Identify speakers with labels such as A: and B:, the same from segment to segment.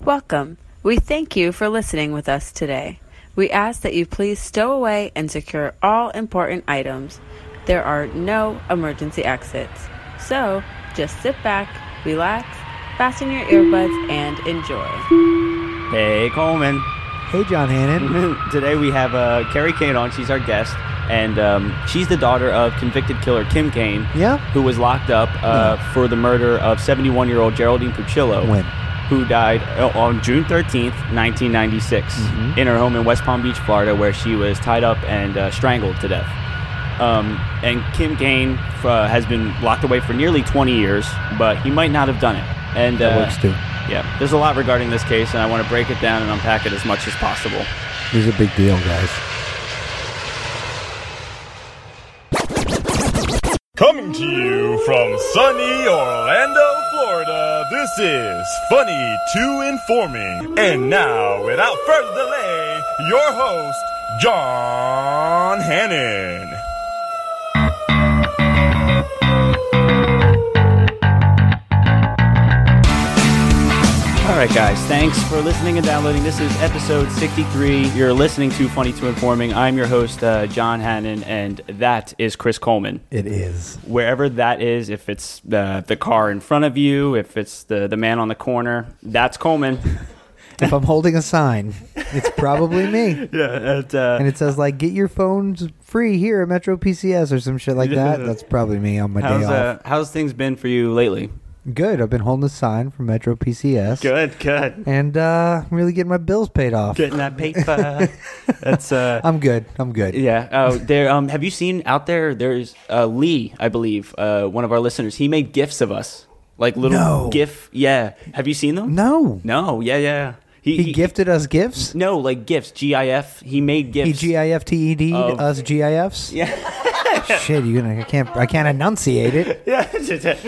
A: Welcome. We thank you for listening with us today. We ask that you please stow away and secure all important items. There are no emergency exits. So just sit back, relax, fasten your earbuds, and enjoy.
B: Hey, Coleman.
C: Hey, John
B: Mm-hmm.
C: Hannon.
B: Today we have uh, Carrie Kane on. She's our guest, and um, she's the daughter of convicted killer Kim Kane,
C: Yeah. Hmm.
B: who was locked up uh, for the murder of 71-year-old Geraldine Puccillo,
C: When?
B: who died uh, on June 13th, 1996,
C: Mm-hmm.
B: in her home in West Palm Beach, Florida, where she was tied up and uh, strangled to death. Um, and Kim Kane uh, has been locked away for nearly 20 years, but he might not have done it. And
C: That
B: uh,
C: works too.
B: Yeah, there's a lot regarding this case, and I want to break it down and unpack it as much as possible.
C: This is a big deal, guys.
D: Coming to you from sunny Orlando, Florida, this is Funny to Informing. And now, without further delay, your host, John Hannon.
B: All right, guys, thanks for listening and downloading. This is episode 63. You're listening to Funny to Informing. I'm your host, uh, John Hannon, and that is Chris Coleman.
C: It is.
B: Wherever that is, if it's uh, the car in front of you, if it's the, the man on the corner, that's Coleman.
C: If I'm holding a sign, it's probably me.
B: yeah, it's, uh,
C: And it says like, "Get your phones free here at Metro PCS" or some shit like that. That's probably me on my
B: how's,
C: day off.
B: uh, how's things been for you lately?
C: Good. I've been holding a sign for Metro PCS.
B: Good, good.
C: And uh, I'm really getting my bills paid off.
B: Getting that paper. that's uh,
C: I'm good. I'm good.
B: Yeah. Oh, there. Um, have you seen out there? There's uh, Lee, I believe, uh, one of our listeners. He made gifts of us, like little
C: No.
B: gif. Yeah. Have you seen them?
C: No.
B: No. Yeah. Yeah.
C: He gifted us gifts.
B: No, like gifts. G I F. He made
C: He
B: gifts.
C: GIFTED
B: Of-
C: E us GIFs.
B: yeah.
C: Shit, you gonna? I can't. I can't enunciate it.
B: yeah.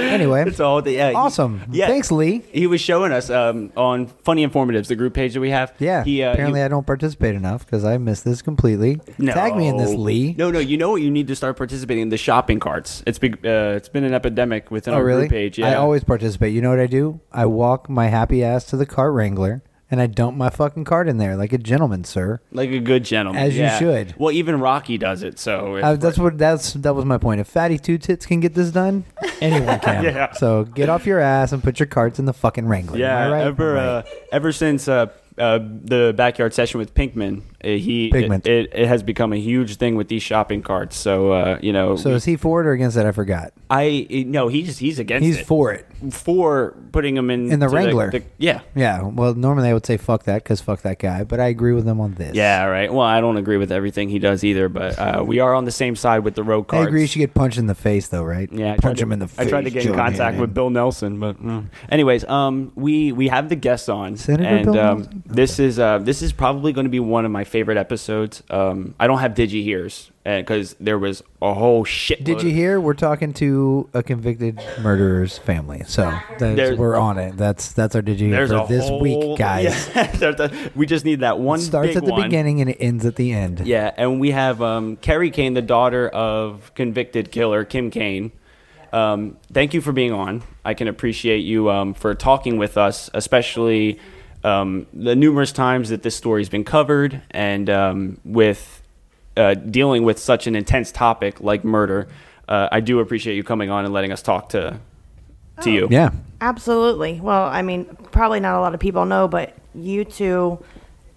B: anyway. It's all. The, yeah. he-
C: Awesome.
B: Yeah.
C: Thanks, Lee.
B: He was showing us um, on Funny Informatives, the group page that we have.
C: Yeah.
B: He, uh,
C: apparently,
B: he-
C: I don't participate enough because I missed this completely. Tag me in this, Lee.
B: No, no. You know what? You need to start participating in the shopping carts. It's big. Uh, it's been an epidemic within
C: oh,
B: our
C: really?
B: group page. Yeah.
C: I always participate. You know what I do? I walk my happy ass to the cart wrangler and I dump my fucking cart in there like a gentleman, sir.
B: like a good gentleman,
C: As you
B: yeah.
C: should.
B: Well, even Rocky does it. So if-
C: Uh, that's what that's that was my point. If fatty two tits can get this done, anyone can.
B: Yeah.
C: So get off your ass and put your carts in the fucking wrangler.
B: yeah,
C: Am I right?
B: ever
C: Am I right?
B: Uh, ever since uh, uh, the backyard session with Pinkman, uh, he
C: Pinkman.
B: It, it, it has become a huge thing with these shopping carts. So uh, you know,
C: so is he for it or against that? I forgot.
B: I no, he just he's against
C: He's
B: it.
C: for it.
B: for putting him in
C: In the Wrangler.
B: yeah.
C: Yeah. Well, normally I would say fuck that because fuck that guy, but I agree with him on this.
B: Yeah, all right. Well, I don't agree with everything he does either, but uh, we are on the same side with the road
C: I
B: carts.
C: agree. You should get punched in the face, though, right?
B: Yeah, I tried
C: punch
B: to-
C: him in the face.
B: I tried to get in
C: John
B: contact
C: Hannon.
B: with Bill Nelson, but mm. anyways, um, we we have the guests on,
C: Senator
B: and
C: Bill
B: um,
C: Nelson?
B: this is uh, this is probably going to be one of my favorite episodes. Um, I don't have Digi Hears because there was a whole shit.
C: Did you hear? We're talking to a convicted murderer's family, so that's,
B: There's-
C: we're on it. That's that's our did you hear
B: There's
C: for
B: a
C: this
B: whole,
C: week, guys.
B: Yeah, there's a- we just need that one.
C: It starts
B: big
C: at the
B: one.
C: beginning and it ends at the end.
B: Yeah, and we have um, Carrie Kane, the daughter of convicted killer Kim Kane. Um, thank you for being on. I can appreciate you um, for talking with us, especially um, the numerous times that this story's been covered and um, with uh, dealing with such an intense topic like murder. Uh, I do appreciate you coming on and letting us talk to to you.
C: Yeah.
E: Absolutely. Well, I mean, probably not a lot of people know, but you two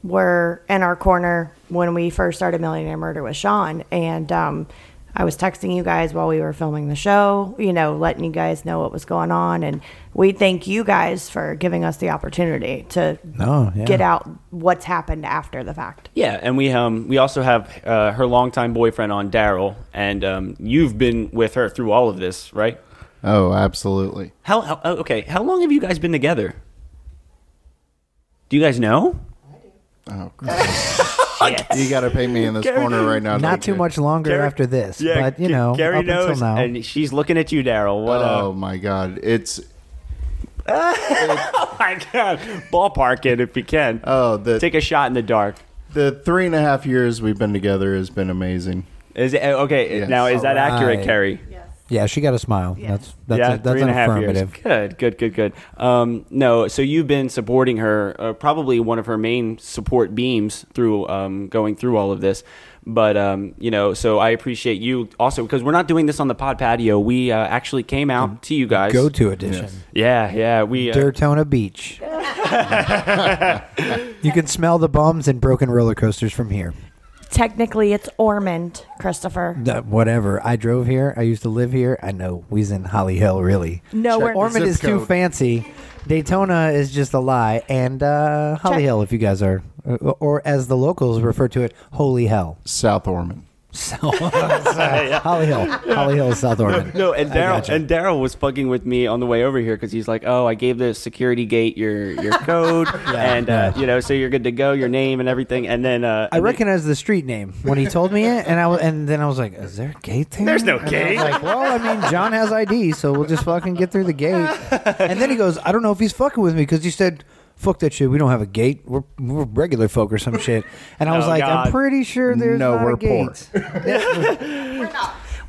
E: were in our corner when we first started Millionaire Murder with Sean. And um, I was texting you guys while we were filming the show, you know, letting you guys know what was going on. And we thank you guys for giving us the opportunity to
C: No, yeah.
E: get out what's happened after the fact.
B: Yeah, and we um we also have uh, her longtime boyfriend on Daryl, and um, you've been with her through all of this, right?
F: Oh, absolutely.
B: How, how oh, okay? How long have you guys been together? Do you guys know?
F: Oh, you got to pay me in this corner right now.
C: Not
F: don't
C: too
F: you?
C: much longer after this, but you know,
B: Gary
C: up
B: knows,
C: until now,
B: and she's looking at you, Daryl. What?
F: Oh
B: Oh.
F: my God, it's
B: oh my God! Ballpark it if you can.
F: oh the
B: Take a shot in the dark.
F: the three and a half years we've been together has been amazing.
B: Is it, okay,
F: Yes.
B: now is that accurate,
C: Alright.
B: Carrie?
C: Yeah, she got a smile. That's that's
B: yeah,
C: a, that's
B: three and
C: an
B: a half
C: affirmative.
B: years. Good, good, good, good. Um, no, so you've been supporting her, uh, probably one of her main support beams through um, going through all of this. But um, you know, so I appreciate you also because we're not doing this on the pod patio. We uh, actually came out to you guys.
C: Go to edition.
B: Yeah, yeah. We uh,
C: Daytona Beach. you can smell the bombs and broken roller coasters from here.
E: Technically, it's Ormond, Christopher.
C: That- whatever. I drove here. I used to live here. I know. We's in Holly Hill, really.
E: No,
F: Check
E: we're
F: this
C: Ormond
F: Zip
C: is too
F: code.
C: fancy. Daytona is just a lie. And uh, Holly
E: Check.
C: Hill, if you guys are, or, or as the locals refer to it, Holy Hell.
F: South Ormond.
C: So, Holly Hill. Holly Hill is South Ormond.
B: No, and
C: I
B: Daryl
C: gotcha.
B: and Daryl was fucking with me on the way over here because he's like, "Oh, I gave the security gate your your code, and uh, you know, so you're good to go, your name and everything." And then uh,
C: I recognized the street name when he told me it, and I wa- and then I was like, "Is there a gate there?"
B: There's no
C: And I was
B: gate.
C: like, well, I mean, John has ID, so we'll just fucking get through the gate. And then he goes, "I don't know if he's fucking with me because he said." Fuck that shit. We don't have a gate. We're, we're regular folk or some shit. And I was
B: Oh,
C: like,
B: God.
C: I'm pretty sure there's
F: No,
C: not
F: we're
C: a gate.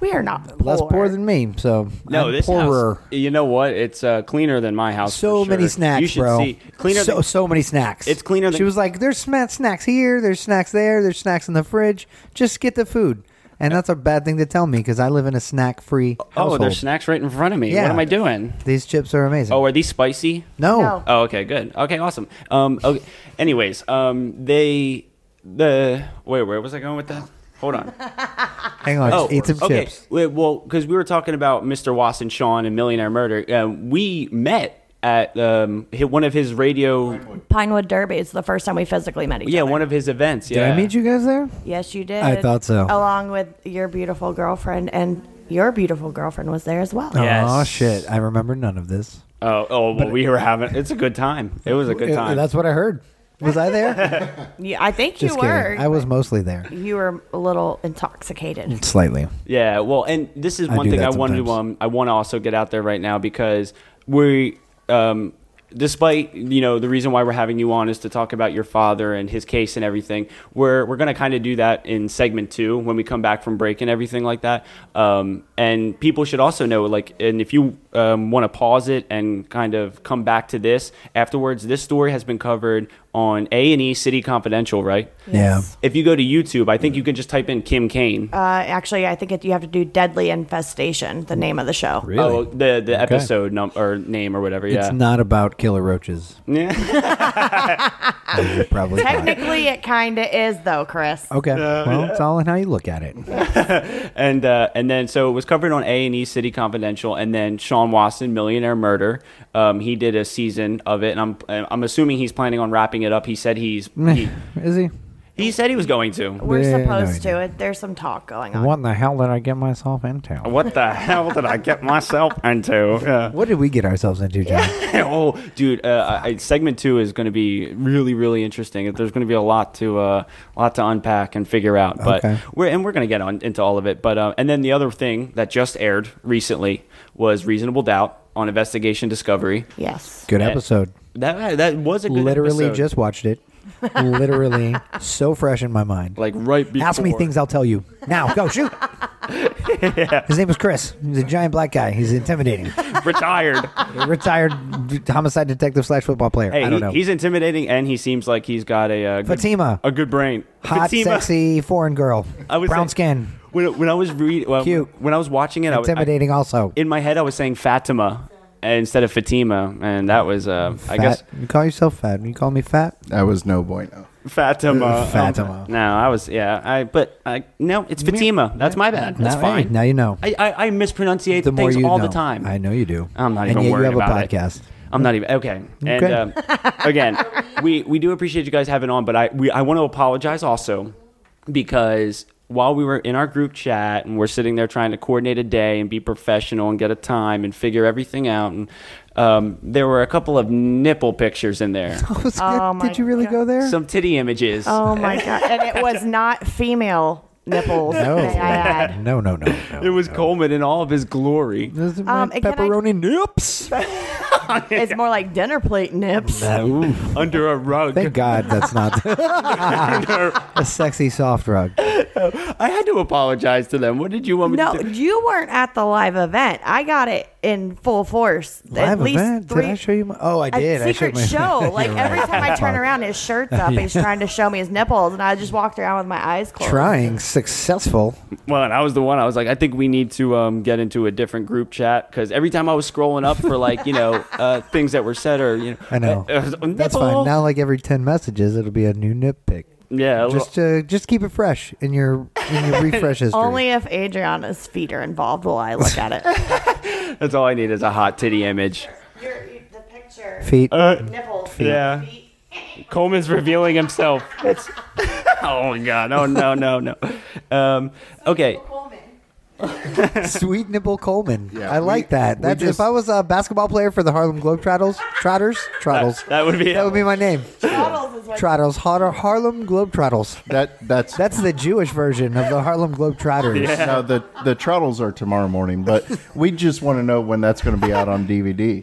E: we are not poor.
C: Less poor than me, so
B: No,
C: I'm
B: this
C: poorer.
B: house. You know what? It's uh, cleaner than my house.
C: So
B: for
C: many
B: sure.
C: snacks,
B: You should
C: bro.
B: see cleaner.
C: so
B: than,
C: so many snacks.
B: It's cleaner than-
C: She was like, "There's sma- snacks here. There's snacks there. There's snacks in the fridge. Just get the food." And that's a bad thing to tell me because I live in a snack-free
B: oh,
C: household.
B: there's snacks right in front of me.
C: Yeah.
B: What am I doing?
C: These chips are amazing.
B: Oh, are these spicy?
C: no.
E: No.
B: Oh, okay, good. Okay, awesome. Um, okay. Anyways, um, they the wait, where was I going with that? Hold on.
C: hang on.
B: Oh,
C: eat some
B: okay.
C: chips.
B: Wait, well, because we were talking about Mr. Wass and Sean and Millionaire Murder. Uh, we met at um, hi- one of his radio.
E: Pinewood Derby is the first time we physically met each
B: Yeah,
E: other.
B: one of his events.
C: Did
B: Yeah.
C: I meet you guys there?
E: Yes, you did.
C: I thought so.
E: Along with your beautiful girlfriend, and your beautiful girlfriend was there as well.
B: Yes.
C: Oh shit! I remember none of this.
B: Oh, oh well, we were having. It's a good time. It was a good
C: Uh,
B: time.
C: That's what I heard. Was I there?
E: Yeah, I think
C: Just
E: you
C: kidding.
E: were.
C: I was Mm. mostly there.
E: You were a little intoxicated.
C: Slightly.
B: Yeah, well, and this is
C: I
B: one
C: do
B: thing
C: that
B: I want to
C: sometimes.
B: um I want to also get out there right now because we um despite you know the reason why we're having you on is to talk about your father and his case and everything. We're we're going to kind of do that in segment 2 when we come back from break and everything like that. Um and people should also know like and if you um, want to pause it and kind of come back to this afterwards this story has been covered on A&E City Confidential, right? If you go to YouTube, I think you can just type in Kim Kane.
E: Uh, actually, I think it, you have to do Deadly Infestation, the name of the show.
C: Yeah. Really?
B: Oh, the the episode num- or name or whatever. Yeah.
C: It's not about killer roaches.
B: yeah.
C: as you Probably. thought.
E: Technically, it kind of is, though, Chris.
C: Okay. well, it's all in how you look at it.
B: and uh, and then so it was covered on A and E City Confidential, and then Sean Watson, Millionaire Murder. Um, he did a season of it, and I'm I'm assuming he's planning on wrapping it up. He said he's he,
C: Is he?
B: he said he was going to.
E: We're
C: Yeah, no,
E: supposed
C: I know.
E: to. It, there's some talk going on.
C: What in the hell did I get myself into?
B: What the hell did I get myself into? Yeah.
C: What did we get ourselves into, John?
B: oh, dude, uh, I, I- segment two is going to be really, really interesting. There's going to be a lot to uh, lot to unpack and figure out. But
C: Okay.
B: we're and we're going to get on into all of it. But uh, and then the other thing that just aired recently was Reasonable Doubt on Investigation Discovery.
E: Yes.
C: Good episode.
B: That that was a good
C: Literally
B: episode.
C: just watched it. Literally so fresh in my mind.
B: like right before.
C: Ask me things I'll tell you. Now, go shoot. His name was Chris. He's a giant black guy. He's intimidating.
B: Retired.
C: A retired homicide detective slash football player.
B: Hey,
C: I
B: he-
C: don't know.
B: he's intimidating, and he seems like he's got a uh, good,
C: Fatima.
B: a good brain.
C: Hot,
B: Fatima.
C: sexy foreign girl.
B: I was
C: Brown
B: like-
C: skin.
B: When, when I was reading, well,
C: Cute.
B: when I was watching it, I was- I,
C: Intimidating also.
B: in my head I was saying Fatima instead of Fatima, and that was uh, I guess
C: Fat. You call yourself fat. You call me fat?
F: That was no bueno.
B: Fatima. Um,
C: Fatima.
B: no, I was yeah. I but I no, it's Fatima. That's my bad. That's
C: now, hey,
B: fine.
C: now you know.
B: I I, I mispronunciate
C: the more
B: things
C: you
B: all
C: know.
B: the time.
C: I know you do.
B: I'm not
C: and
B: even
C: yet
B: worried
C: you have
B: about
C: a
B: it.
C: podcast.
B: I'm not even okay. And
C: Okay.
B: um, again, we we do appreciate you guys having on, but I we I want to apologize also because while we were in our group chat and we're sitting there trying to coordinate a day and be professional and get a time and figure everything out, and um, there were a couple of nipple pictures in there,
E: Oh my
C: Did you really
E: God.
C: go there?
B: some titty images.
E: Oh, my God. And it was not female nipples,
C: no.
E: may I add.
C: no, no, no, no.
B: It was Coleman in all of his glory.
C: Those are
E: Um,
C: my
E: and can I-
C: pepperoni nips.
E: it's more like dinner plate nips.
B: under a rug.
C: Thank God that's not a sexy soft rug.
B: I had to apologize to them. What did you want me
E: No,
B: to do?
E: you weren't at the live event. I got it in full force.
C: Live
E: at least
C: event?
E: three.
C: Did I show you? My, oh, I
E: a
C: did. I showed
E: secret
C: my,
E: show. Like
C: You're
E: every
C: right.
E: time I turn
C: Fuck.
E: around, his shirt's up. He's trying to show me his nipples, and I just walked around with my eyes closed.
C: trying successful.
B: Well, and I was the one. I was like, I think we need to um, get into a different group chat because every time I was scrolling up for like you know uh, things that were said or you know,
C: I know.
B: uh, uh,
C: That's
B: nipple.
C: fine. Now, like every ten messages, it'll be a new nip pick.
B: Yeah, a
C: Just, uh, just keep it fresh in your in your refresh history.
E: Only if Adriana's feet are involved will I look at it.
B: That's all I need is a hot titty image.
E: the picture,
C: feet.
B: Uh,
E: nipples,
B: Yeah. Coleman's revealing himself. It's oh my god! No, no, no, no. Um, okay,
C: Sweet nipple Coleman.
F: Yeah,
C: I
F: we-
C: like that.
F: we
C: That's
F: just-
C: if I was a basketball player for the Harlem Globetrotters, Trotters, Trottles.
B: that would be
C: That would be my name.
E: Bottles is what
C: Trottles, Har- Harlem Globetrotters.
F: That that's
C: That's the Jewish version of the Harlem Globetrotters.
F: no the the trottles are tomorrow morning, but we just want to know when that's going to be out on DVD.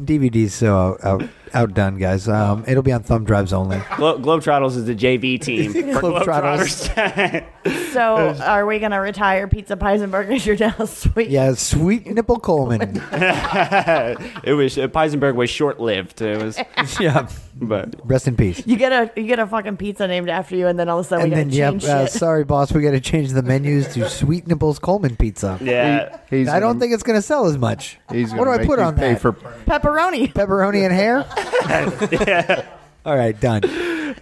C: DVD's so out, out, outdone, guys. Um, it'll be on thumb drives only.
B: Glo- Globetrotters is the JV team. for
C: Globetrotters.
B: Globetrotters.
E: So, are we gonna retire pizza pies and burgers? You're now sweet.
C: Yeah, sweet nipple Coleman.
F: Oh
B: it was uh, Peisenberg was short lived. It was,
C: yeah.
B: but
C: Rest in peace.
E: You get a you get a fucking pizza named after you, and then all of a sudden
C: And
E: we gotta
C: then, yep.
E: change
C: Uh,
E: shit.
C: sorry, boss. We got to change the menus to sweet nipples Coleman pizza.
B: yeah,
F: He- he's
C: Uh, I don't
F: gonna-
C: think it's going to sell as much.
F: he's
C: what do
F: gonna
C: I
F: make
C: put
F: you
C: on
F: pay
C: that?
F: for
E: Pepperoni,
C: Pepperoni and hair. All right, done.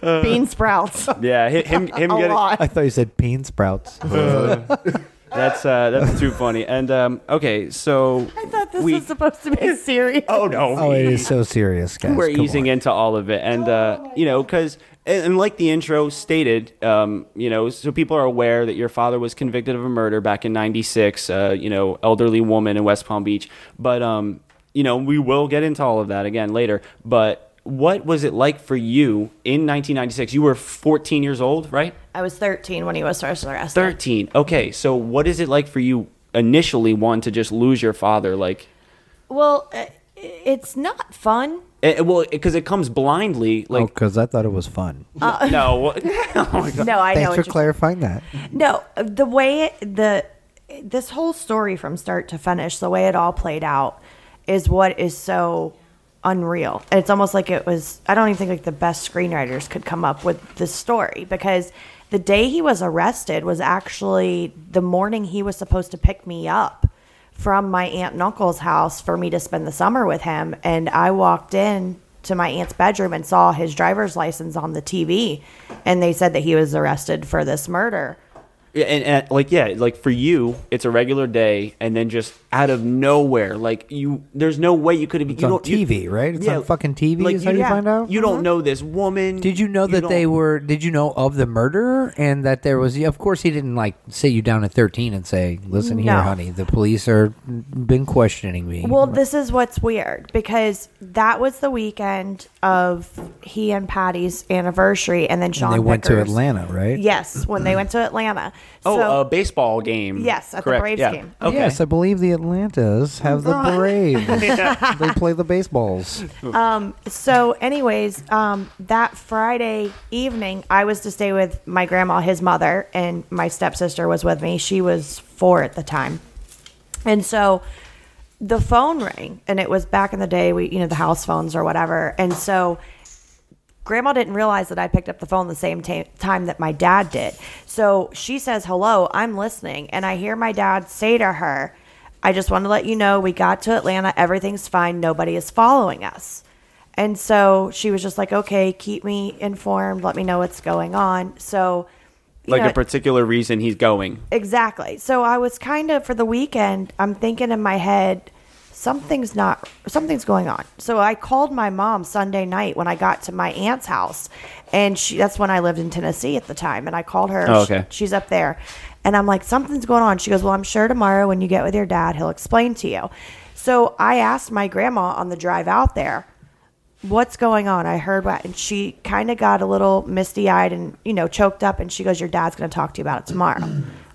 C: Uh,
E: bean sprouts,
B: yeah. hi- Him, him
E: a
B: getting
E: lot.
C: I thought you said bean sprouts.
B: that's uh, that's too funny. And um, okay, so
E: I thought this
B: we-
E: was supposed to be serious.
B: oh no,
C: Oh, it is so serious, guys.
B: we're
C: Come
B: easing
C: on.
B: into all of it and uh, you know because and, and like the intro stated um, you know so people are aware that your father was convicted of a murder back in 96 uh, you know elderly woman in west palm beach but um, you know we will get into all of that again later but what was it like for you in 1996 you were 14 years old right
E: I was 13 when he was first arrested.
B: 13 okay so what is it like for you initially one to just lose your father like
E: Well, uh, it's not fun.
B: eh, well because it comes blindly
C: Oh,
B: like
C: because I thought it was fun.
B: no
E: No, I know.
C: Thanks
E: what
C: for
E: you're-
C: clarifying that.
E: No, the way it, the this whole story from start to finish, the way it all played out, is what is so unreal. And it's almost like it was. I don't even think like the best screenwriters could come up with this story because the day he was arrested was actually the morning he was supposed to pick me up from my aunt and uncle's house for me to spend the summer with him. And I walked in to my aunt's bedroom and saw his driver's license on the TV. And they said that he was arrested for this murder.
B: Yeah, and, and like yeah, like for you, it's a regular day, and then just out of nowhere, like you, there's no way you could have.
C: It's
B: you
C: on
B: don't, you-
C: TV, right? It's on fucking TV is how
B: you,
C: you
E: Yeah.
C: find out?
B: you
E: Uh-huh.
B: don't know this woman.
C: Did you know that
B: don't-
C: they were? Did you know of the murder and that there was? Of course, he didn't like sit you down at thirteen and say, "Listen here,
E: No.
C: honey, the police are been questioning me."
E: Well, this is what's weird because that was the weekend of he and Patty's anniversary, and then Sean
C: and they went to
E: Vickers-
C: Atlanta, right?
E: Yes, when they went to Atlanta.
B: Oh,
E: So-
B: a baseball game.
E: Yes, at the
B: Correct,
E: Braves
B: yeah.
E: game.
B: Okay.
C: Yes, I believe the Atlantas have the Braves. they play the baseballs.
E: so anyways um, that friday evening i was to stay with my grandma his mother and my stepsister was with me she was four at the time and so the phone rang and it was back in the day we you know the house phones or whatever and so grandma didn't realize that I picked up the phone the same ta time that my dad did. So she says, Hello, I'm listening. And I hear my dad say to her, I just want to let you know we got to Atlanta. Everything's fine. Nobody is following us. And so she was just like, Okay, keep me informed. Let me know what's going on. So, you
B: Like
E: know,
B: a particular reason he's going.
E: Exactly. So I was kind of for the weekend, I'm thinking in my head, something's not something's going on. So I called my mom Sunday night when I got to my aunt's house and she that's when I lived in Tennessee at the time and I called her.
B: Oh, okay.
E: She- she's up there. And I'm like, something's going on. She goes, Well, I'm sure tomorrow when you get with your dad, he'll explain to you. So I asked my grandma on the drive out there, what's going on? I heard what, and she kind of got a little misty eyed and, you know, choked up. And she goes, Your dad's going to talk to you about it tomorrow.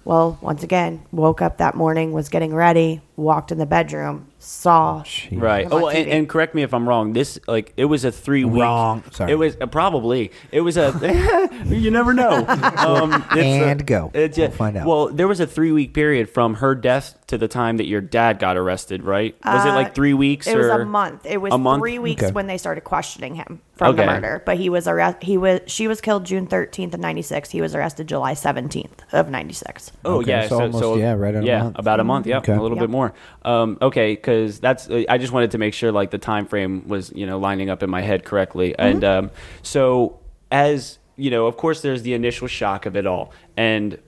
E: well, once again, woke up that morning, was getting ready, walked in the bedroom, saw.
B: Right.
E: About
B: Oh, well, and,
E: TV.
B: and correct me if I'm wrong. This like it was a three week.
C: Wrong. Sorry.
B: It was uh, probably it was a. you never know. Um, it's a-
C: And go.
B: It's a-
C: We'll find out.
B: Well, there was a three week period from her death to the time that your dad got arrested. Right? Was it
E: Uh,
B: like three weeks?
E: It was
B: or
E: a month. It was
B: a month?
E: three weeks
C: Okay.
E: when they started questioning him from the
B: Okay.
E: murder. But he was arrested. He was she was killed June thirteenth of ninety six. He was arrested July seventeenth of ninety six.
B: Oh
C: Okay,
B: yeah,
C: so almost- yeah, right at a
B: yeah,
C: month.
B: about a month. Yeah,
C: Okay.
B: a little
E: Yeah.
B: bit more. Um, okay, because that's uh, I just wanted to make sure like the time frame was you know lining up in my head correctly, and um, so as you know, of course, there's the initial shock of it all, and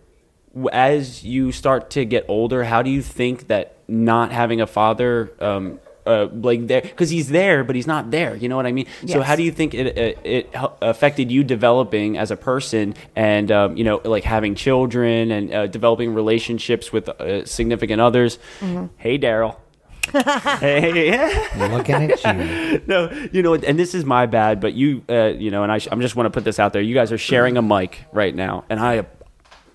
B: w- as you start to get older, how do you think that not having a father, um, uh, like there, because he's there, but he's not there. You know what I mean? So
E: Yes.
B: how do you think it it, it hel- affected you developing as a person and um, you know like having children and uh, developing relationships with uh, significant others?
C: Mm-hmm.
B: Hey, Daryl. hey,
C: Looking at you.
B: no, you know, and this is my bad, but you, uh, you know, and I, sh- I'm just want to put this out there. You guys are sharing a
C: Mm-hmm.
B: mic right now, and I,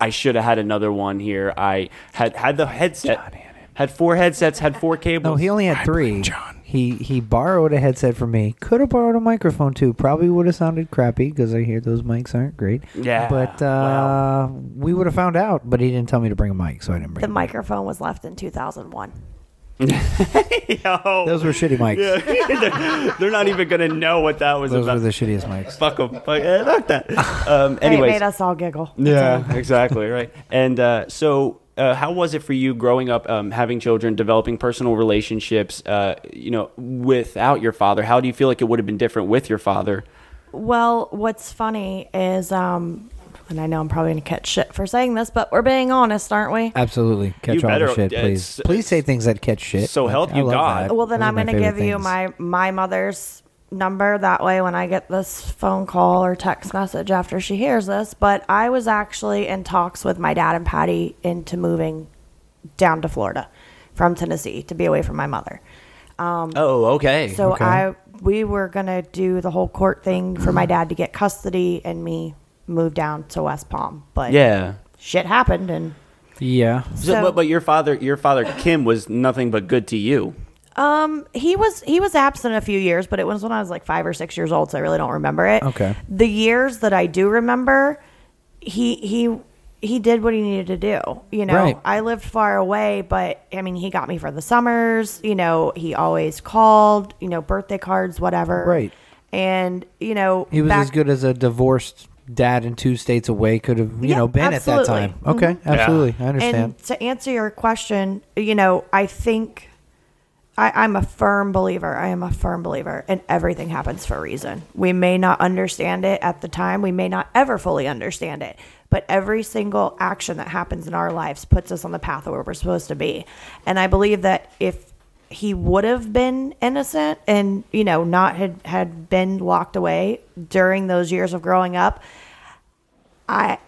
B: I should have had another one here. I had had the headset, had four headsets, had four cables.
C: No, Oh, he only had three. John. He he borrowed a headset from me. Could have borrowed a microphone too. Probably would have sounded crappy because I hear those mics aren't great.
B: Yeah,
C: But uh,
B: well.
C: we would have found out. But he didn't tell me to bring a mic, so I didn't bring.
E: The
C: it.
E: microphone was left in two thousand one.
B: Yo,
C: Those were shitty mics.
B: they're not even gonna know what that was
C: Those
B: about.
C: were the shittiest mics.
B: fuck 'em. Fuck- eh, fuck that. Um, anyways,
E: it made us all giggle.
B: Yeah, exactly right. And uh, so, uh, how was it for you growing up, um, having children, developing personal relationships? Uh, you know, without your father, how do you feel like it would have been different with your father?
E: Well, what's funny is, um, and I know I'm probably gonna catch shit for saying this, but we're being honest, aren't we?
C: Absolutely. Catch
B: You
C: all
B: better-
C: the shit,
B: it's-
C: please. please say things that catch shit.
B: So
C: Like,
B: help
C: I
B: you
C: love
B: God.
C: that.
E: Well, then
C: Those are
E: I'm
C: my
E: going to
C: favorite
E: give you
C: things.
E: my my mother's number. That way, when I get this phone call or text message after she hears this, but I was actually in talks with my dad and Patty into moving down to Florida from Tennessee to be away from my mother.
B: Oh, okay.
E: So
C: Okay.
E: I we were gonna do the whole court thing for my dad to get custody and me move down to West Palm, but
B: yeah.
E: shit happened and
C: Yeah.
B: So,
E: So-
B: but, but your father, your father Kim was nothing but good to you.
E: Um, he was he was absent a few years, but it was when I was like five or six years old, so I really don't remember it.
C: Okay.
E: The years that I do remember, he he he did what he needed to do. You know,
C: Right.
E: I lived far away, but I mean, he got me for the summers. You know, he always called. You know, birthday cards, whatever.
C: Right.
E: And you know,
C: He was
E: back-
C: as good as a divorced dad in two states away could have, you
E: Yeah,
C: know, been at that
E: absolutely. Mm-hmm.
C: time. Okay, absolutely. I understand.
E: And to answer your question, you know, I think I, I'm a firm believer. I am a firm believer, and everything happens for a reason. We may not understand it at the time. We may not ever fully understand it, but every single action that happens in our lives puts us on the path of where we're supposed to be. And I believe that if he would have been innocent and you know not had had been locked away during those years of growing up I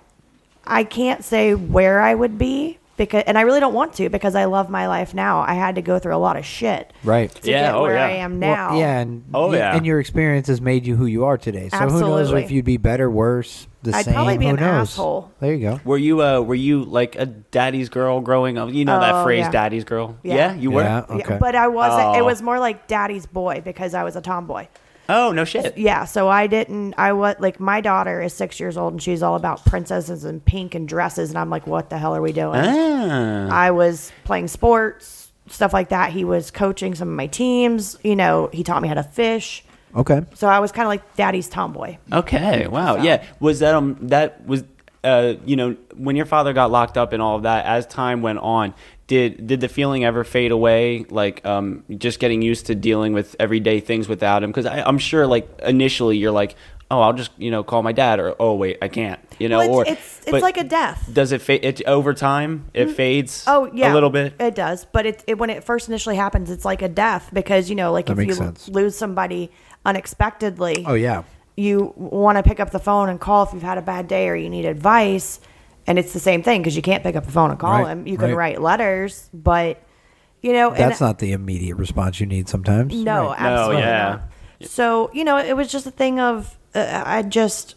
E: I can't say where I would be because and I really don't want to because I love my life now. I had to go through a lot of shit.
C: right.
E: To
B: Yeah,
E: get
B: oh,
E: where
B: yeah.
E: I am
C: Well,
E: now.
C: yeah, and
B: Oh,
C: y-
B: yeah.
C: and your experience has made you who you are today. So who knows
E: Absolutely.
C: if you'd be better, worse, the
E: I'd
C: same?
E: probably be
C: who
E: an
C: knows?
E: asshole.
C: There you go.
B: Were you, uh, were you like a daddy's girl growing up? You know that
E: Oh,
B: phrase,
E: yeah.
B: daddy's girl. Yeah,
E: Yeah.
B: you were.
C: Yeah.
E: Yeah,
C: Okay.
E: but I wasn't it
B: Oh.
E: was more like daddy's boy because I was a tomboy.
B: Oh no shit.
E: Yeah, so I didn't I was like my daughter is 6 years old and she's all about princesses and pink and dresses and I'm like what the hell are we doing?
B: Ah.
E: I was playing sports, stuff like that. He was coaching some of my teams, you know, he taught me how to fish.
C: Okay.
E: So I was kind of like daddy's tomboy.
B: Okay. Wow. Yeah. Was that um that was uh you know when your father got locked up and all of that as time went on did did the feeling ever fade away like um just getting used to dealing with everyday things without him because I'm sure like initially you're like oh I'll just you know call my dad or oh wait I can't you know
E: Well, it's-
B: or
E: it's- it's
B: but
E: like a death.
B: does it fade it over time it fades
E: Oh
B: a
E: yeah,
B: little bit
E: It does, but it, it when it first initially happens, it's like a death because you know, like
C: That
E: if you
C: makes sense.
E: lose somebody unexpectedly,
C: Oh yeah.
E: you want to pick up the phone and call if you've had a bad day or you need advice, and it's the same thing because you can't pick up the phone and call
C: Right,
E: him. You can
C: right.
E: write letters, but you know,
C: That's
E: and,
C: not the immediate response you need sometimes.
E: no,
C: Right.
E: absolutely
B: yeah.
E: not. So you know, it was just a thing of uh, I just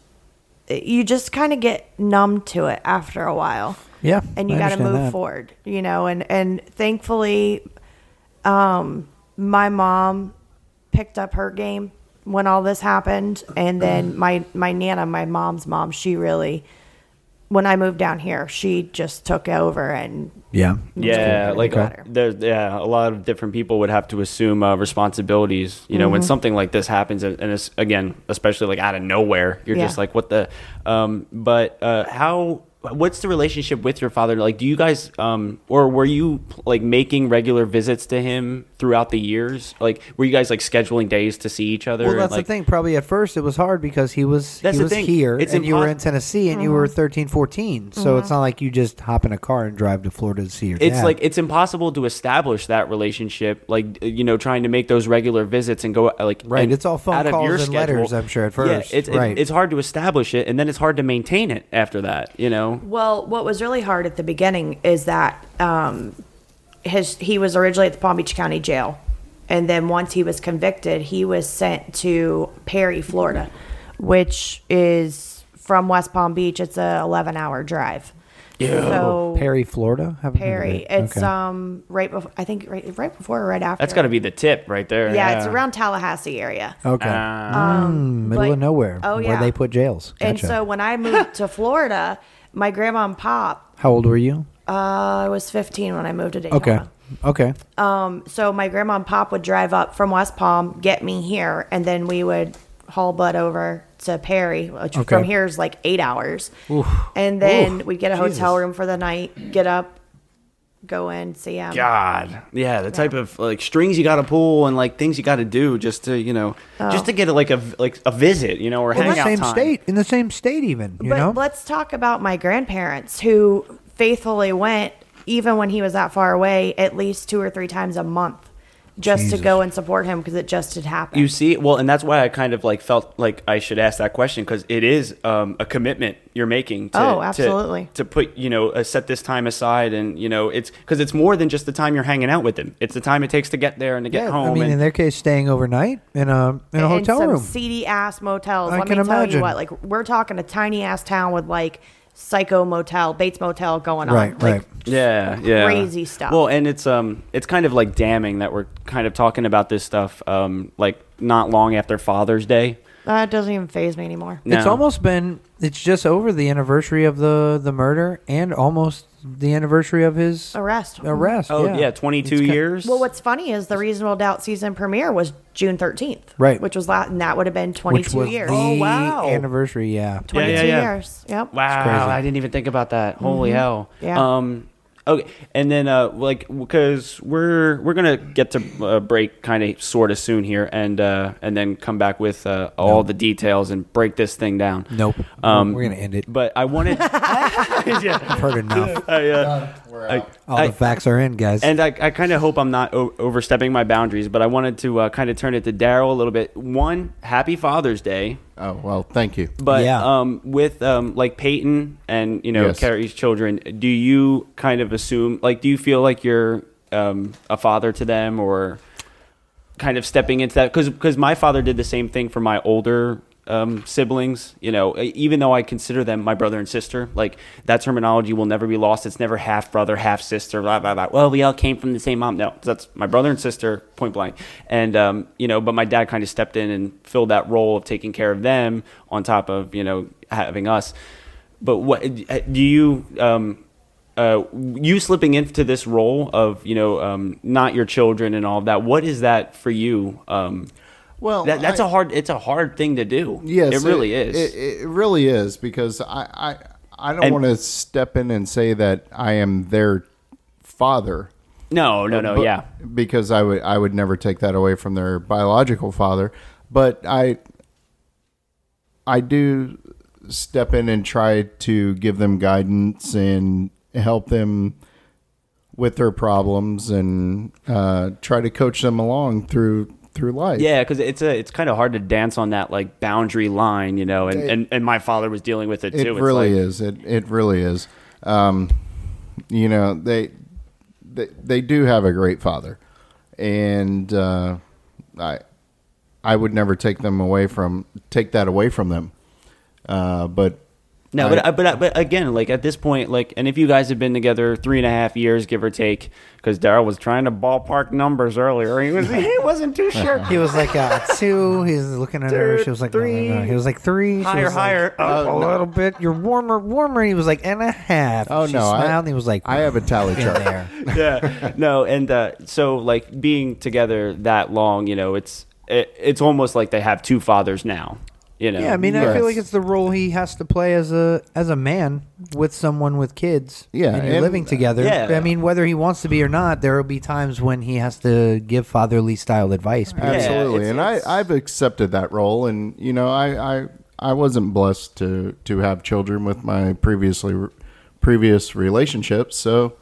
E: you just kind of get numb to it after a while
C: Yeah.
E: and you
C: I
E: got to
C: understand
E: move
C: that.
E: forward you know and and thankfully um, my mom picked up her game when all this happened,
C: Mm-hmm.
E: and then my my nana, my mom's mom, she really. When I moved down here, she just took over and
C: Yeah.
B: Yeah,
E: Okay.
B: like uh,
E: Okay.
B: there's yeah, a lot of different people would have to assume uh, responsibilities. You know, when
E: Mm-hmm.
B: something like this happens, and and it's again, especially like out of nowhere, you're
E: Yeah.
B: just like, what the? Um, but uh, how? What's the relationship with your father? Like, do you guys, um, or were you like making regular visits to him throughout the years? Like, were you guys like scheduling days to see each other?
C: Well, that's
B: like,
C: the thing. Probably at first it was hard because he was
B: That's
C: he
B: the
C: was
B: thing.
C: here
B: It's
C: and you were
B: impos-
C: in Tennessee and you were
E: Mm-hmm.
C: 13, 14. So it's not like you just hop in a car and drive to Florida to see your
B: it's
C: dad.
B: like it's impossible to establish that relationship like uh, you know trying to make those regular visits and go uh, like
C: Right,
B: and
C: it's all phone
B: out of
C: calls
B: your
C: and
B: schedule.
C: letters, I'm sure, at first.
B: yeah, it's, it-
C: Right.
B: it's hard to establish it and then it's hard to maintain it after that you know
E: Well, what was really hard at the beginning is that um, his he was originally at the Palm Beach County Jail, and then once he was convicted, he was sent to Perry, Florida, which is from West Palm Beach. It's a 11 hour drive. Yeah. So
C: Oh, Perry, Florida. Haven't heard of
E: Oh. Perry,
C: it.
E: it's
C: Mm-hmm. Okay.
E: um right before I think right right before or right after.
B: that's got to be the tip right there
E: Yeah, it's around Tallahassee area.
C: okay. Mm, middle of
E: but-
C: nowhere.
E: um, oh,
C: Where
E: yeah.
C: they put jails.
E: And
C: Gotcha.
E: so when I moved to Florida, my grandma and pop,
C: how old were you?
E: uh, I was 15 when I moved to Daytona.
C: Okay. Okay.
E: so my grandma and pop would drive up from West Palm, get me here, and then we would haul Bud over to Perry, which
C: Okay.
E: from here is like eight hours. And then
C: Oof.
E: we'd get a
C: Jesus.
E: hotel room for the night, get up, go in, see him.
B: god yeah the type of like strings you got to pull and like things you got to do just to you know
E: Oh.
B: just to get like a like a visit you know or
C: In
B: hang
C: the
B: out
C: same
B: time.
C: state. In the same state, even. You
E: but
C: know?
E: let's talk about my grandparents who faithfully went, even when he was that far away, at least two or three times a month just
C: Jesus.
E: to go and support him because it just had happened.
B: You see, well, and that's why I kind of like felt like I should ask that question because it is um, a commitment you're making. To,
E: Oh,
B: to-
E: absolutely.
B: To, put, you know, uh, set this time aside, and you know, it's because it's more than just the time you're hanging out with them. It's the time it takes to get there and to get
C: yeah,
B: home.
C: I mean,
B: and,
C: in their case, staying overnight in a in a
E: in
C: hotel
E: some
C: room.
E: seedy ass motels.
C: I
E: Let
C: can
E: me tell
C: imagine.
E: you what, like we're talking a tiny ass town with like psycho motel, Bates Motel going
C: Right,
E: on. Like,
C: right.
B: yeah, yeah,
E: crazy stuff.
B: Well, and it's um, it's kind of like damning that we're kind of talking about this stuff um, like not long after Father's Day.
E: Uh, it doesn't even phase me anymore.
B: No.
C: It's almost been. It's just over the anniversary of the the murder and almost the anniversary of his
E: Arrest.
C: Arrest.
B: Oh yeah,
C: yeah
B: 22
C: It's ki-
B: years.
E: Well, what's funny is the Reasonable Doubt season premiere was June 13th.
C: Right.
E: Which was last, and that would have been 22
C: Which was
E: years.
C: the
B: Oh, wow.
C: anniversary. Yeah.
E: 22
B: Yeah, yeah, yeah.
E: years. Yep.
B: Wow,
C: crazy.
B: I didn't even think about that. Holy hell.
E: Yeah.
B: Um, okay, and then uh, like because we're we're gonna get to uh, break kind of sort of soon here, and uh, and then come back with uh, all the details and break this thing down.
C: Nope.
B: Um,
C: We're gonna end it.
B: But I wanted. yeah.
C: I've heard enough.
B: I, uh, I-
C: All
B: I-
C: the facts are in, guys.
B: and I, I kind of hope I'm not o- overstepping my boundaries, but I wanted to uh, kind of turn it to Daryl a little bit. One, happy Father's Day.
F: Oh well, thank you.
B: But
C: Yeah.
B: um, with um, like Peyton and you know
F: Yes.
B: Carrie's children, do you kind of assume like do you feel like you're um, a father to them or kind of stepping into that? Because my father did the same thing for my older um, siblings. You know, e- even though I consider them my brother and sister, like that terminology will never be lost. It's never half brother, half sister. Blah blah blah. Well, we all came from the same mom. No, that's my brother and sister, point blank. And um, you know, but my dad kind of stepped in and filled that role of taking care of them on top of you know having us. But what uh, do you? Um, uh, you slipping into this role of you know um, not your children and all of that. What is that for you? Um,
F: Well,
B: that, that's
F: a
B: a hard. It's a hard thing to do.
F: Yes,
B: it really
F: is.
B: is.
F: It, it really is because I I, I don't
B: And-
F: want to step in and say that I am their father.
B: no, no, no.
F: but-
B: yeah,
F: because I would I would never take that away from their biological father, but I I do step in and try to give them guidance and help them with their problems and uh, try to coach them along through through life.
B: yeah. Because it's a. It's kind of hard to dance on that like boundary line, you know. And, and, and my father was dealing with it
F: it
B: too. It's
F: really
B: like-
F: is it it really is um you know they they, they do have a great father and uh i i would never take them away from take that away from them uh but
B: No,
F: I-
B: but I, but I, but again, like at this point, like, and if you guys have been together three and a half years, give or take, because Daryl was trying to ballpark numbers earlier, he was he wasn't too sure.
C: He was like uh, two. He was looking at her.
B: Two,
C: She was like no, no, no.
B: three.
C: He was like three. She
B: Higher,
C: was like,
B: higher, Oh,
C: up
B: up.
C: a little bit. You're warmer, warmer. He was like and a half.
F: Oh
C: she
F: no!
C: Smiled
F: I,
C: and he was like,
F: I have a tally
C: in
F: chart.
C: there.
B: yeah no and uh, so like being together that long you know it's it, it's almost like they have two fathers now you know
C: Yeah, I mean, I
F: Yes.
C: feel like it's the role he has to play as a as a man with someone with kids.
F: Yeah,
C: and you're
F: and-
C: living together.
B: Yeah.
C: I mean, whether he wants to be or not, there will be times when he has to give fatherly style advice. because-
F: Absolutely,
B: it's-
F: and
B: it's-
F: I I've accepted that role, and you know I I, I wasn't blessed to to have children with my previously previous relationships, so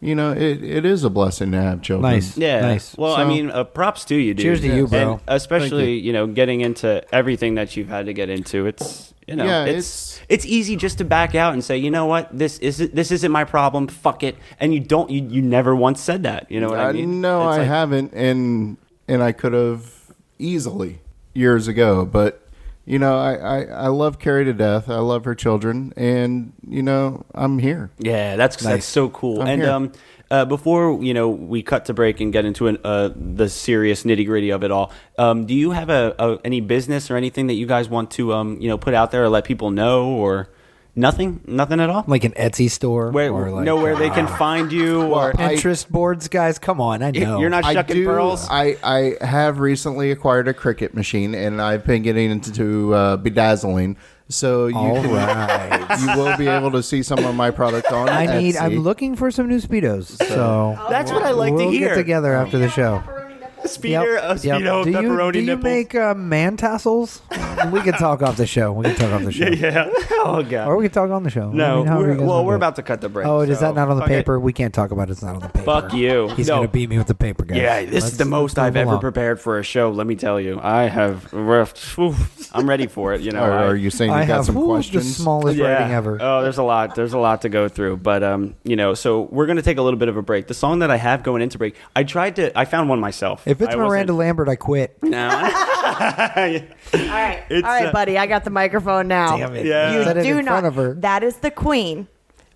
F: you know it, it is a blessing to have children.
C: Nice.
B: yeah
C: Nice.
B: well i
F: So-
B: mean uh, props to you dude
C: Cheers to you,
B: And
C: bro.
B: especially you. know getting into everything that you've had to get into it's you know
F: Yeah,
B: it's,
F: it's-
B: it's easy just to back out and say you know what this is this isn't my problem fuck it and you don't you, you never once said that you know what
F: Uh,
B: i mean
F: no,
B: It's
F: I
B: like-
F: haven't, and and I could have easily years ago, but you know I, I I love Carrie to death. I love her children, and you know I'm here.
B: Yeah, that's that's so cool.
F: I'm
B: and
F: here.
B: um, uh, before you know, we cut to break and get into an, uh, the serious nitty gritty of it all. Um, do you have a, a any business or anything that you guys want to um, you know put out there or let people know or nothing, nothing at all?
C: like an Etsy store
B: where
C: or like ah.
B: know where they can find you or
F: I-
C: Pinterest boards, guys. Come on, I know
B: you're not shucking pearls.
F: I, I have recently acquired a cricket machine, and I've been getting into uh, bedazzling. So you
C: All
F: can-
C: right.
F: you will be able to see some of my product on.
C: I need.
F: Etsy.
C: I'm looking for some new speedos. So
B: Oh, That's what I like to
C: we'll
B: hear.
C: get together after the show.
B: Speeder,
C: Yep,
B: uh,
C: yep.
B: speedo,
C: do you,
B: pepperoni
C: do you
B: nipples.
C: make uh, man tassels? we can talk off the show. We can talk off the show.
B: yeah. Oh god.
C: Or we can talk on the show. I
B: no.
C: mean, however
B: we're,
C: you guys
B: well,
C: wanna
B: we're
C: do it.
B: about to cut the break.
C: Oh, is that
B: so
C: not on the
B: fuck it.
C: paper? We can't talk about it. It's not on the paper.
B: Fuck you.
C: He's
B: No.
C: gonna beat me with the paper, guys.
B: Yeah, this is the most I've ever prepared for a show. Let me tell you, I have. oof, I'm ready for it. You know,
F: Are,
B: I-
F: are you saying you
C: I
F: got
C: have
F: some
C: who was
F: questions?
C: the smallest writing ever.
B: Oh, there's a lot. There's a lot to go through. But um, you know, so we're gonna take a little bit of a break. The song that I have going into break, I tried to. I found one myself.
C: if it's
B: I wasn't-
C: Miranda Lambert, I quit.
B: No.
E: All right,
B: It's,
E: all right,
B: uh,
E: buddy. I got the microphone now.
C: Damn it.
B: Yeah.
E: You
C: Said it
E: do
C: in
E: not.
C: front of her.
E: That is the queen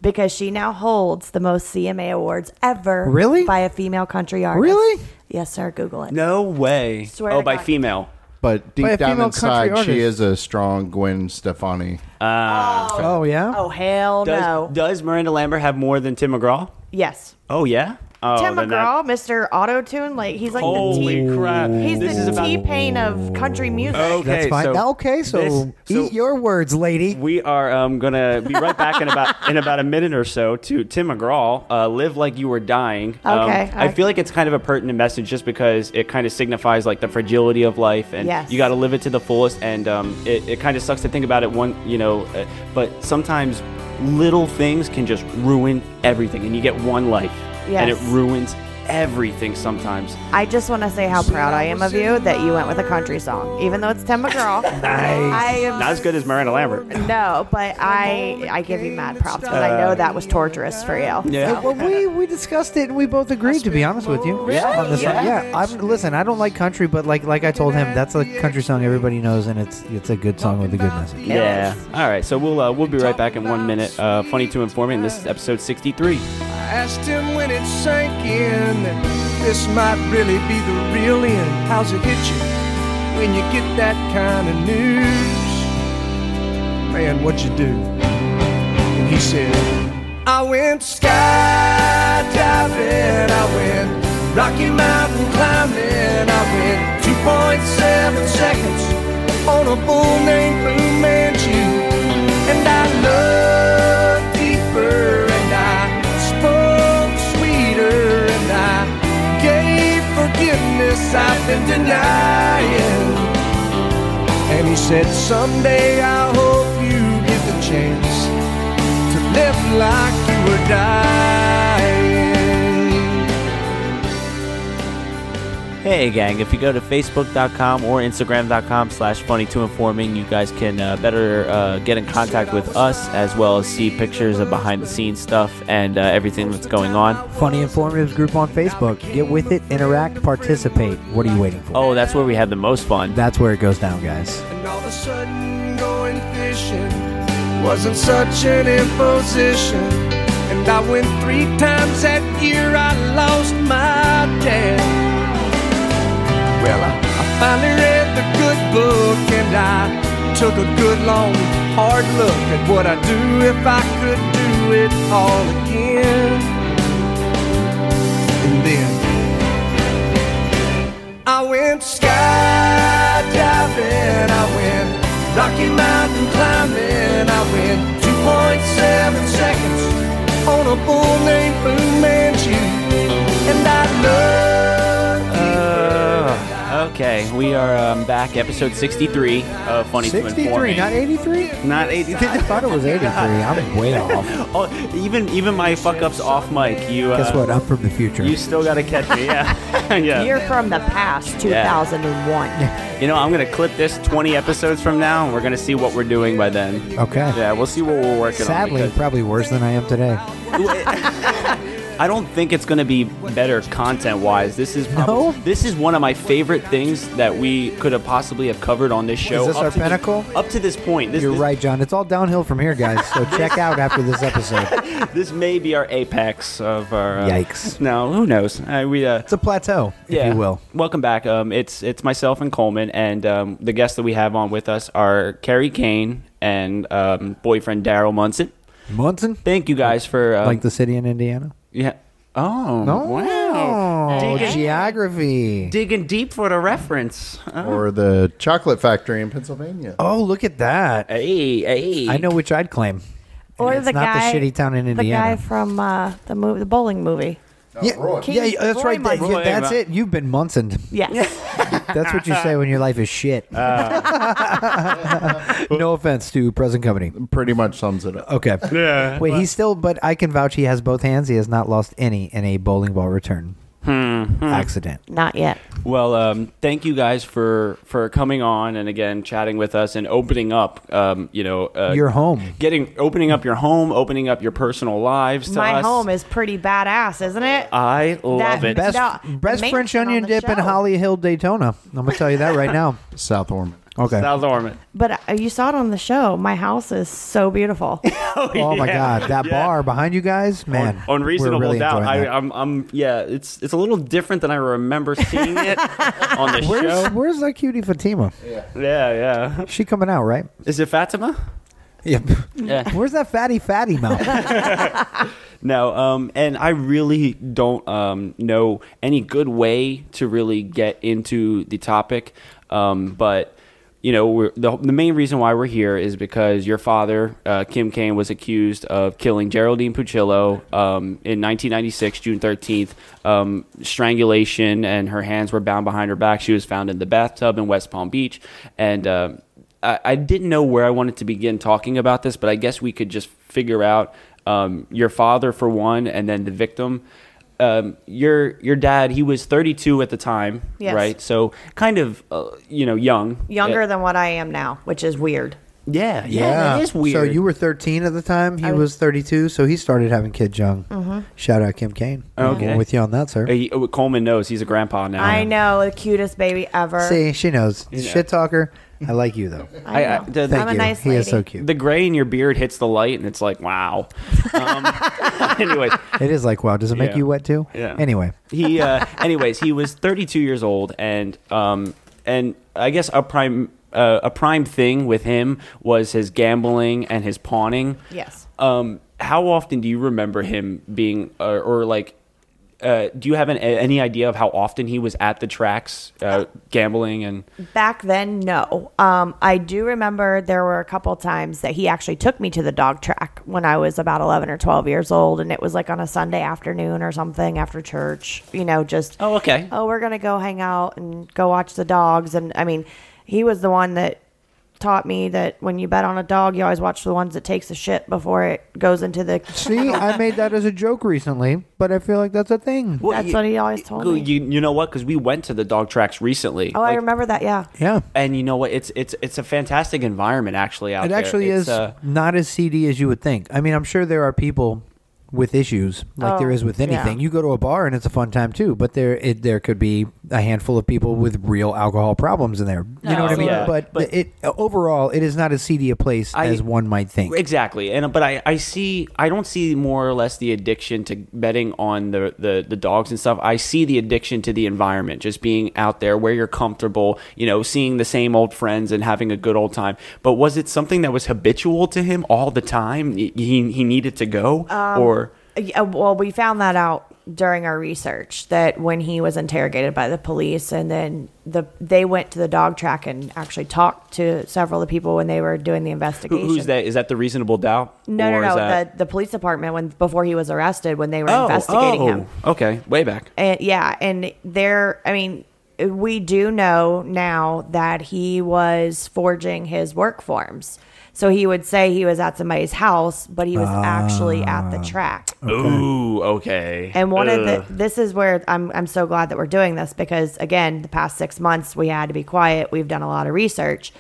E: because she now holds the most CMA awards ever.
C: Really?
E: By a female country artist.
C: Really?
E: Yes, sir. Google it.
B: no way.
E: Swear
B: oh,
E: to
B: by
E: God.
B: female.
F: But deep
C: By a
F: down
C: female country
F: inside, she
C: artist.
F: is a strong Gwen Stefani.
C: Oh yeah.
E: Oh hell
B: Does,
E: no.
B: does Miranda Lambert have more than Tim McGraw?
E: yes.
B: Oh yeah. Oh,
E: Tim
B: then that-
E: McGraw, Mr. Auto Tune, like he's like
B: Holy
E: the T.
B: crap!
E: He's
B: this is
E: the
B: about Oh.
E: T Pain of country music.
B: Okay,
C: That's fine.
B: so
C: Now, okay, so
B: this- so-
C: eat your words, lady.
B: We are um, gonna be right back in about in about a minute or so to Tim McGraw. Uh, Live like you were dying. Um,
E: Okay,
B: I,
E: I-
B: feel like it's kind of a pertinent message just because it kind of signifies like the fragility of life and
E: Yes.
B: you got to live it to the fullest. And um, it, it kind of sucks to think about it one you know, uh, but sometimes little things can just ruin everything, and you get one life, and it
E: Yes.
B: ruins everything sometimes.
E: I just want to say how proud I am of you that you went with a country song, even though it's Tim McGraw. nice. I am
B: Not as good as Miranda Lambert.
E: No, but I I give you mad props because I know that was torturous for you.
B: Yeah.
C: Well, we, we discussed it and we both agreed. To be honest with you, yeah, on this song. yeah. I'm listen. I don't like country, but like like I told him, that's a country song everybody knows, and it's it's a good song with a good message.
B: Yeah. All right. So we'll uh, we'll be right back in one minute. Uh, Funny to informing. This is episode sixty three.
G: asked him when it sank in that this might really be the real end. How's it hit you when you get that kind of news? Man, what you do? And he said, I went skydiving, I went Rocky Mountain climbing, I went 2.7 seconds on a bull named Fu Manchu. And I looked deeper and I spoke sweeter and I gave forgiveness I've been denying. And he said, Someday I hope you get the chance to live like you were dying.
H: Hey, gang, if you go to facebook.com or instagram.com slash funny to informing, you guys can uh, better uh, get in contact with us as well as see pictures of behind the scenes stuff and uh, everything that's going on.
C: Funny Informatives group on Facebook. Get with it, interact, participate. What are you waiting for?
H: Oh, that's where we had the most fun.
C: That's where it goes down, guys.
G: And all of a sudden going fishing wasn't such an imposition. And I went three times that year, I lost my dad. Well, I, I finally read the good book and I took a good long hard look at what I'd do if I could do it all again. And then I went skydiving, I went Rocky Mountain climbing, I went 2.7 seconds on a bull named Fu Manchu, and I love.
B: Uh, okay, we are um, back. Episode 63 of Funny to
C: 63,
B: Informing.
C: not 83?
B: Not 83.
C: I thought it was 83. I'm way off.
B: Oh, even even my fuck ups off mic. You uh,
C: Guess what? I'm from the future.
B: You still gotta catch me. Yeah, yeah.
E: You're from the past, 2001.
B: You know, I'm gonna clip this 20 episodes from now, and we're gonna see what we're doing by then.
C: Okay.
B: Yeah, we'll see what we're working
C: Sadly,
B: on. because-
C: probably worse than I am today.
B: I don't think it's gonna be better content-wise. This is probably,
C: No?
B: this is one of my favorite things that we could have possibly have covered on this show.
C: Is this
B: up
C: our
B: to the-
C: pinnacle?
B: up to this point, this,
C: You're
B: this,
C: right, John. It's all downhill from here, guys. So check out after this episode.
B: This may be our apex of our. Uh,
C: Yikes.
B: No, who knows? Uh, we uh,
C: It's a plateau, if
B: yeah.
C: you will.
B: Welcome back. Um, it's it's myself and Coleman, and um, the guests that we have on with us are Carrie Kane and um, boyfriend Daryl Munson.
C: Munson,
B: Thank you guys for um,
C: like the city in Indiana.
B: yeah. Oh, wow!
C: Oh,
B: Dig-
C: geography.
B: Digging deep for the reference. Uh,
F: or the chocolate factory in Pennsylvania.
C: Oh, look at that.
B: hey, hey.
C: I know which I'd claim.
E: Or
C: It's
E: the
C: not the
E: guy,
C: shitty town in Indiana.
E: The guy from uh, the movie, the bowling movie.
C: yeah,
F: Roy.
C: yeah, yeah, that's
E: Roy
C: right. That,
B: Munson.
C: yeah, that's it. You've been Munsoned.
E: Yes.
C: That's what you say when your life is shit. no offense to present company.
F: Pretty much sums it up.
C: Okay. Yeah. Wait, he's still, but I can vouch he has both hands. He has not lost any in a bowling ball return
B: Hmm,
C: accident.
E: Not yet.
B: Well, um, thank you guys for for coming on and again chatting with us and opening up. Um, you know, uh,
C: Your home.
B: getting opening up your home, opening up your personal lives to
E: My
B: us.
E: home is pretty badass, isn't it?
B: I love
E: That-
B: it.
E: that-
C: Best,
E: No,
C: best
E: the
C: French
E: mansion on
C: onion
E: the
C: dip in
E: show.
C: Holly Hill, Daytona. I'm going to tell you that right now.
F: South Ormond.
C: Okay.
B: South Ormond.
E: but uh, you saw it on the show. My house is so beautiful.
C: Oh my God, that bar behind you guys, man.
B: on
C: we're
B: reasonable
C: really
B: doubt.
C: enjoying
B: I,
C: that.
B: I'm, I'm, yeah. It's it's a little different than I remember seeing it on the
C: where's,
B: show.
C: where's that cutie Fatima?
B: Yeah, yeah.
C: She coming out, right?
B: Is it Fatima?
C: Yep.
B: Yeah.
C: Where's that fatty fatty mouth?
B: No, um, and I really don't um, know any good way to really get into the topic, um, but you know, we're, the, the main reason why we're here is because your father, uh, Kim Kane, was accused of killing Geraldine Puccillo um, in 1996, June 13th, um, strangulation, and her hands were bound behind her back. She was found in the bathtub in West Palm Beach, and. um I, I didn't know where I wanted to begin talking about this, but I guess we could just figure out um, your father for one, and then the victim. Um, your your dad, he was 32 at the time,
E: Yes.
B: right? So kind of uh, you know young,
E: Younger
B: Uh,
E: than what I am now, which is weird.
B: yeah, yeah, That is weird.
C: So you were 13 at the time. He was 32, so he started having kids young.
B: Mm-hmm.
C: Shout out Kim Kane.
B: Okay.
C: I'm with you on that, sir.
B: Uh, he- uh, Coleman knows he's a grandpa now.
E: I know the cutest baby ever.
C: See, she knows. Shit talker. I like you though.
E: I
B: I- I-
E: know.
B: the-
C: Thank
E: I'm a
C: you.
E: nice
C: he
E: lady.
C: is so cute.
B: The gray in your beard hits the light, and it's like wow. Um, anyways,
C: it is like wow. Does it make
B: Yeah.
C: you wet too?
B: Yeah.
C: Anyway,
B: he uh, anyways he was 32 years old and um and i guess a prime uh, a prime thing with him was his gambling and his pawning
E: Yes.
B: um how often do you remember him being uh, or like uh, do you have an, any idea of how often he was at the tracks uh,
E: Oh.
B: gambling and
E: Back then, no. Um, I do remember there were a couple times that he actually took me to the dog track when I was about 11 or 12 years old. And it was like on a Sunday afternoon or something after church, you know, just,
B: oh okay
E: oh, we're going to go hang out and go watch the dogs. And I mean, he was the one that taught me that when you bet on a dog, you always watch the ones that takes a shit before it goes into the.
C: see, I made that as a joke recently, but I feel like that's a thing.
E: That's what he always told
B: you,
E: me.
B: you, you know what because we went to the dog tracks recently
E: oh, I
B: Like,
E: remember that. Yeah.
C: Yeah.
B: and you know what it's it's it's a fantastic environment actually out
C: It
B: there
C: actually
B: It's,
C: is
B: uh,
C: not as seedy as you would think. I mean, I'm sure there are people with issues like there
E: Oh,
C: is with anything.
E: yeah.
C: You go to a bar and it's a fun time too, but there it, there could be a handful of people with real alcohol problems in there. You know what I mean?
B: yeah,
C: but
B: but-
C: it overall, it is not as seedy a place
B: I-
C: as one might think.
B: Exactly, and but I, I see I don't see more or less the addiction to betting on the, the the dogs and stuff. I see the addiction to the environment, just being out there where you're comfortable, you know, seeing the same old friends and having a good old time. But was it something that was habitual to him all the time? He he he needed to go,
E: Um,
B: or
E: Yeah, uh, well, we found that out during our research that when he was interrogated by the police, and then the they went to the dog track and actually talked to several of the people when they were doing the
B: who,
E: investigation.
B: who's that? Is that the reasonable doubt?
E: No, no,
B: Or is
E: no.
B: that-
E: The, the police department when before he was arrested when they were
B: oh,
E: investigating
B: oh,
E: him.
B: okay, way back.
E: And yeah, and there, I mean, we do know now that he was forging his work forms. So he would say he was at somebody's house, but he was actually at
B: Ah.
E: the track.
B: Ooh, okay.
E: And one
B: Ugh.
E: of the this is where I'm I'm so glad that we're doing this because again, the past six months we had to be quiet. We've done a lot of research.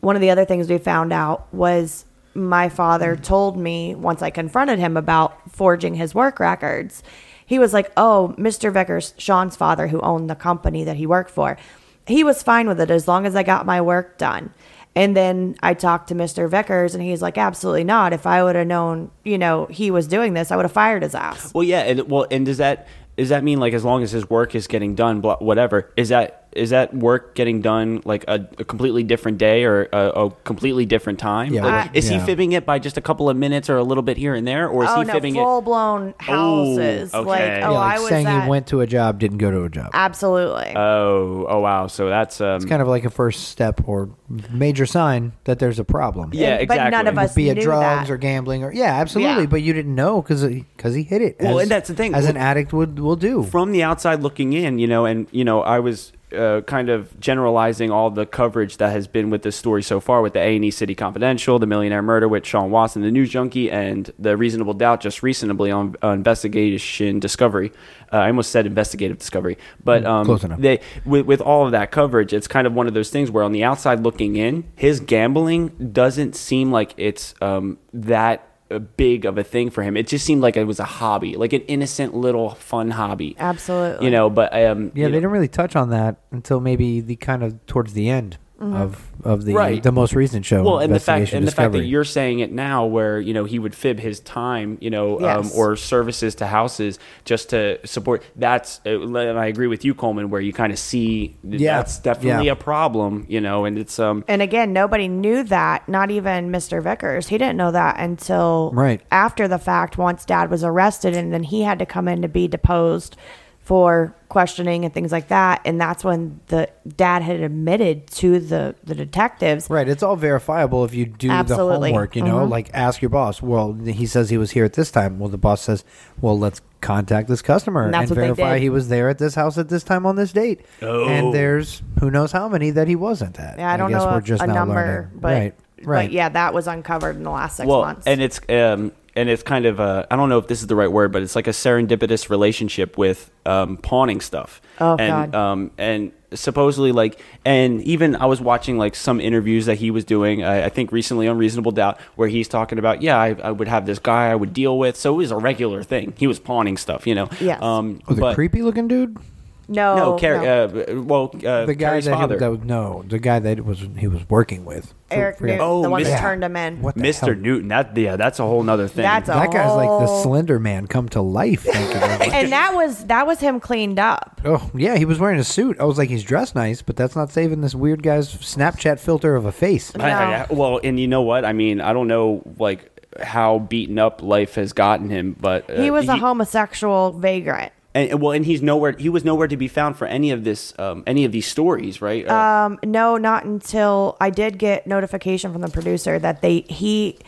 E: One of the other things we found out was my father told me once I confronted him about forging his work records. He was like, "Oh, Mr. Vickers, Sean's father, who owned the company that he worked for, he was fine with it as long as I got my work done." And then I talked to Mr. Vickers, and he's like, "Absolutely not. If I would have known, you know, he was doing this, I would have fired his ass."
B: Well, yeah, and well, and does that does that mean like as long as his work is getting done, blah, whatever is that is that work getting done like a, a completely different day or a, a completely different time?
C: Yeah.
B: Like,
E: I-
B: is
C: Yeah.
B: he fibbing it by just a couple of minutes or a little bit here and there, or is
E: oh
B: he
E: no,
B: fibbing
E: full
B: it?
E: blown houses.
B: okay.
E: Like,
B: Yeah,
E: oh,
C: Yeah, like
E: I was
C: saying
E: at,
C: he went to a job, didn't go to a job.
E: absolutely.
B: Oh, oh wow! So that's um,
C: it's kind of like a first step or major sign that there's a problem.
B: yeah,
E: And- but
B: exactly.
E: none of us-
C: be it
E: knew
C: drugs
E: that.
C: or gambling or yeah, absolutely.
E: Yeah.
C: But you didn't know because because he hit it.
B: Well,
C: as-
B: and that's the thing.
C: as
B: Well,
C: an addict would will do.
B: from the outside looking in, you know, and you know, I was uh, kind of generalizing all the coverage that has been with this story so far, with the A and E City Confidential, the Millionaire Murder with Sean Watson, the News Junkie, and the Reasonable Doubt just recently on uh, Investigation Discovery. Uh, I almost said Investigative Discovery, but um,
C: Mm, close enough.
B: They with, with all of that coverage, it's kind of one of those things where on the outside looking in, his gambling doesn't seem like it's um, that uh, big of a thing for him. It just seemed like it was a hobby, like an innocent little fun hobby.
E: Absolutely.
B: You know, but um,
C: Yeah,
B: you
C: they
B: know,
C: didn't really touch on that until maybe the kind of towards the end of of the
B: Mm-hmm. Right.
C: the most recent show.
B: Well, and the fact
C: Investigation
B: and the fact that
C: Discovery.
B: you're saying it now, where you know he would fib his time, you know, um,
E: Yes.
B: or services to houses just to support. That's uh, and I agree with you, Coleman, where you kind of see
C: Yeah.
B: that's definitely
C: Yeah.
B: a problem, you know, and it's um.
E: and again, nobody knew that. Not even Mr. Vickers. He didn't know that until
C: Right.
E: after the fact. Once Dad was arrested, and then he had to come in to be deposed for questioning and things like that. And that's when the Dad had admitted to the the detectives.
C: Right, it's all verifiable if you do
E: Absolutely.
C: the homework. You know,
E: Mhm.
C: like ask your boss. Well, he says he was here at this time. Well, the boss says, "Well, let's contact this customer
E: And that's what they
C: verify
E: did.
C: he was there at this house at this time on this date." Oh. and there's who knows how many that he wasn't at.
E: Yeah, I don't know a, a
C: now
E: number,
C: learning.
E: but
C: right, right,
E: but yeah, that was uncovered in the last six
B: well,
E: months.
B: and it's um, and it's kind of uh, I don't know if this is the right word, but it's like a serendipitous relationship with um, pawning stuff.
E: Oh,
B: and,
E: God.
B: Um, and supposedly like, and even I was watching like some interviews that he was doing. I, I think recently on Reasonable Doubt, where he's talking about, yeah, I, I would have this guy I would deal with. So it was a regular thing. He was pawning stuff, you know.
E: Yes.
B: Um,
C: Oh, the
B: but-
C: creepy looking dude,
E: no,
B: No, Car-
E: no.
B: Uh, well, uh,
C: the guy
B: Carrie's
C: that,
B: father.
C: he, that was, no, the guy that was he was working with.
E: Eric
C: Forget-
E: Newton, the one
B: Mr.
E: that turned him in.
C: What the
B: Mr.
C: hell?
B: Newton, that yeah, that's a whole nother thing.
E: That's a
C: That guy's like the
E: whole-
C: Slender Man come to life. Thank you very much.
E: and that was that was him cleaned up.
C: Oh yeah, he was wearing a suit. I was like, he's dressed nice, but that's not saving this weird guy's Snapchat filter of a face.
B: I- I-
E: No.
B: I- well, and you know what? I mean, I don't know like how beaten up life has gotten him, but uh,
E: He was a homosexual vagrant.
B: And, and- well, and he's nowhere. He was nowhere to be found for any of this, um, any of these stories, right? Uh,
E: Um, no, not until I did get notification from the producer that they he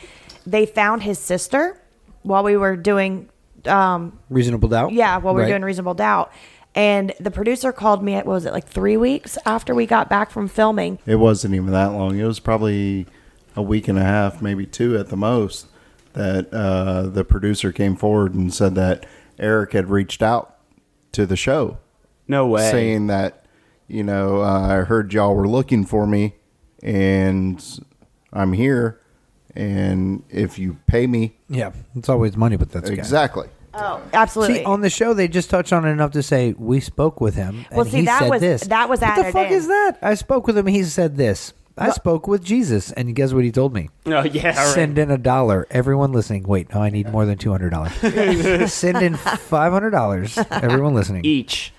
E: they found his sister while we were doing um
C: Reasonable doubt.
E: yeah while we were
C: Right.
E: doing reasonable doubt. And the producer called me at what was it like three weeks after we got back from filming.
F: It wasn't even that long. It was probably a week and a half, maybe two at the most, that uh, the producer came forward and said that Eric had reached out to the show
B: no way.
F: saying that, you know, uh, I heard y'all were looking for me and I'm here. And if you pay me,
C: yeah. It's always money, but that's
F: exactly.
E: Oh, absolutely.
C: See, on the show, they just touched on it enough to say we spoke with him.
E: Well,
C: and
E: see,
C: he
E: that
C: said
E: was-
C: this.
E: that was
C: what the
E: added
C: fuck
E: in.
C: is that? I spoke with him. He said this. I spoke with Jesus, and guess what he told me?
B: Oh, yeah. all right.
C: Send in a dollar. Everyone listening, wait, no, I need more than two hundred dollars. Send in five hundred dollars. Everyone listening,
B: Each.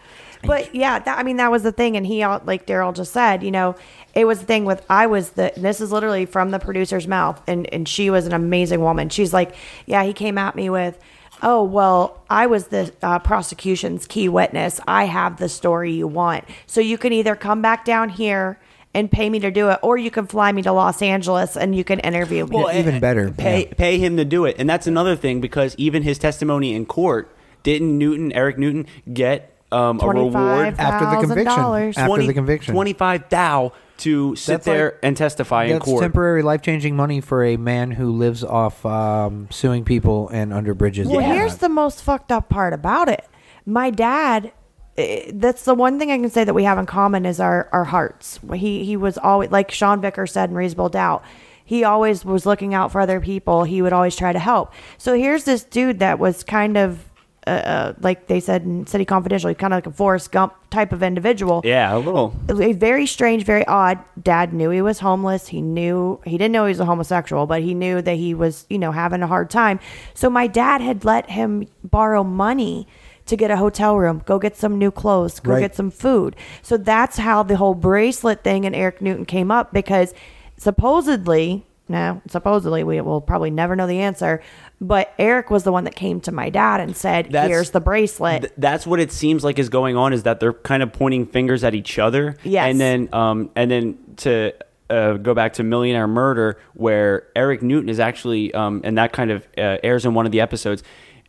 E: But yeah, that, I mean, that was the thing. And he, all- like Daryl just said, you know, it was the thing with I was the, this is literally from the producer's mouth. And, and she was an amazing woman. She's like, yeah, he came at me with, oh, well, I was the uh, prosecution's key witness. I have the story you want. So you can either come back down here and pay me to do it, or you can fly me to Los Angeles and you can interview me.
C: Well, even
B: and-
C: better,
B: Pay
C: yeah.
B: pay him to do it, and that's another thing because even his testimony in court didn't Newton Eric Newton get um, a reward
E: $25,000.
C: after the conviction, after
B: 20
C: the conviction,
B: 25 thou to sit
C: That's like-
B: there and testify in
C: That's
B: court.
C: temporary life changing money for a man who lives off um, suing people and under bridges.
E: Well,
C: and
E: here's
C: whatnot.
E: the most fucked up part about it. My dad. eh, That's the one thing I can say that we have in common is our our hearts. He he was always like Sean Vicker said in Reasonable Doubt. He always was looking out for other people. He would always try to help. So here's this dude that was kind of. Uh, uh, like they said in City Confidential, he's kind of like a Forrest Gump type of individual
B: yeah, a little.
E: a very strange, very odd. Dad knew he was homeless. He knew he didn't know he was a homosexual, but he knew that he was, you know, having a hard time. So my dad had let him borrow money to get a hotel room, go get some new clothes, go
C: Right.
E: get some food. So that's how the whole bracelet thing and Eric Newton came up because supposedly, no, supposedly we will probably never know the answer, but Eric was the one that came to my dad and said,
B: That's-
E: "Here's the bracelet."
B: Th- that's what it seems like is going on is that they're kind of pointing fingers at each other.
E: Yes.
B: And then um and then to uh, go back to Millionaire Murder where Eric Newton is actually um and that kind of uh, airs in one of the episodes.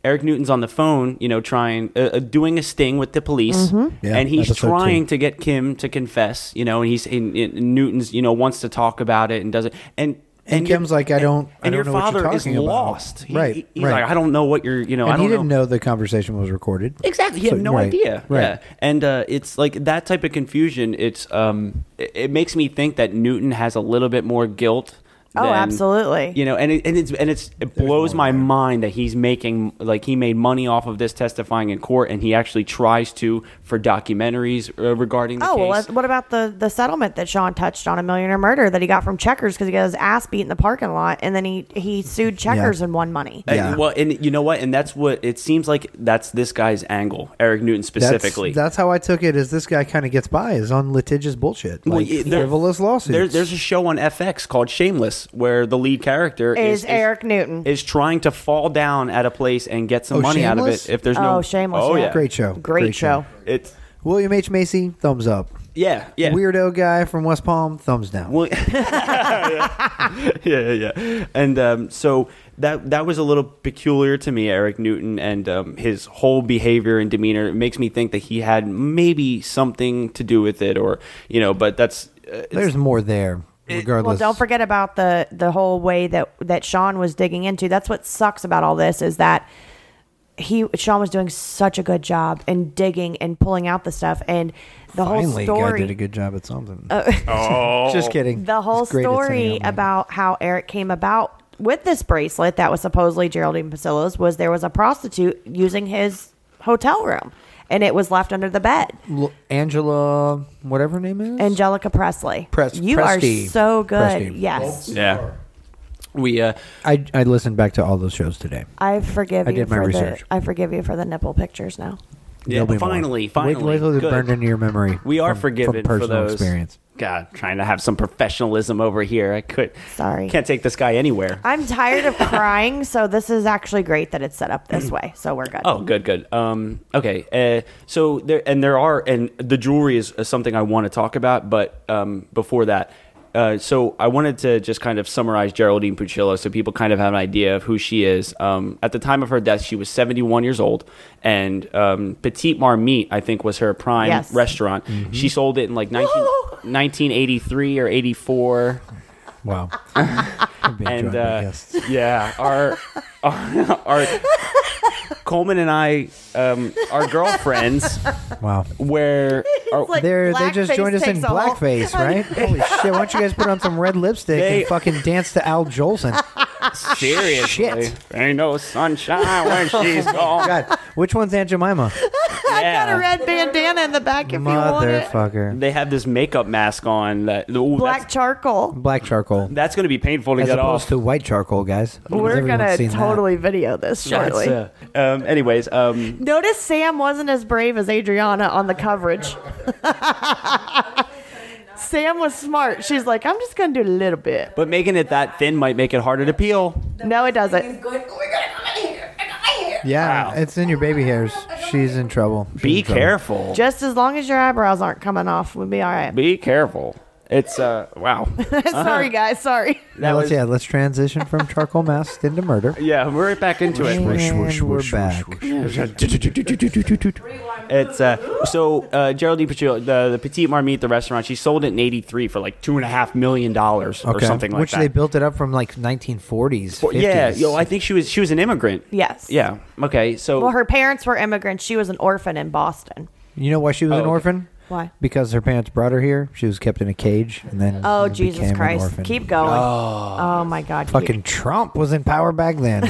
B: Eric Newton's on the phone, you know, trying uh, uh, doing a sting with the police,
E: Mm-hmm.
C: Yeah,
B: and he's
C: episode two.
B: trying to get Kim to confess, you know, and he's and, and Newton's, you know, wants to talk about it and doesn't, and
C: And
B: your-
C: Kim's like, I don't- I
B: and
C: don't
B: your
C: know what
B: father
C: you're
B: is
C: talking about.
B: lost, He-
C: Right,
B: he- he's
C: right.
B: like, I don't know what you're, you know, I
C: and
B: don't
C: he didn't
B: know
C: know the conversation was recorded.
B: Exactly. He had
C: So-
B: no
C: right,
B: idea.
C: Right.
B: Yeah. And uh, it's like that type of confusion. It's um, it, it makes me think that Newton has a little bit more guilt.
E: Oh,
B: than-
E: absolutely.
B: You know, and it, and it's and it's it blows my mind that he's making like he made money off of this testifying in court, and he actually tries to for documentaries uh, regarding. The
E: Oh well,
B: case.
E: what about the the settlement that Sean touched on a millionaire murder that he got from Checkers because he got his ass beat in the parking lot and then he he sued Checkers
C: Yeah.
E: and won money.
B: And-
C: Yeah.
B: well, and you know what? And that's what it seems like. That's this guy's angle, Eric Newton
C: That's-
B: specifically.
C: That's, how I took it. Is this guy kind of gets by? Is on litigious bullshit,
B: Well,
C: like
B: yeah, there-
C: frivolous lawsuits.
B: There, there's a show on FX called Shameless where the lead character
E: Is
B: is,
E: Eric Newton.
B: is trying to fall down at a place and get some
C: Oh,
B: money out of
C: Shameless?
B: it. If there's no
E: Oh, Shameless, yeah.
C: great show.
E: Great, show.
B: It's
C: William H Macy, thumbs up.
B: yeah yeah
C: Weirdo guy from West Palm, thumbs down.
B: Well, yeah, yeah, yeah. And um, so that that was a little peculiar to me, Eric Newton, and um, his whole behavior and demeanor. It makes me think that he had maybe something to do with it, or you know. But that's uh,
C: there's more there.
E: Well,
C: Regardless,
E: don't forget about the the whole way that that Sean was digging into. That's what sucks about all this is that he Sean was doing such a good job in digging and pulling out the stuff and the
C: Finally,
E: whole
C: guy
E: story.
C: did a good job at something.
D: Oh.
C: Just kidding.
E: the whole
C: He's great at sending
E: story
C: out money.
E: about how Eric came about with this bracelet that was supposedly Geraldine Pasillo's was there was a prostitute using his hotel room and it was left under the bed.
C: L- Angela, whatever her name is,
E: Angelica Presley.
C: Pres-
E: you
C: Presti.
E: are so good.
C: Presti.
E: Yes.
B: yeah. We uh,
C: I I listened back to all those shows today.
E: I forgive
C: I
E: you
C: did my
E: for
C: research.
E: the I forgive you for the nipple pictures now.
B: yeah,
C: There'll be more.
B: finally,
C: Wait-
B: finally,
C: wait till they're
B: Good.
C: burned into your memory.
B: We are
C: from-
B: forgiven
C: from
B: for
C: personal
B: those.
C: experience.
B: God, trying to have some professionalism over here. I could.
E: Sorry.
B: Can't take this guy anywhere.
E: I'm tired of crying, so this is actually great that it's set up this way. So we're good.
B: Oh, good, good. Um, okay. Uh, so there, and there are, and the jewelry is, is something I want to talk about. But um, before that, uh, so I wanted to just kind of summarize Geraldine Puccillo so people kind of have an idea of who she is. Um, at the time of her death, she was 71 years old, and um, Petite Marmite, I think, was her prime
E: Yes.
B: restaurant.
C: Mm-hmm.
B: She sold it in like 19, 1983 or 84
C: Wow.
B: and uh, yeah, our, our our Coleman and I um, are girlfriends.
C: wow.
B: Where are,
E: like-
C: They're, they just
E: Blackface
C: joined us in
E: takes a whole-
C: blackface, right? Holy shit! Why don't you guys put on some red lipstick
B: They-
C: and fucking dance to Al Jolson?
B: Seriously.
C: Shit.
B: Ain't no sunshine when she's gone.
C: God, which one's Aunt Jemima?
E: Got a red bandana in the back if you want it.
C: Motherfucker.
B: They have this makeup mask on that. Ooh,
E: Black
B: That's,
E: charcoal.
C: Black charcoal.
B: that's going to be painful to
C: As
B: get
C: opposed
B: off.
C: to white charcoal, guys.
E: We're
C: Everyone's
E: gonna
C: seen that.
E: totally video this
B: That's,
E: shortly.
B: uh, um, anyways, um,
E: Notice Sam wasn't as brave as Adriana on the coverage. Sam was smart. She's like, I'm just gonna do a little bit.
B: but making it that thin might make it harder to peel.
E: No, it doesn't.
I: Good. We're gonna come in here. I got my hair.
C: Yeah, it's in your baby hairs. She's in trouble. She's
B: Be
C: in trouble.
B: careful.
E: Just as long as your eyebrows aren't coming off, we'll be all right.
B: Be careful. It's uh wow.
E: sorry, guys. Sorry.
B: That
C: Now let's
B: was-
C: yeah, let's transition from charcoal masks into murder.
B: Yeah, we're right back into it.
C: And we're back.
B: It's uh, so uh, Geraldine Petrillo, the, the Petite Marmite, the restaurant, she sold it in '83 for like two and a half million dollars or something like
C: Which
B: that.
C: they built it up from like 1940s.
B: Well, Yeah,
C: 50s.
B: yo, I think she was she was an immigrant.
E: Yes.
B: Yeah. Okay. So
E: Well, her parents were immigrants. She was an orphan in Boston.
C: you know why she was
B: Oh,
C: an
B: okay.
C: orphan?
E: Why?
C: Because her parents brought her here. She was kept in a cage, and then
E: Oh,
C: became
E: Jesus
C: an
E: Christ.
C: orphan.
E: Keep going. Oh, my God.
C: Fucking Trump was in power back then.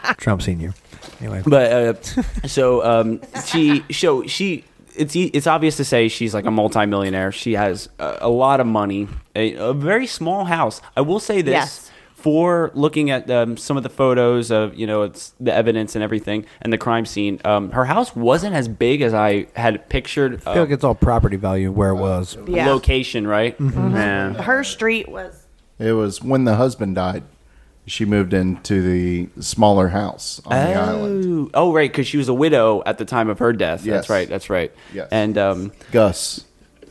C: Trump senior. Anyway,
B: But uh, so um, she, so she, it's e- it's obvious to say she's like a multimillionaire. She has a, a lot of money, a, a very small house. I will say this
E: Yes.
B: for looking at um, some of the photos of you know it's the evidence and everything and the crime scene. Um, her house wasn't as big as I had pictured.
C: I feel
B: uh,
C: like it's all property value where it was.
E: Yeah. Mm-hmm.
B: Location, right? Yeah.
E: Her street was.
F: It was when the husband died. She moved into the smaller house on the island.
B: Oh, oh, right, because she was a widow at the time of her death. That's
F: Yes.
B: right. That's right.
F: Yes.
B: And um,
F: Gus.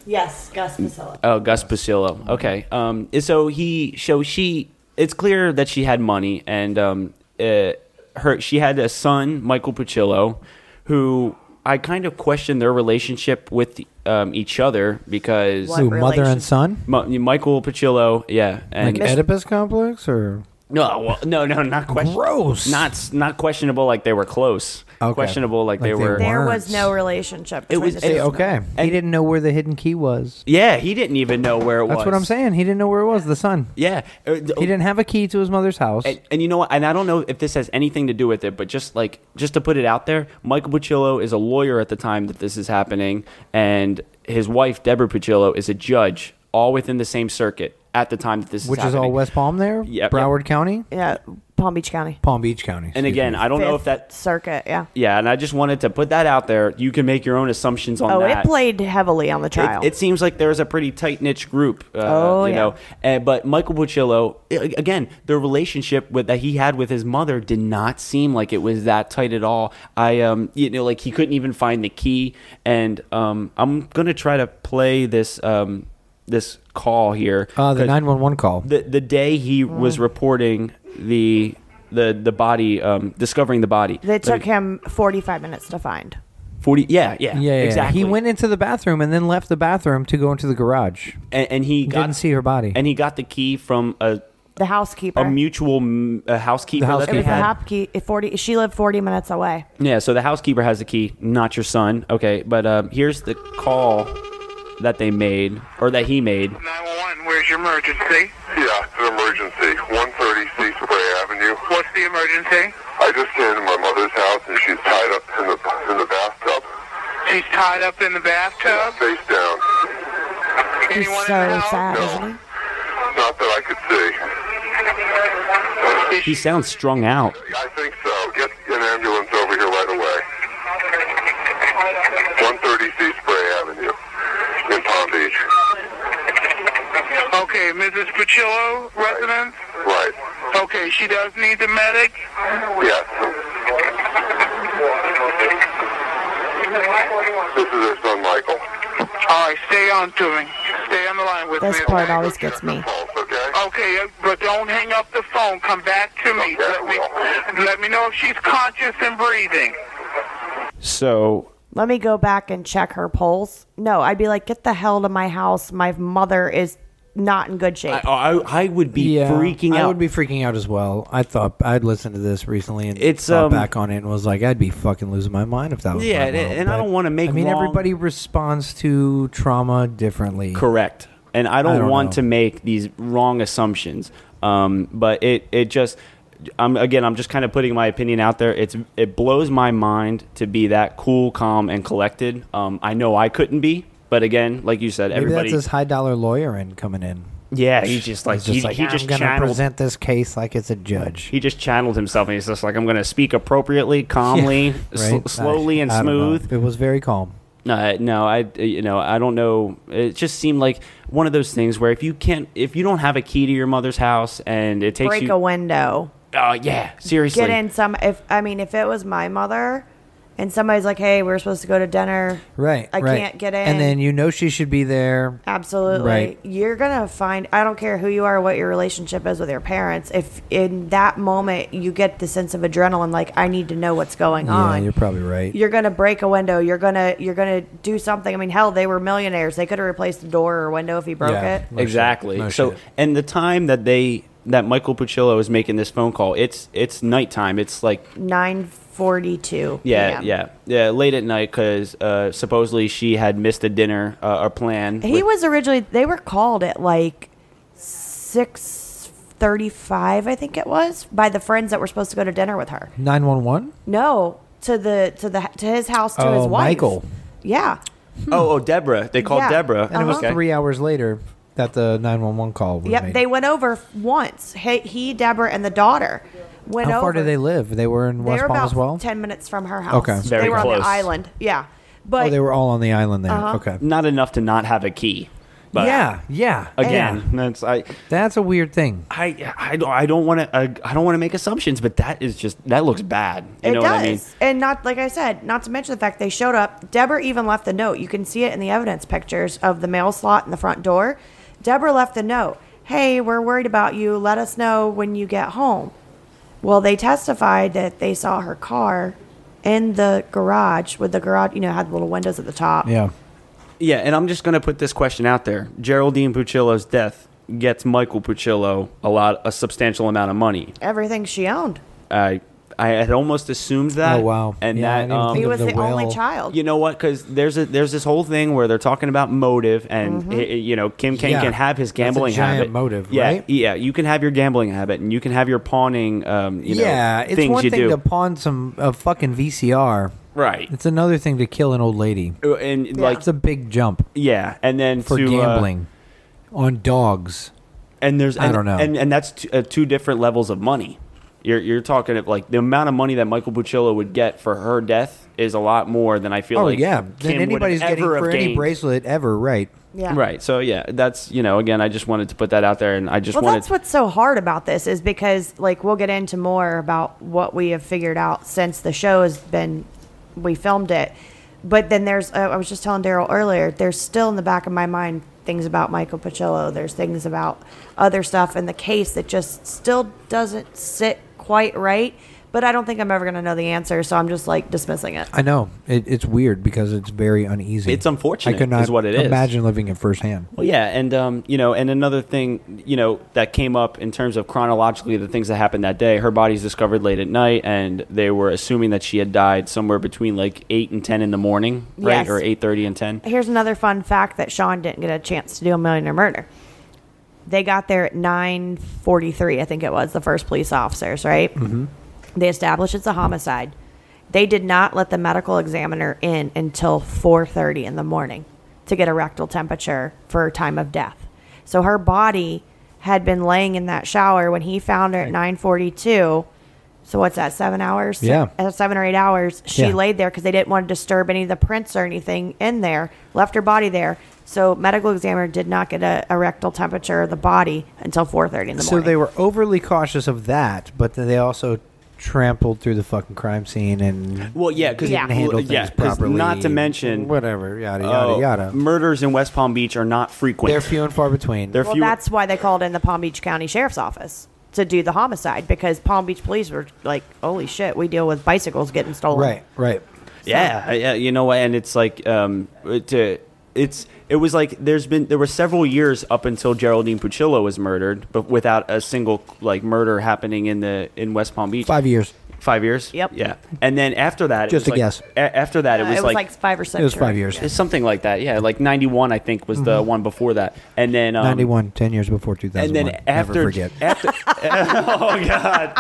E: Yes, Gus Basilla.
B: Oh, Gus Basillo. Okay. Um, so he, so she, it's clear that she had money, and um, uh, her, she had a son, Michael Pacillo, who I kind of question their relationship with um, each other because
E: What?
C: Ooh, mother
E: relation-
C: and son,
B: Mi- Michael Pacillo, yeah, and
C: like Oedipus complex, or
B: no, well, no, no, not question,
C: Gross.
B: not not questionable like they were close,
C: Okay.
B: questionable like, they,
C: Like they
B: were.
C: weren't.
E: There
C: Lawrence.
E: was no relationship.
B: It
E: between
B: was-
E: the
B: it-
E: two of them.
C: okay. he didn't know where the hidden key was.
B: Yeah, he didn't even know where it
C: That's
B: was.
C: what I'm saying. He didn't know where it was. The son.
B: Yeah, Uh,
C: He didn't have a key to his mother's house.
B: And, and you know what? And I don't know if this has anything to do with it, but just like just to put it out there, Michael Pacillo is a lawyer at the time that this is happening, and his wife Deborah Pacillo is a judge, all within the same circuit at the time that this
C: which
B: is
C: is
B: happening.
C: all West Palm there,
B: Yep,
C: Broward County,
E: Yeah, Palm Beach County.
C: Palm Beach County.
B: And
C: excuse
B: again,
C: me.
B: I don't know if
E: Fifth
B: that.
E: circuit. Yeah.
B: Yeah, and I just wanted to put that out there. You can make your own assumptions on
E: Oh,
B: that.
E: it played heavily on the trial.
B: It, it seems like there's a pretty tight niche group. Uh,
E: Oh,
B: you
E: yeah.
B: know. Uh, but Michael Buccillo, again, the relationship with, that he had with his mother did not seem like it was that tight at all. I, um, you know, like he couldn't even find the key. And um, I'm gonna try to play this um, this call here.
C: uh, the
B: 'cause
C: nine Mm. one one call.
B: The the day he was reporting the the the body um, discovering the body.
E: they took
B: Like,
E: him 45 minutes to find.
B: forty. Yeah, yeah,
C: yeah, yeah,
B: exactly.
C: He went into the bathroom and then left the bathroom to go into the garage.
B: and, and he got,
C: Didn't see her body.
B: And he got the key from a
E: The housekeeper.
B: a mutual m- a housekeeper.
C: The
B: that
E: it
B: they
E: was
C: housekeeper.
E: a
B: had.
E: housekeeper. 40, she lived 40 minutes away.
B: Yeah, so the housekeeper has the key, not your son. Okay, but um, here's the call that they made or that he made.
J: 911, where's your emergency?
K: Yeah, it's an emergency. 130 Seaspray Avenue.
J: What's the emergency?
K: I just came to my mother's house and she's tied up in the in the bathtub,
J: She's tied up in the bathtub.
K: face down.
E: He's
J: Anyone
E: so
J: in the house?
E: sad,
K: No.
E: isn't he?
K: Not that I could see.
J: Is
B: He
J: she-
B: sounds strung out.
K: I think so. Get an ambulance over here right away. 130 Seaspray Avenue in Palm Beach.
J: okay, Mrs. Pachillo, resident?
K: Right.
J: Okay, she does need the medic.
K: Yes. This is her son, Michael.
J: All right, stay on to me. Stay on the line with
E: This
J: me.
E: part always gets me.
K: Pulse, okay?
J: Okay, uh, but don't hang up the phone. Come back to me.
K: Okay,
J: Let me, let me know if she's conscious and breathing.
B: So
E: Let me go back and check her pulse. No, I'd be like, get the hell to my house. My mother is not in good shape.
B: I I, I would be freaking out.
C: I would be freaking out as well. I thought I'd listened to this recently and
B: It's,
C: thought
B: um,
C: back on it and was like, I'd be fucking losing my mind if that was.
B: Yeah,
C: my
B: and-
C: world.
B: and I
C: But,
B: don't wanna make
C: I mean,
B: wrong-
C: everybody responds to trauma differently.
B: correct, and I don't,
C: I don't
B: want
C: know.
B: to make these wrong assumptions. Um, but it it just I'm again I'm just kind of putting my opinion out there. It's it blows my mind to be that cool, calm, and collected. Um, I know I couldn't be, but again, like you said,
C: Maybe
B: everybody
C: that's his high dollar lawyer in coming in.
B: Yeah, he's just like-
C: He's just
B: he-
C: like,
B: he
C: I'm
B: just
C: gonna
B: channeled-
C: present this case like it's a judge.
B: he just channeled himself, and he's just like I'm going to speak appropriately, calmly, sl-
C: Right?
B: slowly,
C: I-
B: and
C: I don't know.
B: smooth.
C: It was very calm.
B: No, no, I you know I don't know. It just seemed like one of those things where if you can't, if you don't have a key to your mother's house, and it takes
E: break
B: you,
E: a window.
B: Oh yeah, seriously.
E: Get in some. If I mean, if it was my mother, and somebody's like, "Hey, we're supposed to go to dinner."
C: Right.
E: I
C: right.
E: can't get in.
C: And then you know she should be there.
E: Absolutely.
C: Right.
E: You're going to find I don't care who you are, what your relationship is with your parents. If in that moment you get the sense of adrenaline like I need to know what's going
C: Yeah,
E: on.
C: you're probably right.
E: You're going to break a window. You're going to you're going to do something. I mean, hell, they were millionaires. They could have replaced the door or window if he broke
B: Yeah.
E: it.
B: exactly. so, and the time that they that Michael Puccillo is making this phone call, it's it's nighttime. It's like
E: 9:42.
B: yeah,
E: p.m.
B: yeah, yeah, late at night because uh, supposedly she had missed a dinner uh, or plan.
E: He was originally they were called at like 6:35 I think it was by the friends that were supposed to go to dinner with her.
C: Nine one one.
E: No, to the to the to his house to his
C: Oh,
E: wife.
C: Michael.
E: Yeah.
B: Oh, oh, Deborah. They called
E: Yeah.
B: Deborah.
C: And it was
E: Uh-huh.
C: three hours later that the nine one one call was
E: Yep,
C: made.
E: they went over f- once. He, he, Deborah, and the daughter went
C: How
E: over.
C: far do they live? They were in
E: They
C: West
E: were
C: Palm
E: about
C: as well.
E: ten minutes from her house.
C: Okay.
B: Very
E: they were on
B: close.
E: the island. Yeah, but
C: oh, they were all on the island there.
E: Uh-huh.
C: Okay.
B: not enough to not have a key. But
C: yeah, yeah.
B: Again,
C: yeah.
B: that's I.
C: that's a weird thing.
B: I I don't I don't want to I, I don't want to make assumptions, but that is just that looks bad. You
E: it
B: know
E: does.
B: what I mean?
E: And not like I said, not to mention the fact they showed up. Deborah even left the note. You can see it in the evidence pictures of the mail slot in the front door. Deborah left the note. Hey, we're worried about you. Let us know when you get home. Well, they testified that they saw her car in the garage with the garage, you know, had the little windows at the top.
C: Yeah.
B: Yeah, and I'm just gonna put this question out there: Geraldine Puccillo's death gets Michael Puccillo a lot a substantial amount of money.
E: Everything she owned.
B: I I had almost assumed that.
C: Oh, wow.
B: And
C: Yeah, I
B: that
C: didn't
B: um,
C: think
E: He
C: Of
E: was
C: the
E: the, only
C: will.
E: child.
B: You know what? Because there's a, there's this whole thing where they're talking about motive, and i- i- you know Kim Kane
C: Mm-hmm. Yeah.
B: can have his
C: That's a
B: gambling
C: giant
B: habit.
C: motive,
B: yeah,
C: right?
B: yeah. You can have your gambling habit, and you can have your pawning. Um, you know,
C: yeah, it's
B: things
C: one
B: you
C: thing
B: do.
C: to pawn some a fucking VCR.
B: right.
C: It's another thing to kill an old lady.
B: And like,
C: It's a big jump
B: yeah, and then
C: for
B: to, uh,
C: gambling on dogs.
B: and there's
C: I
B: and,
C: don't know.
B: and and that's t- uh, two different levels of money. You're you're talking of like the amount of money that Michael Buccillo would get for her death is a lot more than I feel
C: Oh
B: like
C: yeah,
B: Kim
C: than anybody's
B: would have
C: getting
B: ever
C: for
B: have
C: any
B: gained.
C: bracelet ever, right?
E: yeah.
B: Right. So yeah, that's you know again I just wanted to put that out there and I just
E: Well,
B: wanted
E: that's what's so hard about this is because, like, we'll get into more about what we have figured out since the show has been, we filmed it. But then there's, uh, I was just telling Daryl earlier, there's still in the back of my mind things about Michael Pacillo. There's things about other stuff in the case that just still doesn't sit quite right. But I don't think I'm ever going to know the answer. So I'm just like dismissing it.
C: I know it, it's weird because it's very uneasy.
B: It's unfortunate
C: I could not
B: is what it is.
C: imagine living it firsthand.
B: Well, yeah, and um, you know, and another thing, you know, that came up in terms of chronologically the things that happened that day. Her body's discovered late at night, and they were assuming that she had died somewhere between like eight and ten in the morning, right,
E: Yes.
B: or eight thirty and ten.
E: Here's another fun fact that Sean didn't get a chance to do a millionaire murder. They got there at 9:43, I think it was, the first police officers, right? Mm-hmm. They established it's a homicide. They did not let the medical examiner in until 4:30 in the morning to get a rectal temperature for time of death. So her body had been laying in that shower when he found her at 9:42. So what's that? Seven hours?
C: Yeah.
E: Uh, Seven or eight hours. She
C: Yeah.
E: laid there because they didn't want to disturb any of the prints or anything in there. Left her body there. So medical examiner did not get a, a rectal temperature of the body until 4:30 in the
C: So
E: morning.
C: they were overly cautious of that, but then they also trampled through the fucking crime scene and
B: Well, yeah, because
C: didn't handle things properly.
B: Not to mention,
C: whatever, yada yada
B: uh,
C: yada.
B: murders in West Palm Beach are not frequent.
C: They're few and far between.
B: They're
E: well,
B: few.
E: that's why they called in the Palm Beach County Sheriff's Office to do the homicide because Palm Beach police were like, "Holy shit, we deal with bicycles getting stolen."
C: right, right.
B: Yeah, yeah, you know what? And it's like um, it, uh, it's it was like there's been there were several years up until Geraldine Puccillo was murdered, but without a single like murder happening in the in West Palm Beach.
C: Five years.
B: Five years.
E: Yep.
B: Yeah, and then after that, it
C: Just
B: was
C: a
B: like-
C: guess.
B: a- after that,
E: Uh,
B: it was like,
E: five or six.
C: was five
E: or-
C: years.
B: It's something like that. Yeah, like ninety one, I think, was
C: Mm-hmm.
B: the one before that, and then um,
C: 91, 10 years before 2001.
B: And then after,
C: Never forget.
B: after, oh God,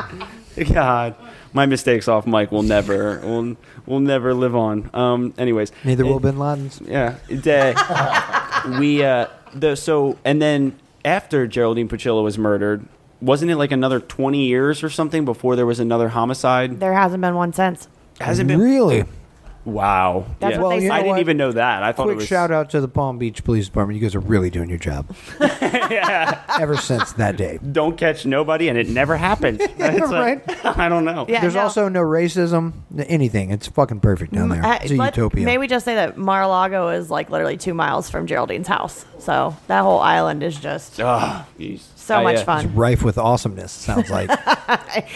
B: God, my mistakes off Mike will never, will, will never live on. Um, anyways,
C: Neither will
B: it-
C: Bin Laden's.
B: yeah. It, uh, we uh, the so and then after Geraldine Pachilla was murdered, wasn't it like another twenty years or something before there was another homicide?
E: There hasn't been one since.
B: Has it been?
C: Really?
B: Wow.
E: That's what Well, they you said.
B: I
E: know
B: didn't
E: what?
B: even know that. I thought
C: Quick
B: it was
C: shout out to the Palm Beach Police Department. You guys are really doing your job. Ever since that day.
B: Don't catch nobody, and it never happened. It's like- I don't know.
E: Yeah,
C: There's
E: no.
C: also no racism, anything. It's fucking perfect down there.
E: Uh,
C: It's a
E: let-
C: utopia.
E: May we just say that Mar-a-Lago is like literally two miles from Geraldine's house, so that whole island is just
B: Ah, jeez.
E: so
B: I,
E: much
B: uh,
C: it's
E: fun.
C: rife with awesomeness, sounds like.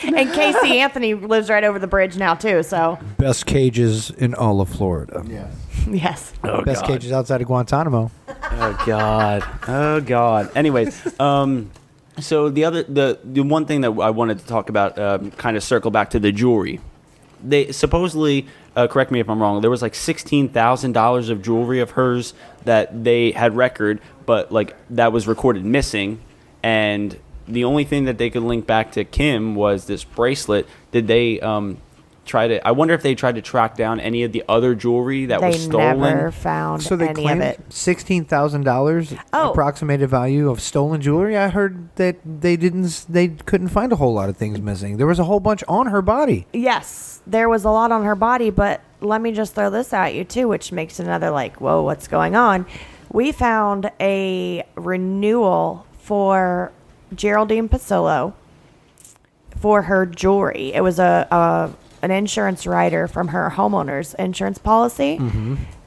E: And Casey Anthony lives right over the bridge now too. So
C: Best cages in all of Florida.
E: yes,
B: Oh,
C: Best
B: God.
C: cages outside of Guantanamo.
B: Oh God. Oh God. Anyways, um, so the other the the one thing that I wanted to talk about, um, kind of circle back to the jewelry. They supposedly, uh, correct me if I'm wrong. There was like sixteen thousand dollars of jewelry of hers that they had record, but like that was recorded missing, and the only thing that they could link back to Kim was this bracelet. Did they? Um, Try to. I wonder if they tried to track down any of the other jewelry that was
E: they
B: stolen.
E: never found
C: So they
E: any
C: claim
E: of it.
C: sixteen thousand dollars
E: Oh.
C: approximated value of stolen jewelry. I heard that they didn't, s- they couldn't find a whole lot of things missing. There was a whole bunch on her body.
E: Yes, there was a lot on her body, but let me just throw this at you too, which makes another like, whoa, what's going on? We found a renewal for Geraldine Pasillo for her jewelry. It was a, a an insurance rider from her homeowner's insurance policy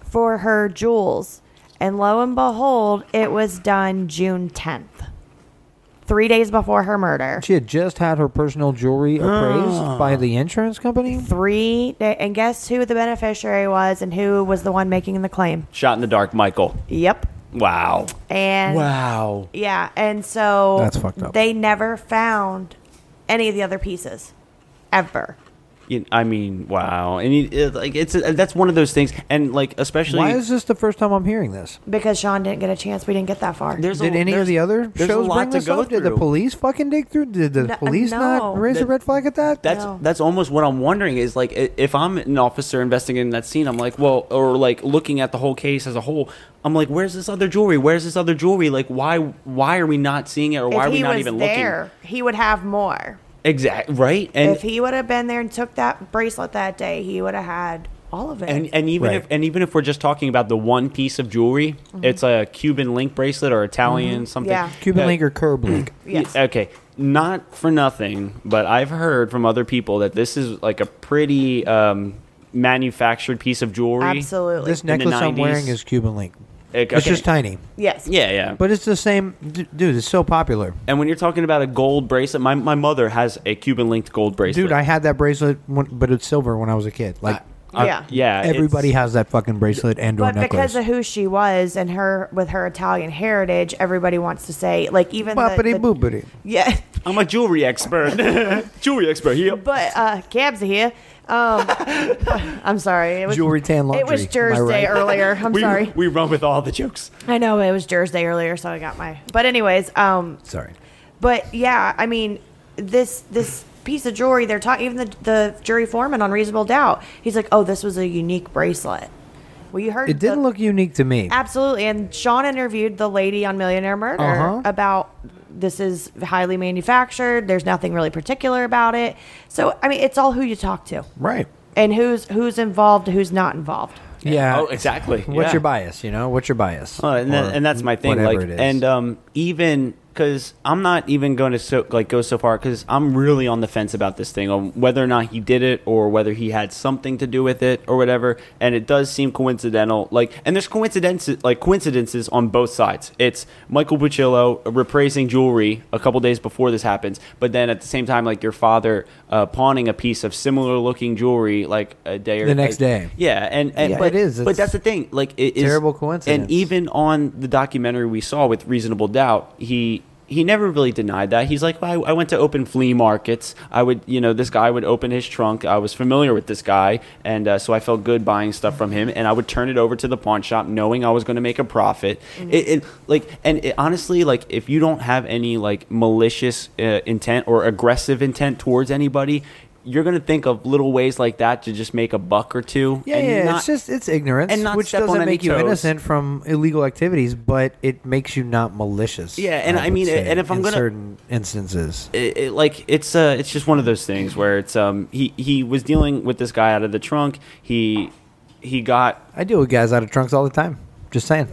E: for her jewels, and lo and behold, it was done June tenth, three days before her murder.
C: She had just had her personal jewelry appraised by the insurance company.
E: three day, eh, and guess who the beneficiary was and who was the one making the claim
B: Shot in the dark, Michael.
E: yep
B: Wow.
E: and
B: Wow.
E: yeah and so
C: That's fucked up.
E: they never found any of the other pieces ever
B: You- I mean, wow. And you, it, like it's uh, that's one of those things, and like especially
C: Why is this the first time I'm hearing this?
E: because sean didn't get a chance we didn't get that far
B: there's
C: Did
B: a,
C: any of
B: there's-
C: the other
B: there's a
C: shows
B: lot
C: bring
B: to
C: this
B: go
C: up? Did the
B: through. uh,
C: police fucking dig through? Did the
E: No-
C: police
E: no.
C: not raise a
B: That-
C: red flag at that?
B: That's
E: No.
B: that's almost what I'm wondering is like i- if I'm an officer investigating that scene, I'm like, well, or like looking at the whole case as a whole, I'm like, where's this other jewelry? Where's this other jewelry? Like, why why are we not seeing it, or why
E: if
B: are we
E: he
B: not
E: was
B: even
E: there
B: looking?
E: he would have more
B: Exactly. Right. And
E: if he would have been there and took that bracelet that day he would have had all of it
B: And and even
C: Right.
B: if and even if we're just talking about the one piece of jewelry, it's a Cuban link bracelet or Italian something.
E: Yeah.
C: Cuban
B: that-
C: link or curb link?
E: yes
B: Yeah, Okay. Not for nothing, but I've heard from other people that this is like a pretty um, manufactured piece of jewelry.
E: absolutely
C: this
B: in the
C: necklace I'm
B: 90s.
C: wearing is Cuban link.
B: Like,
C: It's
B: okay.
C: just tiny,
E: yes
B: Yeah, yeah. But
C: but it's the same. d- Dude, it's so popular.
B: and when you're talking about a gold bracelet, my, my mother has a Cuban linked gold bracelet.
C: Dude, I had that bracelet, when, but it's silver when I was a kid. Like
B: I'm-
E: Uh, Yeah.
B: yeah. it's-
C: everybody has that fucking bracelet and or
E: But
C: necklace.
E: because of who she was and her with her Italian heritage, everybody wants to say like even the,
C: Boppity
E: the-
C: boopity.
E: yeah.
B: I'm a jewelry expert. jewelry expert. Here.
E: But uh, cabs are here. Um, I'm sorry. It was,
C: Jewelry tan laundry.
E: It was
C: am I
E: Thursday
C: right?
E: earlier. I'm
B: we,
E: sorry.
B: We run with all the jokes.
E: I know it was Thursday earlier, so I got my. But anyways, um,
C: Sorry.
E: But yeah, I mean, this this piece of jewelry they're talking. Even the the jury foreman on reasonable doubt, he's like, "Oh, this was a unique bracelet." Well, you heard
C: It didn't
E: the-
C: look unique to me.
E: Absolutely. And Sean interviewed the lady on Millionaire Murder
C: Uh-huh.
E: about this is highly manufactured. There's nothing really particular about it. So I mean, it's all who you talk to,
C: Right.
E: and who's who's involved, who's not involved.
C: Yeah.
B: Oh, exactly.
C: Uh, What's
B: Yeah.
C: your bias? You know, what's your bias?
B: Well, and,
C: Or
B: that, and that's my thing.
C: whatever
B: Like,
C: it is.
B: and um, even because I'm not even going to so like go so far because I'm really on the fence about this thing on whether or not he did it or whether he had something to do with it or whatever. And it does seem coincidental. Like, and there's coincidences like coincidences on both sides. It's Michael Buccillo repraising jewelry a couple days before this happens, but then at the same time, like your father uh, pawning a piece of similar looking jewelry like a day or
C: The next day.
B: Yeah, and, and
C: Yeah,
B: but
C: it is.
B: but
C: It's-
B: that's the thing. Like, it is
C: Terrible coincidence.
B: And even even on the documentary we saw with reasonable doubt he he never really denied that. He's like, well, I, I went to open flea markets. I would, you know, this guy would open his trunk. I was familiar with this guy, and uh, so I felt good buying stuff from him. And I would turn it over to the pawn shop, knowing I was going to make a profit.
C: Mm-hmm.
B: It, it like, and it, honestly, like, if you don't have any like malicious uh, intent or aggressive intent towards anybody. You're gonna think of little ways like that to just make a buck or two.
C: Yeah,
B: and
C: yeah.
B: not-
C: it's just it's ignorance,
B: and not
C: which
B: step on
C: doesn't
B: any
C: make you
B: toes.
C: innocent from illegal activities, but it makes you not malicious.
B: Yeah, and I
C: would
B: mean,
C: say,
B: and if I'm
C: in
B: gonna-
C: certain instances,
B: it, it, like it's uh it's just one of those things where it's um he he was dealing with this guy out of the trunk he he got
C: I deal with guys out of trunks all the time. Just saying,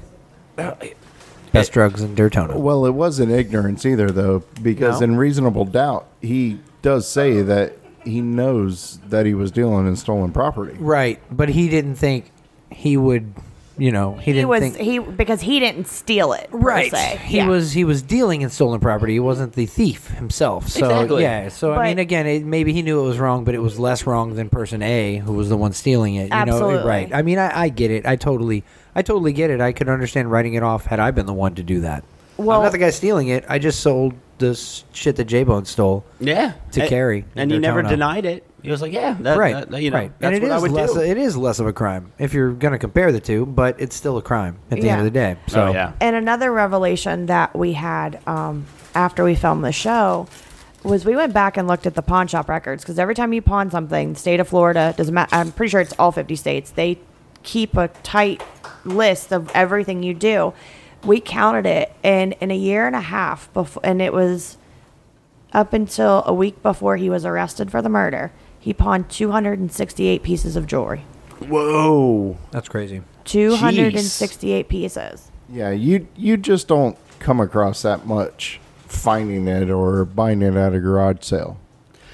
C: best drugs in Daytona.
F: Well, it wasn't ignorance either, though, because
C: No.
F: in reasonable doubt, he does say that he knows that he was dealing in stolen property.
C: Right, but he didn't think he would. You know, he,
E: He
C: didn't
E: was
C: think
E: he because he didn't steal it. per
C: Right.
E: se.
C: He
E: Yeah.
C: was he was dealing in stolen property. He wasn't the thief himself. So
E: Exactly.
C: yeah. So
E: But-
C: I mean, again, it, maybe he knew it was wrong, but it was less wrong than person A who was the one stealing it. You know,
E: Absolutely.
C: right? I mean, I, I get it. I totally, I totally get it. I could understand writing it off had I been the one to do that. Well,
E: Well-
C: I'm not the guy stealing it. I just sold this shit that J Bone stole.
B: yeah
C: To
B: And-
C: carry, in
B: and he never
C: Daytona.
B: denied it Oh, he was like yeah that,
C: right,
B: right that, you know
C: right,
B: that's
C: and it
B: what I
C: is
B: would
C: less. uh,
B: do
C: It is less of a crime if you're going to compare the two, but it's still a crime at the
E: Yeah.
C: end of the day. So
B: oh, yeah
E: And another revelation that we had um, after we filmed the show was we went back and looked at the pawn shop records because every time you pawn something, the state of Florida doesn't matter. I'm pretty sure it's all 50 states. They keep a tight list of everything you do. We counted it, and in a year and a half before, and it was up until a week before he was arrested for the murder. He pawned 268 pieces of jewelry.
B: whoa
C: that's crazy.
E: 268 pieces.
F: Yeah, you you just don't come across that much finding it or buying it at a garage sale.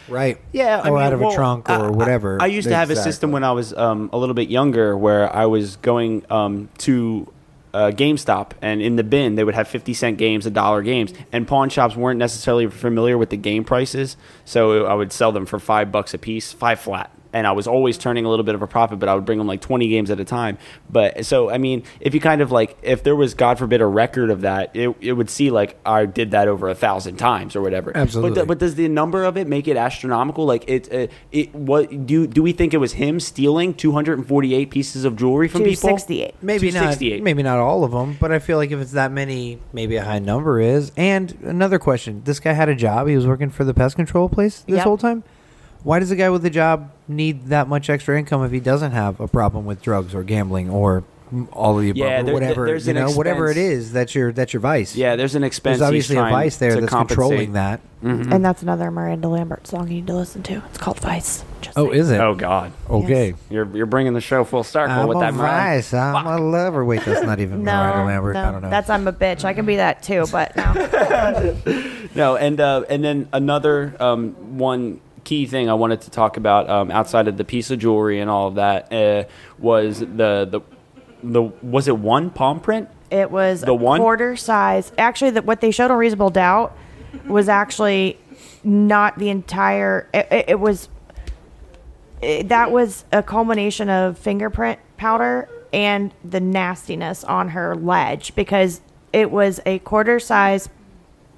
C: Right.
B: Yeah, I
C: or
B: mean,
C: out of
B: well,
C: a trunk or whatever.
B: I used to have a
F: Exactly.
B: system when I was um, a little bit younger where I was going um, to uh, GameStop and in the bin they would have 50 cent games, a dollar games, and pawn shops weren't necessarily familiar with the game prices. So I would sell them for five bucks a piece, five flat. And I was always turning a little bit of a profit, but I would bring them like 20 games at a time. But so, I mean, if you kind of like, if there was, God forbid, a record of that, it, it would see like I did that over a thousand times or whatever. But the-
C: Absolutely.
B: but does the number of it make it astronomical? Like it, uh, it what do do we think it was him stealing 248 pieces of jewelry from people?
E: 268.
C: maybe not
B: 268.
C: maybe not all of them but i feel like if it's that many maybe a high number is and another question this guy had a job he was working for the pest control place this
E: Yep.
C: whole time why does a guy with a job need that much extra income if he doesn't have a problem with drugs or gambling or all of the above
B: Yeah,
C: or
B: there-
C: whatever
B: there's
C: you
B: an
C: know whatever it
B: expense.
C: is that's your that's your vice
B: Yeah, there's an expense.
C: there's
B: he's
C: obviously a
B: trying
C: vice there
B: to
C: that's
B: compensate.
C: controlling that Mm.
E: And that's another Miranda Lambert song you need to listen to. It's called Vice. Just
C: oh
E: saying.
C: is it
B: Oh God,
C: okay
B: you're you're bringing the show full circle
C: I'm
B: with
C: a
B: that. Mariah.
C: vice. I'm a lover. Wait, that's not even
E: No,
C: Miranda Lambert.
E: no,
C: I don't know.
E: That's I'm a bitch. I can be that too, but no.
B: No, and uh, and then another um, one key thing I wanted to talk about um, outside of the piece of jewelry and all of that uh, was the the the was it one palm print?
E: It was
B: The one?
E: quarter size. Actually, that what they showed on Reasonable Doubt was actually not the entire. It, it, it was it, that was a culmination of fingerprint powder and the nastiness on her ledge because it was a quarter size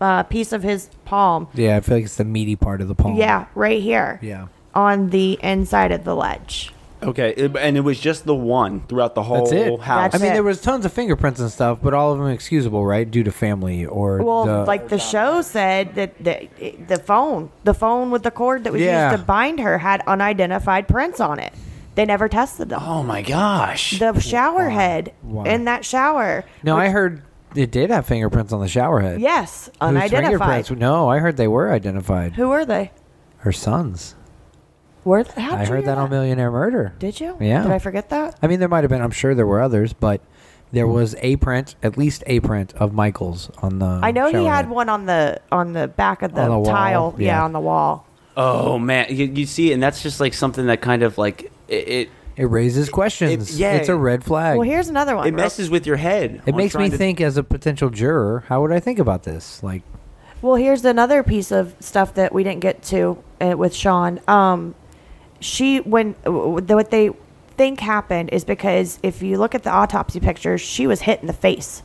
E: uh, piece of his palm.
C: yeah, I feel like it's the meaty part of the palm.
E: Yeah, right here.
C: Mm. Yeah.
E: on the inside of the ledge.
B: Okay, it- and it was just the one throughout the whole
C: That's it.
B: house.
C: I mean,
E: it.
C: there was tons of fingerprints and stuff, but all of them excusable, right? Due to family or
E: Well,
C: the-
E: like the show said that the the phone, the phone with the cord that was
C: Yeah.
E: used to bind her had unidentified prints on it. They never tested them.
B: oh my gosh.
E: The shower head
C: Wow.
E: in that shower.
C: no, I heard it did have fingerprints on the shower head.
E: Yes,
C: Whose
E: unidentified.
C: fingerprints- No, I heard they were identified.
E: Who were they?
C: Her sons.
E: Were they? How'd
C: I
E: you
C: heard
E: hear
C: that on Millionaire Murder.
E: Did you?
C: Yeah. Oh,
E: Did I forget that?
C: I mean, there might have been. I'm sure there were others, but there
B: Hmm.
C: was a print, at least a print of Michael's on the.
E: I know he
C: shower
E: had
C: head.
E: one on the on the back of the,
C: On the wall,
E: tile. Yeah.
C: yeah.
E: on the wall.
B: Oh man, you, you see, and that's just like something that kind of like it it,
C: It raises questions.
B: yeah.
C: it's a red flag.
E: Well, here's another one.
B: it messes with your head.
C: it
B: on
C: makes me
B: trying to-
C: think, as a potential juror, how would I think about this? Like,
E: Well, here's another piece of stuff that we didn't get to uh, with Sean. Um, she when w- w- what they think happened is because if you look at the autopsy pictures, she was hit in the face,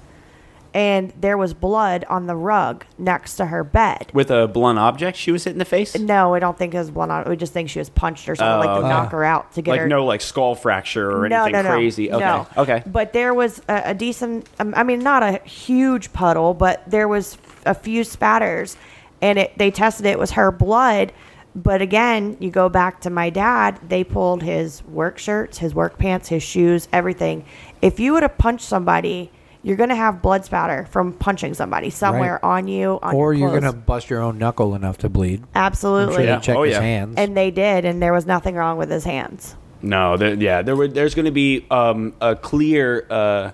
E: and there was blood on the rug next to her bed.
B: With a blunt object she was hit in the face?
E: No, I don't think it was blood on. We just think she was punched or something like to
B: Oh,
E: knock
B: okay.
E: her out to get
B: like
E: her.
B: no like skull fracture or anything crazy. Okay.
E: no.
B: Okay.
E: But there was a, a decent, um, I mean, not a huge puddle, but there was a few spatters, and it, they tested it was her blood. But again, you go back to my dad. They pulled his work shirts, his work pants, his shoes, everything. If you would have punched somebody, you're going to have blood spatter from punching somebody somewhere on you. On
C: or
E: your
C: you're
E: clothes.
C: gonna bust your own knuckle enough to bleed.
E: absolutely
C: I'm sure they checked
B: Oh,
C: his hands.
E: and they did, and there was nothing wrong with his hands.
B: No, there, yeah, there were. There's going to be um, a clear uh,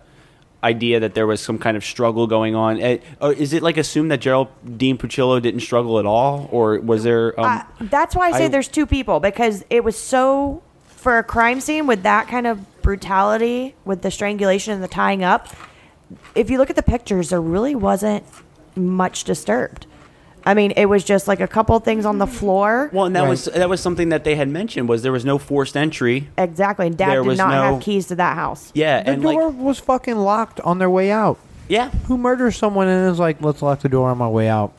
B: idea that there was some kind of struggle going on. Eh, uh, is it like assumed that Geraldine Puccillo didn't struggle at all, or was there? Um,
E: That's why I say
B: I-
E: there's two people because it was so for a crime scene with that kind of brutality, with the strangulation and the tying up. If you look at the pictures, there really wasn't much disturbed. I mean, it was just like a couple things on the floor.
B: well, and that was that was something that they had mentioned was there was no forced entry.
E: exactly. And Dad
B: there
E: did
B: was
E: not
B: no-
E: have keys to that house.
B: Yeah,
C: The
B: and like
C: door was fucking locked on their way out.
B: Yeah.
C: Who murders someone and is like, let's lock the door on my way out?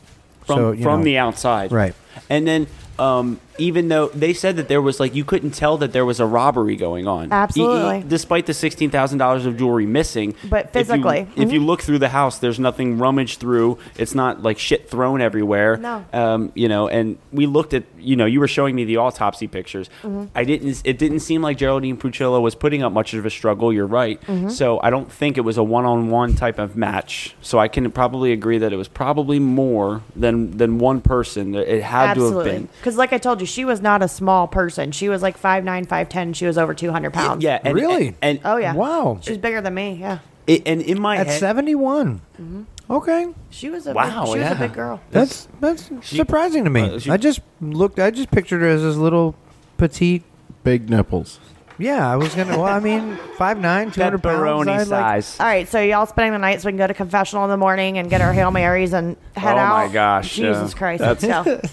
B: from
C: so, you
B: from
C: know.
B: the outside,
C: Right.
B: And then um, even though they said that there was like you couldn't tell that there was a robbery going on, E- e-
E: Absolutely.
B: despite the sixteen thousand dollars of jewelry missing,
E: But
B: if you-
E: physically.
B: if you, look through the house, there's nothing rummaged through. It's not like shit thrown everywhere.
E: No.
B: um, you know. And we looked at you know you were showing me the autopsy pictures.
C: Mm-hmm.
E: Mhm.
B: I didn't. It didn't seem like Geraldine Puccillo was putting up much of a struggle. You're right.
C: Mm-hmm.
E: Mhm.
B: So I don't think it was a one-on-one type of match. So I can probably agree that it was probably more than than one person. It had to have
E: Absolutely.
B: been.
E: Because, like I told you, she was not a small person. She was like 5'9, 5'10. She was over 200 pounds.
B: Yeah. And, really. And,
E: Oh, yeah.
C: Wow.
E: She's bigger than me. Yeah.
B: It, and in my
C: At
B: head,
C: 71.
E: Mm-hmm.
C: Okay.
E: She was a
B: Wow,
E: big, she
B: yeah.
E: was a big girl.
C: That's that's surprising to me.
B: uh, she-
C: I just looked. I just pictured her as this little petite.
F: Big nipples.
C: Yeah, I was gonna. Well, I mean, five nine, two hundred pounds.
B: Pepperoni
C: I'd like-
B: size.
E: All right, so y'all spending the night so we can go to confessional in the morning and get our Hail Marys and head
B: oh
E: out.
B: my gosh! yeah.
E: Jesus Christ!
B: That's-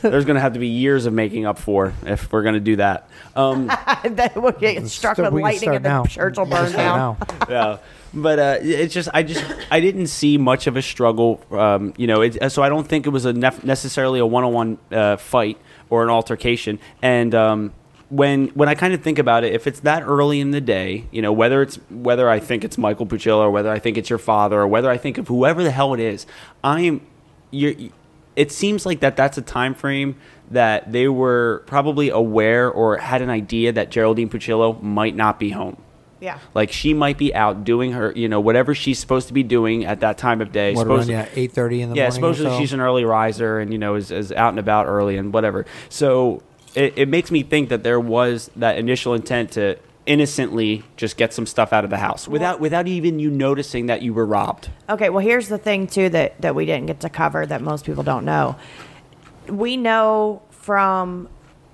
E: So,
B: there's going to have to be years of making up for if we're going to do that. Um,
E: then we'll get struck
C: start-
E: with
C: we can
E: lightning
C: start
E: and the
C: now.
E: church will
C: We can
E: burn
C: start
E: down.
C: now.
B: yeah. But uh, it's just I just I didn't see much of a struggle, um, you know. It, so I don't think it was a nef- necessarily a one-on-one uh, fight or an altercation. And um, when when I kind of think about it, if it's that early in the day, you know, whether it's whether I think it's Michael Puccillo or whether I think it's your father or whether I think of whoever the hell it is, I am you're it seems like that that's a time frame that they were probably aware or had an idea that Geraldine Puccillo might not be home.
E: Yeah.
B: Like she might be out doing her, you know, whatever she's supposed to be doing at that time of day.
C: What around
B: Supposedly-
C: yeah, eight thirty in the
B: yeah,
C: morning? or
B: supposedly
C: so?
B: she's an early riser and you know is, is out and about early and whatever. So it, it makes me think that there was that initial intent to innocently just get some stuff out of the house without without even you noticing that you were robbed.
E: Okay, well, here's the thing too that that we didn't get to cover that most people don't know. We know from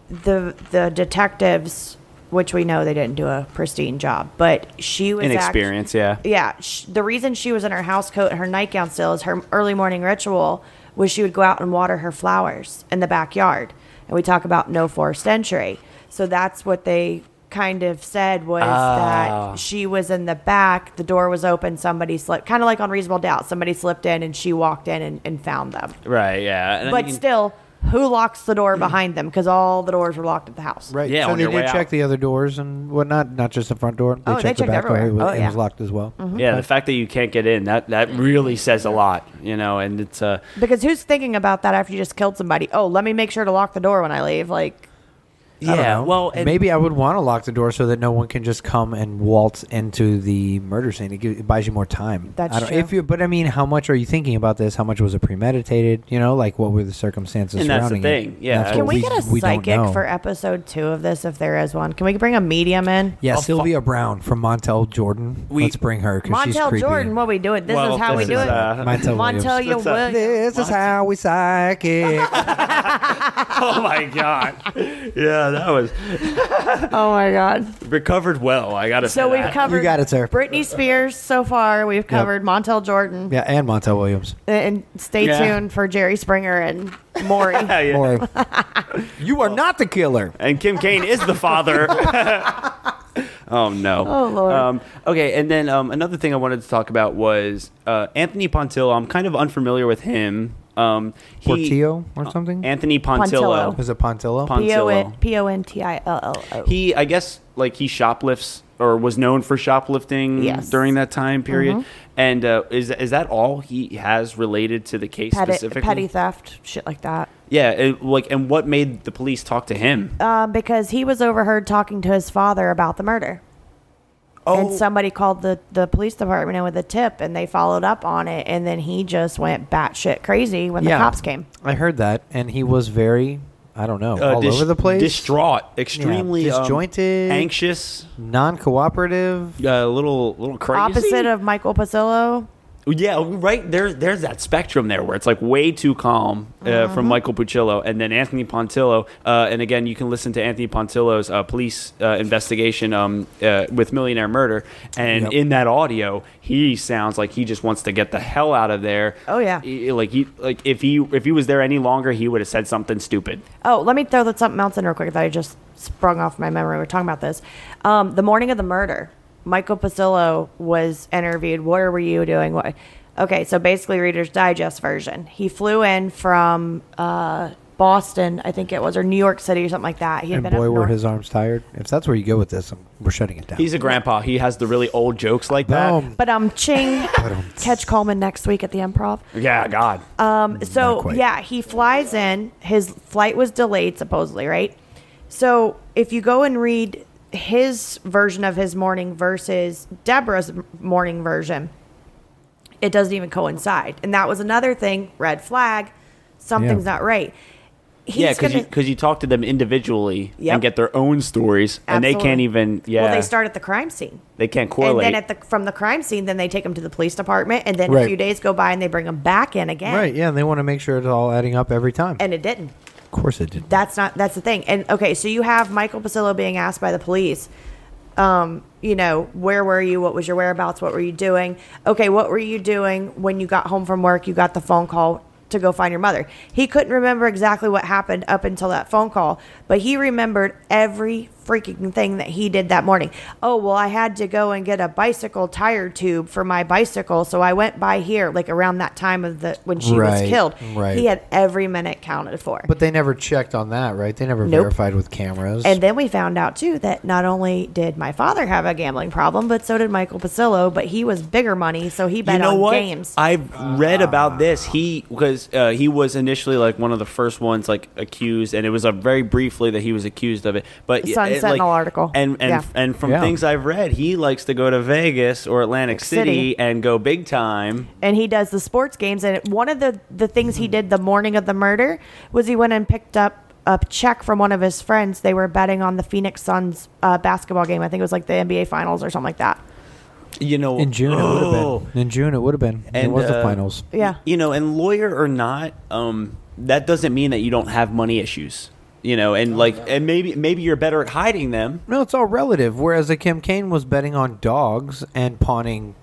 E: the the detectives, which we know they didn't do a pristine job, but she was act-
B: Inexperience, yeah.
E: yeah sh- the reason she was in her house coat and her nightgown still is her early morning ritual was she would go out and water her flowers in the backyard and we talk about no forced entry so that's what they kind of said was
B: Ah.
E: that she was in the back the door was open somebody slipped kind of like on reasonable doubt somebody slipped in and she walked in and, and found them
B: Right, yeah. And I
E: but
B: mean-
E: still who locks the door behind them because all the doors were locked at the house
C: Right.
B: Yeah,
C: So
B: on
C: they
B: your
C: did
B: way
C: check
B: out.
C: the other doors and whatnot, not just the front door. They
E: Oh, they
C: checked the
E: checked
C: back door.
E: everywhere.
C: It was,
E: Oh,
C: it
E: yeah.
C: was locked as well.
B: Yeah, the fact that you can't get in that that really says a lot, you know. And it's uh,
E: because who's thinking about that after you just killed somebody oh let me make sure to lock the door when i leave like
C: I don't
B: yeah.
C: know.
B: Well, and
C: maybe I would want to lock the door so that no one can just come and waltz into the murder scene. It, gives, it buys you more time.
E: That's
C: I don't,
E: true.
C: If you, but I mean, how much are you thinking about this? How much was it premeditated? You know, like what were the circumstances
B: And that's the
C: surrounding it?
B: thing, yeah.
C: That's
E: Can
C: what
E: we, get a
C: we don't
E: psychic
C: know.
E: for episode two of this if there is one? Can we bring a medium in?
C: Yeah,
B: Oh, fu-
C: Sylvia Brown from Montel Jordan.
B: We-
C: Let's bring her because she's
E: Montel
C: creepy.
E: Jordan, what we do it. This
B: Well,
E: is how we
B: this
E: do
B: is,
E: it.
B: uh,
C: Montel Williams.
E: Montel, you
B: That's, uh,
E: will.
C: This is how we psychic.
B: oh my god, yeah, that was
E: Oh my God.
B: recovered well. I gotta.
E: So
B: say
E: we've
B: that.
E: covered.
C: You got it, sir.
E: Britney Spears so far. We've covered Montel Jordan. Uh,
C: yeah, and Montel Williams.
E: And stay
B: Yeah.
E: tuned for Jerry Springer and Maury.
B: Yeah, yeah.
C: Or you are not the killer.
B: And Kim Kane is the father. Oh no.
E: Oh, Lord.
B: Um, okay, and then um, another thing I wanted to talk about was uh, Anthony Pontillo. I'm kind of unfamiliar with him. Um, he- uh,
C: Portillo or something?
B: Anthony Pontillo.
E: Pontillo.
C: Is it Pontillo?
B: Pon-
E: P O N
B: Pontillo.
E: P O N T I L L O.
B: He, I guess, like he shoplifts or was known for shoplifting
E: Yes. Mm-hmm.
B: during that time period. And uh, is is that all he has related to the case
E: petty,
B: specifically?
E: petty theft, shit like that.
B: Yeah, it, like and what made the police talk to him?
E: Uh, because he was overheard talking to his father about the murder. And somebody called the, the police department in with a tip and they followed up on it. And then he just went batshit crazy when the cops came.
C: I heard that, and he was very, I don't know,
B: Uh,
C: all
B: dis-
C: over the place.
B: distraught, extremely um,
C: disjointed.
B: anxious,
C: non cooperative.
B: a little little crazy.
E: Opposite of Michael Pasillo.
B: Yeah, right. There's there's that spectrum there where it's like way too calm uh,
E: Uh-huh.
B: from Michael Puccillo, and then Anthony Pontillo. Uh, and again, you can listen to Anthony Pontillo's uh, police uh, investigation um, uh, with Millionaire Murder, and
C: Yep.
B: in that audio, he sounds like he just wants to get the hell out of there.
E: Oh, yeah.
B: He- like he like if he if he was there any longer, he would have said something stupid.
E: Oh, let me throw that something else in real quick that I just sprung off my memory. We are talking about this. Um, the morning of the murder, Michael Pasillo was interviewed. Where were you doing? What? Okay, so basically, Reader's Digest version. He flew in from uh, Boston, I think it was, or New York City or something like that. He had
C: And
E: been
C: boy,
E: up
C: were
E: north.
C: his arms tired. If that's where you go with this, I'm, we're shutting it down.
B: He's a grandpa. He has the really old jokes like that.
C: Boom.
E: But um, ching.
C: um,
E: Catch Coleman next week at the Improv.
B: Yeah, God.
E: So
C: quite.
E: yeah, he flies in. His flight was delayed supposedly, right? So if you go and read his version of his morning versus Deborah's m- morning version, it doesn't even coincide. And that was another thing, red flag. Something's
C: Yeah.
E: not right. He's
B: yeah, because you,
E: gonna-
B: 'cause you talk to them individually
E: Yep.
B: and get their own stories, and they
E: Absolutely.
B: can't even. Yeah,
E: Well, they start at the crime scene.
B: They can't
E: And
B: correlate.
E: then at the from the crime scene, then they take him to the police department, and then a
C: Right.
E: few days go by, and they bring him back in again.
C: Right, yeah, and they want to make sure it's all adding up every time.
E: And it didn't.
C: of course it did.
E: that's not that's the thing and okay so you have michael pasillo being asked by the police um you know where were you what was your whereabouts what were you doing okay what were you doing when you got home from work you got the phone call to go find your mother he couldn't remember exactly what happened up until that phone call but he remembered every freaking thing that he did that morning oh well i had to go and get a bicycle tire tube for my bicycle so i went by here like around that time of the when she was
C: Right,
E: killed
C: right.
E: he had every minute counted for
C: But they never checked on that, right? They never
E: Nope.
C: verified with cameras.
E: and then we found out too that not only did my father have a gambling problem, but so did Michael Pasillo. But he was bigger money, so he bet
B: you know
E: on
B: what?
E: games.
B: I've read about this. He because uh, he was initially like one of the first ones like accused, and it was uh, very briefly that he was accused of it. But
E: Sun
B: it,
E: Sentinel article.
B: and and
E: Yeah.
B: and from
C: Yeah.
B: things I've read, he likes to go to Vegas or Atlantic City,
E: City.
B: and go big time.
E: and he does the sports games. And one of the the things he did the morning of the murder was he went and picked up a check from one of his friends. They were betting on the Phoenix Suns uh, basketball game. I think it was like the NBA Finals or something like that.
B: You know,
C: in June, it would
B: Oh.
C: have been. In June, it would have been. it
B: And,
C: was the
B: uh,
C: finals.
E: Yeah.
B: you know, and lawyer or not, um, that doesn't mean that you don't have money issues. You know, and like, and maybe maybe you're better at hiding them.
C: No, it's all relative. Whereas a Kim Kane was betting on dogs and pawning,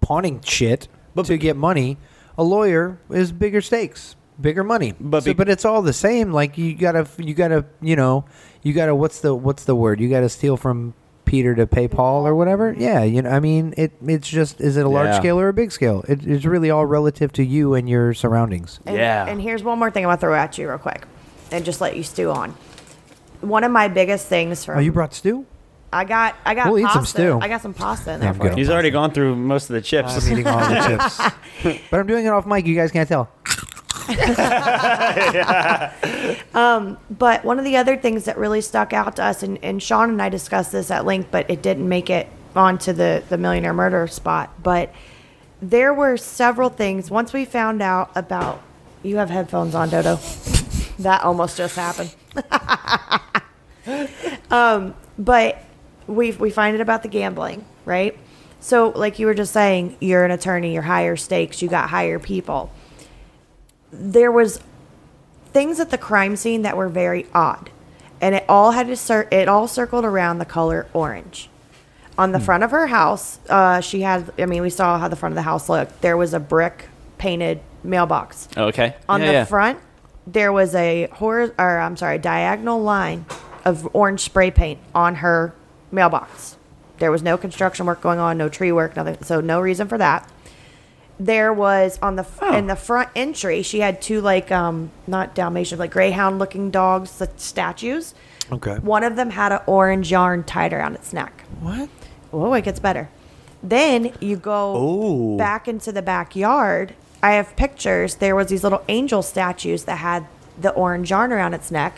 C: pawning shit to get money. A lawyer is bigger stakes, bigger money.
B: But
C: But
B: be-
C: but it's all the same. Like you gotta, you gotta, you know, you gotta. What's the what's the word? You gotta steal from Peter to pay Paul or whatever. Yeah, you know. I mean, it it's just is it a large
B: Yeah.
C: scale or a big scale? It, it's really all relative to you and your surroundings.
E: And,
B: Yeah.
E: And here's one more thing I'm gonna throw at you real quick, and just let you stew on. One of my biggest things for
C: Oh, you brought stew.
E: I got I got
C: We'll eat
E: pasta.
C: some stew.
E: I got some pasta in
C: Yeah,
E: there.
C: I'm
E: for you.
C: good.
B: He's already gone through most of the
C: I'm
B: chips.
C: eating all the chips, but I'm doing it off mic. You guys can't tell.
E: But one of the other things that really stuck out to us, and, and Sean and I discussed this at length, but it didn't make it onto the, the millionaire murder spot. But there were several things. Once we found out about, you have headphones on, Dodo. that almost just happened. um, but we we find it about the gambling, right? So, like you were just saying, you're an attorney, you're higher stakes, you got higher people. There was things at the crime scene that were very odd, and it all had to cir- it all circled around the color orange. On the front of her house, uh, she had. I mean, we saw how the front of the house looked. There was a brick painted mailbox.
B: Okay.
E: On
B: Yeah,
E: the
B: yeah.
E: front, there was a hor- or I'm sorry, diagonal line of orange spray paint on her mailbox. There was no construction work going on, no tree work, nothing. So no reason for that. There was on the
B: Oh.
E: f in the front entry. She had two like um not Dalmatian like greyhound looking dogs, the statues.
C: Okay.
E: One of them had an orange yarn tied around its neck.
C: What?
E: Oh, it gets better. Then you go
C: Ooh.
E: back into the backyard. I have pictures. There was these little angel statues that had the orange yarn around its neck.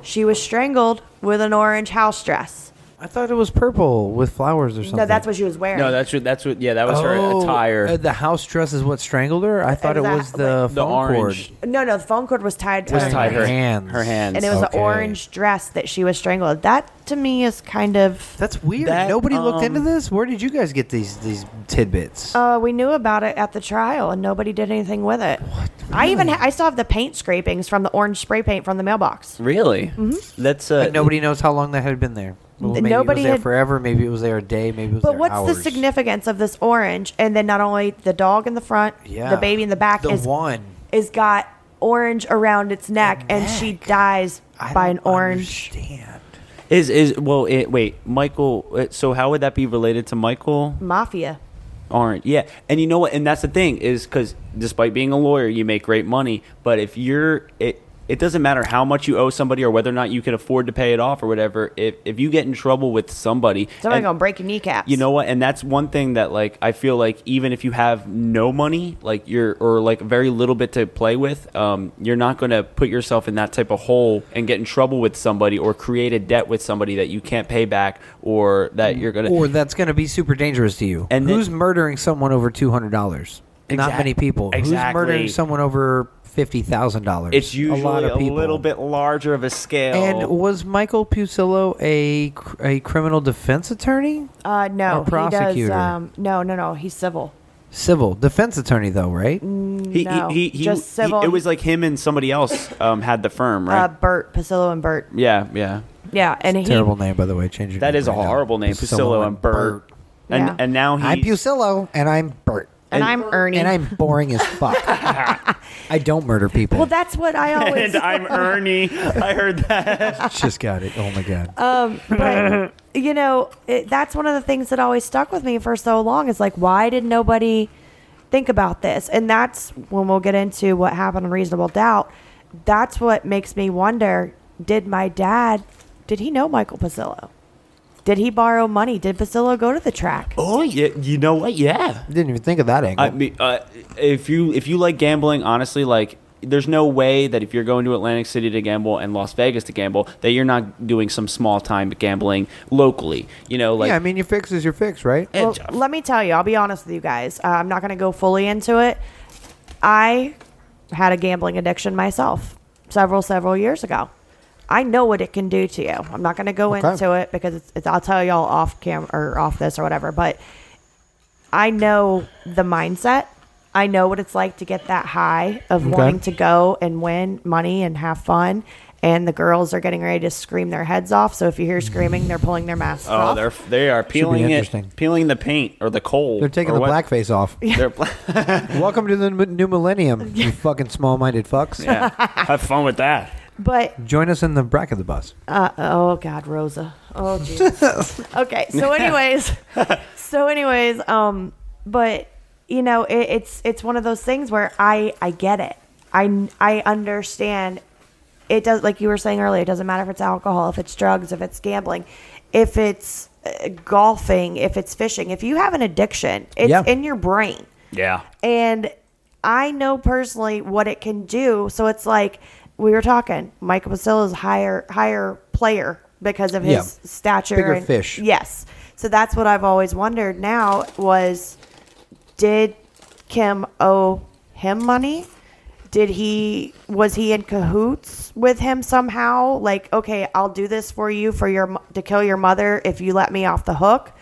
E: She was strangled with an orange house dress.
C: I thought it was purple with flowers or something.
E: No, that's what she was wearing.
B: No, that's what that's what yeah, that was her
C: Oh,
B: attire.
C: uh, the house dress is what strangled her. I thought it was
E: Exactly.
C: the
B: the
C: phone
B: orange
E: no, no. The phone cord was tied.
B: was tied her
C: hands.
B: Her hands.
E: and it was
C: Okay.
E: the orange dress that she was strangled. That to me is kind of.
C: cord. That's weird.
B: That,
C: Nobody looked into
B: um,
C: this. Where did you guys get these these tidbits?
E: Uh, we knew about it at the trial, and nobody did anything with it. What? I even ha- I still have the paint scrapings from the orange spray paint from the mailbox.
B: Really? Mm-hmm. That's uh,
C: but nobody knows how long that had been there. Well,
E: Th-
C: maybe
E: nobody
C: it was there
E: had-
C: forever. Maybe it was there a day. Maybe it was
E: But
C: there
E: what's
C: hours.
E: the significance of this orange? And then not only the dog in the front,
C: Yeah.
E: the baby in the back
C: The
E: is
C: one.
E: is got orange around its neck, and she dies
C: I
E: by an
C: don't
E: orange.
C: Understand.
B: is is well. It, wait, Michael. uh, So how would that be related to Michael?
E: Mafia.
B: aren't yeah and you know what and that's the thing is because despite being a lawyer you make great money but if you're it it doesn't matter how much you owe somebody or whether or not you can afford to pay it off or whatever if if you get in trouble with somebody
E: Somebody's
B: and-
E: gonna break your kneecaps.
B: you know what and that's one thing that like i feel like even if you have no money like you're or like very little bit to play with um, you're not going to put yourself in that type of hole and get in trouble with somebody or create a debt with somebody that you can't pay back or that you're going to
C: Or that's going to be super dangerous to you.
B: And
C: And
B: then-
C: who's murdering someone over two hundred dollars? Not
B: Exact-
C: many people. Who's
B: Exactly.
C: murdering someone over fifty thousand dollars?
B: It's usually
C: a, lot of people.
L: little bit larger of a scale.
C: And was Michael Pusillo a cr- a criminal defense attorney?
E: uh, no,
C: Or
E: he does.
C: prosecutor.
E: Um, no, no, no. He's civil.
C: Civil defense attorney, though, right?
B: He,
E: No,
B: he, he, he,
E: just civil.
B: he- it was like him and somebody else um, had the firm, right?
E: Uh, Bert Pasillo and Bert.
B: yeah, yeah.
E: Yeah, and he
C: Terrible name, by the way. Change your
L: that
C: name
L: is a
C: right now.
L: horrible name, Priscilla and Bert. And
E: Yeah.
L: and
B: Oh,
L: now he's
C: I'm Pusillo, and I'm Bert,
E: and, I'm Ernie.
C: and I'm boring as fuck. I don't murder people.
E: well, that's what I always.
L: and I'm Ernie. I heard that.
C: just got it. Oh my god.
E: Uh, but you know it, that's one of the things that always stuck with me for so long is like why did nobody think about this and that's when we'll get into what happened on reasonable doubt that's what makes me wonder did my dad did he know michael pasillo did he borrow money did pasillo go to the track
B: Oh, yeah, you know what? Yeah.
C: Didn't even think of that angle.
B: I mean, uh, if you if you like gambling, honestly, like there's no way that if you're going to Atlantic City to gamble and Las Vegas to gamble, that you're not doing some small time gambling locally. You know, like
C: yeah, I mean, your fix is your fix, right?
E: Well, let me tell you, I'll be honest with you guys. Uh, I'm not going to go fully into it. I had a gambling addiction myself several, several years ago. I know what it can do to you. I'm not going to go
C: Okay.
E: into it because it's, it's, I'll tell y'all off cam or off this or whatever, but I know the mindset. I know what it's like to get that high of wanting to go and win money and have fun. And the girls are getting ready to scream their heads off. So if you hear screaming, they're pulling their masks
L: Oh,
E: off.
L: they're they are peeling it,
C: interesting.
L: peeling the paint or the coal.
C: They're taking
L: or
C: the
L: what-
C: blackface off.
L: They're bla-
C: Welcome to the m- new millennium, you fucking small-minded fucks.
L: yeah. Have fun with that.
E: But
C: Join us in the back of the bus.
E: Oh God, Rosa. Oh Jesus. okay. So, anyways, so anyways, um, but you know, it, it's it's one of those things where I I get it. I I understand. It does like you were saying earlier. It doesn't matter if it's alcohol, if it's drugs, if it's gambling, if it's uh, golfing, if it's fishing. If you have an addiction, it's
C: Yeah.
E: in your brain.
L: Yeah.
E: And I know personally what it can do. So it's like we were talking, Michael Basilla's higher higher player because of his
C: Yeah.
E: stature
C: Bigger
E: and
C: fish.
E: Yes. So that's what I've always wondered now was did Kim owe him money? Did he was he in cahoots with him somehow? Like, okay, I'll do this for you for your mo- to kill your mother if you let me off the hook.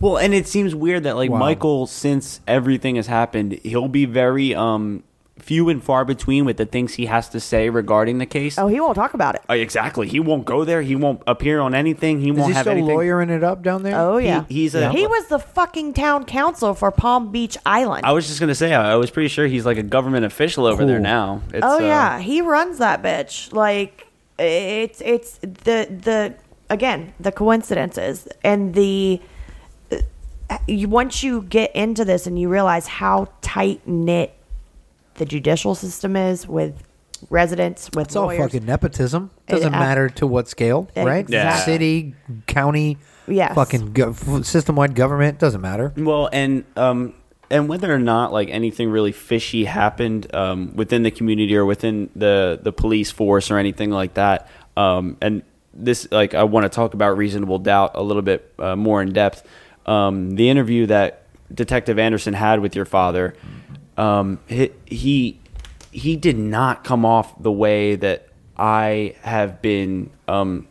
B: Well, and it seems weird that like
C: Wow.
B: Michael, since everything has happened, he'll be very um few and far between with the things he has to say regarding the case.
E: Oh, he won't talk about it.
B: Uh, exactly. He won't go there. He won't appear on anything. He
C: Is
B: won't
C: he
B: have
C: still
B: anything.
C: lawyering it up down there?
E: Oh yeah,
B: he's a-
E: he was the fucking town council for Palm Beach Island.
B: I was just gonna say. I I was pretty sure he's like a government official over there
C: Cool.
B: now. It's,
E: oh
B: uh,
E: yeah, he runs that bitch. Like it's it's the the again the coincidences and the uh, you, once you get into this and you realize how tight knit the judicial system is with residents with
C: It's all
E: lawyers.
C: fucking nepotism. Doesn't
E: It-
C: matter to what scale, right?
E: Yeah.
C: City, county,
E: Yes.
C: fucking go- f- system-wide government doesn't matter.
B: Well, and um, and whether or not like anything really fishy happened um, within the community or within the the police force or anything like that, um, and this like I want to talk about reasonable doubt a little bit uh, more in depth. Um, the interview that Detective Anderson had with your father, um, he, he he did not come off the way that I have been um,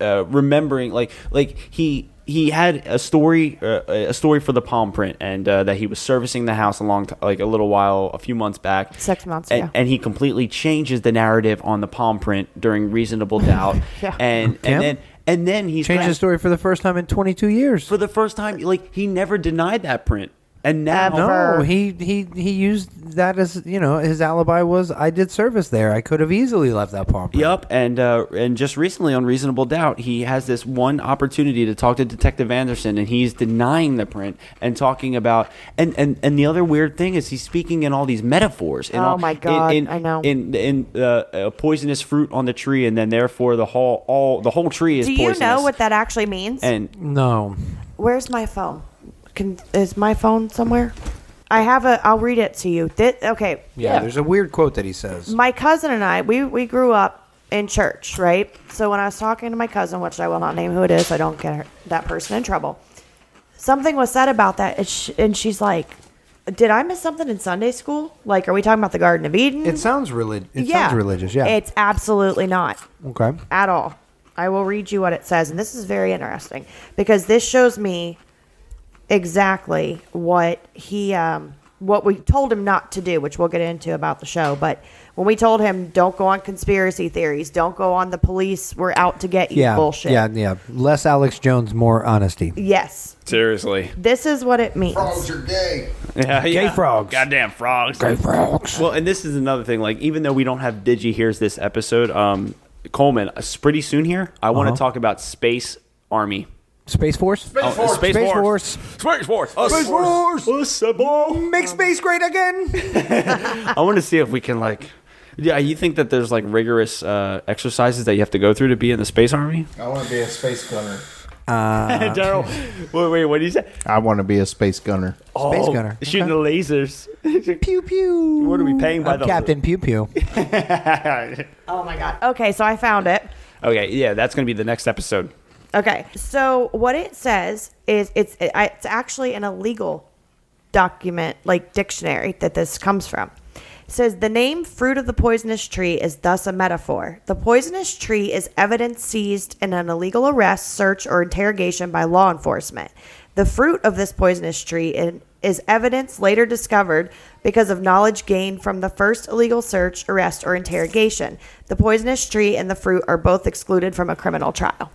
B: uh, remembering like like he he had a story uh, a story for the palm print and uh, that he was servicing the house a long t- like a little while a few months back
E: Six months,
B: and,
E: yeah.
B: and he completely changes the narrative on the palm print during reasonable doubt
E: Yeah.
B: and
C: Yeah.
B: and then and then he
C: Changed the story for the first time in 22 years.
B: for the first time like he never denied that print and now
C: No, he he he used that as you know his alibi was I did service there. I could have easily left that palm. print."
B: Yep, and uh, and just recently on Reasonable Doubt, he has this one opportunity to talk to Detective Anderson, and he's denying the print and talking about and and, and the other weird thing is he's speaking in all these metaphors. In
E: Oh
B: all,
E: my God,
B: in, in,
E: I know.
B: In in uh, uh, poisonous fruit on the tree, and then therefore the whole all the whole tree is
E: Do you
B: poisonous.
E: know what that actually means?
B: and
C: No,
E: Where's my phone? Can, is my phone somewhere? I have a. I'll read it to you. Thi- okay.
C: yeah, There's a weird quote that he says.
E: My cousin and I, we, we grew up in church, right? So when I was talking to my cousin, which I will not name who it is, so I don't get her, that person in trouble. Something was said about that, and, sh and she's like, "Did I miss something in Sunday school? Like, are we talking about the Garden of Eden?"
C: It sounds relig- It sounds religious. Yeah.
E: It's absolutely not
C: okay.
E: at all. I will read you what it says, and this is very interesting because this shows me exactly what he um, what we told him not to do, which we'll get into about the show. But when we told him don't go on conspiracy theories, don't go on the police, we're out to get you
C: Yeah.
E: bullshit.
C: Yeah. Yeah. Less Alex Jones, more honesty.
E: Yes,
B: seriously,
E: this is what it means.
B: yeah, yeah.
C: frogs.
B: goddamn frogs,
C: frogs.
B: Well, and this is another thing. Like, even though we don't have Digi here's this episode, um, Coleman, uh, s- pretty soon here, I want to
C: Uh-huh.
B: talk about Space Army.
C: Space Force. Space,
B: Oh, Force. Space Force.
C: Force.
B: Space Force. Space
C: Force.
B: Assemble.
C: Make space great again.
B: I want to see if we can like. Yeah, you think that there's like rigorous uh, exercises that you have to go through to be in the space army?
C: Uh-huh.
F: I want to be a space gunner.
B: Daryl, wait, wait, what do you say?
F: I want to be a space gunner.
C: Space gunner.
B: Oh, shooting
C: Okay.
B: the lasers.
C: Pew pew.
B: What are we paying by
C: I'm
B: the-
C: Captain Pew Pew?
E: Oh my god. Okay, so I found it.
B: okay, yeah, that's gonna be the next episode.
E: Okay, so what it says is it's it's actually an illegal document like dictionary that this comes from. It says the name fruit of the poisonous tree is thus a metaphor. The poisonous tree is evidence seized in an illegal arrest, search, or interrogation by law enforcement. The fruit of this poisonous tree in- is evidence later discovered because of knowledge gained from the first illegal search, arrest, or interrogation. The poisonous tree and the fruit are both excluded from a criminal trial.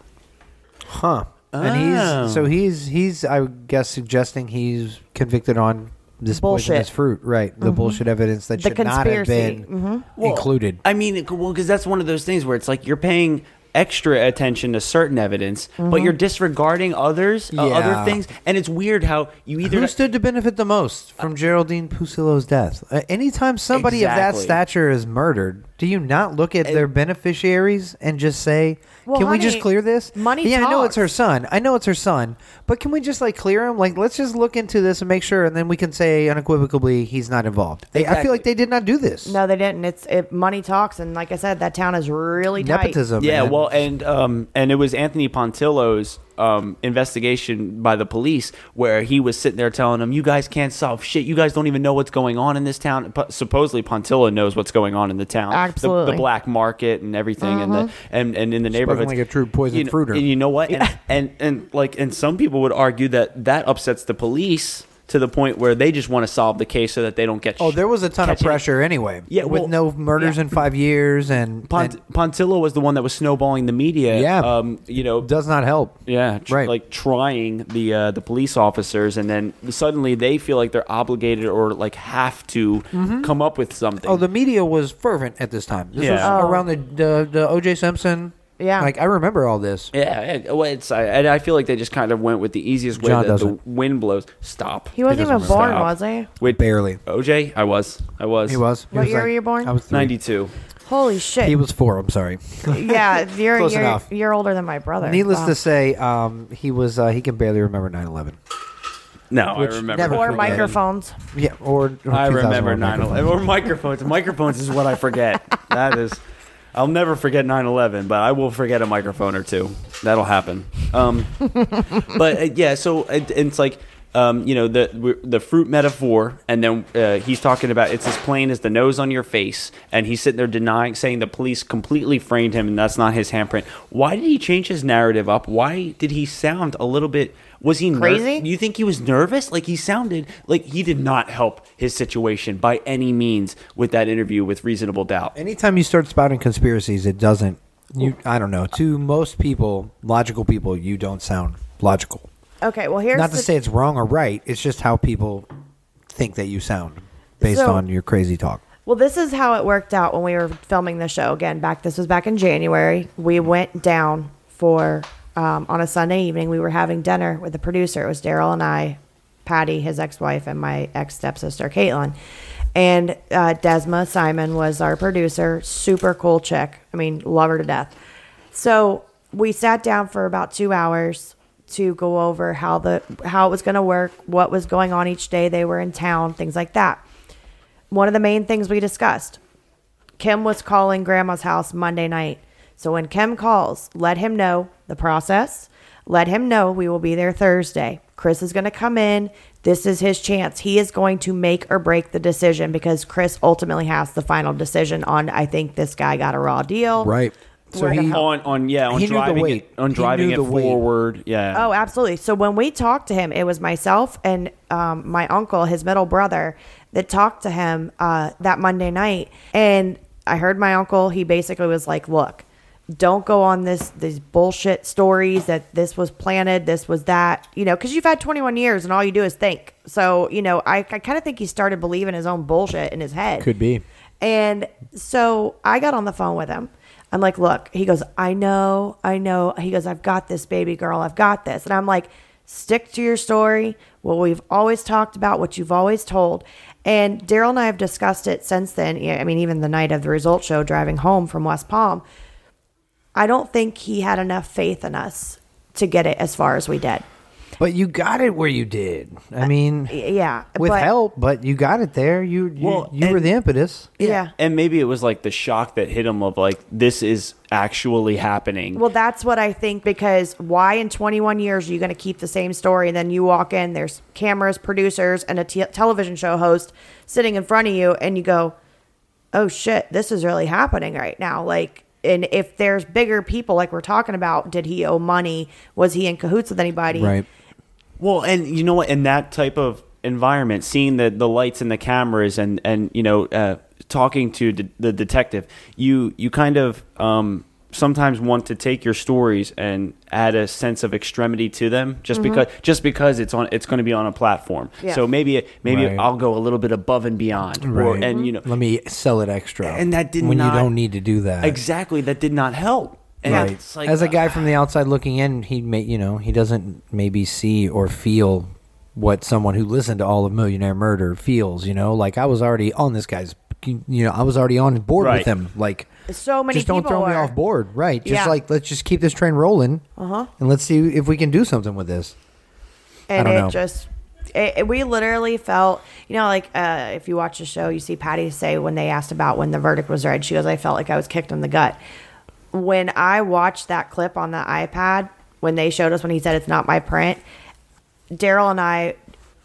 C: Huh.
B: Oh.
C: And he's so he's he's I would guess suggesting he's convicted on this
E: Bullshit. Mm-hmm.
C: poisonous fruit, right? The bullshit evidence that
E: The
C: should not have
E: conspiracy. Mm-hmm.
C: been included.
B: I mean, it- well, because that's one of those things where it's like you're paying extra attention to certain evidence, but you're disregarding others, uh,
C: Mm-hmm. Yeah.
B: other things, and it's weird how you either
C: Who stood to benefit the most from
E: Uh,
C: Geraldine Pusillo's death? Uh, anytime somebody of that
B: Exactly.
C: stature is murdered, do you not look at their beneficiaries and just say,
E: Well,
C: "Can we just
E: honey,
C: clear this?"
E: money
C: Yeah, I know it's
E: talks.
C: her son. I know it's her son, but can we just like clear him? Like, let's just look into this and make sure, and then we can say unequivocally he's not involved. They- I feel like they did not do this.
E: No, they didn't. It's it, money talks, and like I said, that town is really tight.
C: nepotism.
B: Yeah,
C: man.
B: well, and um, and it was Anthony Pontillo's um, investigation by the police where he was sitting there telling them, "You guys can't solve shit. You guys don't even know what's going on in this town." Po- supposedly, Pontillo knows what's going on in the town, The- the,
E: Absolutely.
B: black market and everything, and the and, and in the neighborhood,
C: like a true poison
B: you know,
C: fruiter.
B: And you know what? And, and and like, and some people would argue that that upsets the police. To the point where they just want to solve the case so that they don't get.
C: Oh,
B: sh-
C: there was a ton of
B: catch any-
C: pressure anyway.
B: Yeah, well,
C: with no murders
B: yeah.
C: in five years, and,
B: Pont-
C: and
B: Pontillo was the one that was snowballing the media.
C: Yeah.
B: um, you know,
C: does not help.
B: Yeah, tr-
C: right.
B: Like trying the uh, the police officers, and then suddenly they feel like they're obligated or like have to
C: Mm-hmm.
B: come up with something.
C: Oh, the media was fervent at this time. This
B: Yeah.
C: was around the, the the O.J. Simpson
E: Yeah.
C: Like I remember all this.
B: Yeah, and, well, it's I, and I feel like they just kind of went with the easiest way
C: John
B: that the
C: doesn't.
B: wind blows. Stop.
E: He wasn't
B: doesn't
E: even born,
B: stop.
E: was he?
B: Wait,
C: Barely.
B: OJ, I was, I was.
C: He was. He
E: What
C: was
E: year
C: like-
E: were you born?
C: I was three.
B: Ninety-two.
E: Holy shit.
C: He was four. I'm sorry.
E: yeah, you're
C: Close
E: you're,
C: enough.
E: you're older than my brother.
C: Needless
E: Wow.
C: to say, um, he was. Uh, he can barely remember 9/11.
B: No,
C: Which
B: I remember.
C: never
E: Or
C: forget.
E: microphones.
C: Yeah, or, or
B: I
C: 2001
B: remember 9
C: microphones.
B: 11. Or microphones. microphones is what I forget. that is, I'll never forget 9 11, but I will forget a microphone or two. That'll happen. Um, but uh, yeah, so it, it's like, um, you know, the we're- the fruit metaphor, and then uh, he's talking about it's as plain as the nose on your face, and he's sitting there denying, saying the police completely framed him, and that's not his handprint. Why did he change his narrative up? Why did he sound a little bit? Was he ner-
E: Crazy?
B: you think he was nervous? Like he sounded like he did not help his situation by any means with that interview with reasonable doubt.
C: Anytime you start spouting conspiracies, it doesn't. You, I don't know. To most people, logical people, you don't sound logical.
E: Okay, well here's
C: Not to
E: the-
C: say it's wrong or right. It's just how people think that you sound based
E: So-
C: on your crazy talk.
E: Well, this is how it worked out when we were filming the show again. Back this was back in January. We went down for um, on a Sunday evening. We were having dinner with the producer. It was Daryl and I, Patty, his ex-wife, and my ex-stepsister Caitlin. And uh, Desma Simon was our producer. Super cool chick. I mean, love her to death. So we sat down for about two hours to go over how the how it was going to work, what was going on each day they were in town, things like that one of the main things we discussed. Kim was calling grandma's house Monday night. So when Kim calls, let him know the process. Let him know we will be there Thursday. Chris is going to come in. This is his chance. He is going to make or break the decision because Chris ultimately has the final decision on I think this guy got a raw deal.
C: Right. So
E: We're gonna
C: he.
E: help.
B: On on yeah on
C: He knew the
B: driving
C: weight.
B: it on
C: He
B: driving
C: knew
B: it
C: the weight.
B: forward yeah
E: Oh, absolutely. So when we talked to him, it was myself and um, my uncle, his middle brother, that talked to him uh, that Monday night. And I heard my uncle. He basically was like, "Look, don't go on this these bullshit stories that this was planted, this was that, you know, because you've had 21 years and all you do is think." So you know, I, I kind of think he started believing his own bullshit in his head.
C: Could be.
E: And so I got on the phone with him. I'm like, look, he goes, I know, I know. He goes, I've got this baby girl, I've got this. And I'm like, stick to your story, what we've always talked about, what you've always told. And Daryl and I have discussed it since then. Yeah, I mean, even the night of the result show driving home from West Palm, I don't think he had enough faith in us to get it as far as we did.
C: But you got it where you did.
B: Uh,
C: I mean,
E: Y- Yeah.
C: with
E: but-
C: help, but you got it there. You you,
B: Well,
C: you were
B: and-
C: the impetus.
E: Yeah.
B: And maybe it was like the shock that hit him of like this is actually happening.
E: Well, that's what I think because why in 21 years are you going to keep the same story? And then you walk in, there's cameras, producers, and a te- television show host sitting in front of you, and you go, oh shit, this is really happening right now. Like, and if there's bigger people like we're talking about, did he owe money? Was he in cahoots with anybody?
B: Well, and you know what? In that type of environment, seeing the the lights and the cameras, and and you know, uh, talking to de- the detective, you you kind of um, sometimes want to take your stories and add a sense of extremity to them, just because just because it's on it's going to be on a platform.
E: Mm-hmm. Yeah.
B: So maybe maybe
C: Right.
B: I'll go a little bit above and beyond, or,
C: Right.
B: and you know,
C: Let me sell it extra.
B: and that did
C: when
B: not
C: you don't need to do that.
B: exactly. That did not help. And
C: Right.
B: it's like,
C: As a
B: uh,
C: guy from the outside looking in, he may you know he doesn't maybe see or feel what someone who listened to all of Millionaire Murder feels. You know, like I was already on this guy's. You know, I was already on board
B: Right.
C: with him. Like
E: So many
C: just don't
E: people
C: throw me
E: are.
C: off board, right? Just
E: Yeah.
C: like let's just keep this train rolling, uh-huh. and let's see if we can do something with this.
E: and
C: I
E: it
C: don't know.
E: just it, it- we literally felt you know like uh, if you watch the show you see patty say when they asked about when the verdict was read she goes i felt like i was kicked in the gut when i watched that clip on the ipad when they showed us when he said it's not my print daryl and i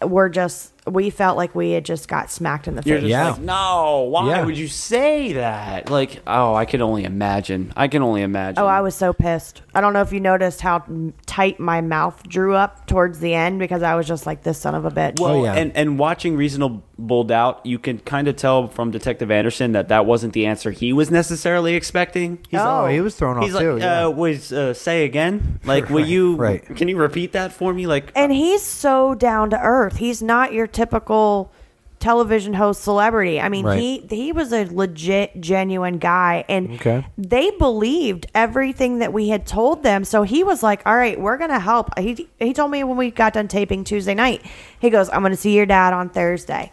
E: were just we felt like we had just got smacked in the
B: You're
E: face
B: just
C: Yeah.
B: like, no, why
C: Yeah.
B: would you say that? Like, oh, I can only imagine. I can only imagine.
E: Oh, I was so pissed. I don't know if you noticed how tight my mouth drew up towards the end because I was just like, this son of a bitch.
B: Well,
C: Oh, yeah.
B: and, and watching Reasonable Doubt, you can kind of tell from Detective Anderson that that wasn't the answer he was necessarily expecting. He's,
C: Oh, he was thrown off
B: he's like,
C: too. yeah.
B: uh, was uh, say again? Like, will you?
C: right.
B: Can you repeat that for me? Like,
E: and he's so down to earth. He's not your typical television host celebrity. I mean,
C: Right.
E: he he was a legit genuine guy and
C: Okay.
E: they believed everything that we had told them. So he was like, "All right, we're going to help." He he told me when we got done taping Tuesday night. He goes, "I'm going to see your dad on Thursday.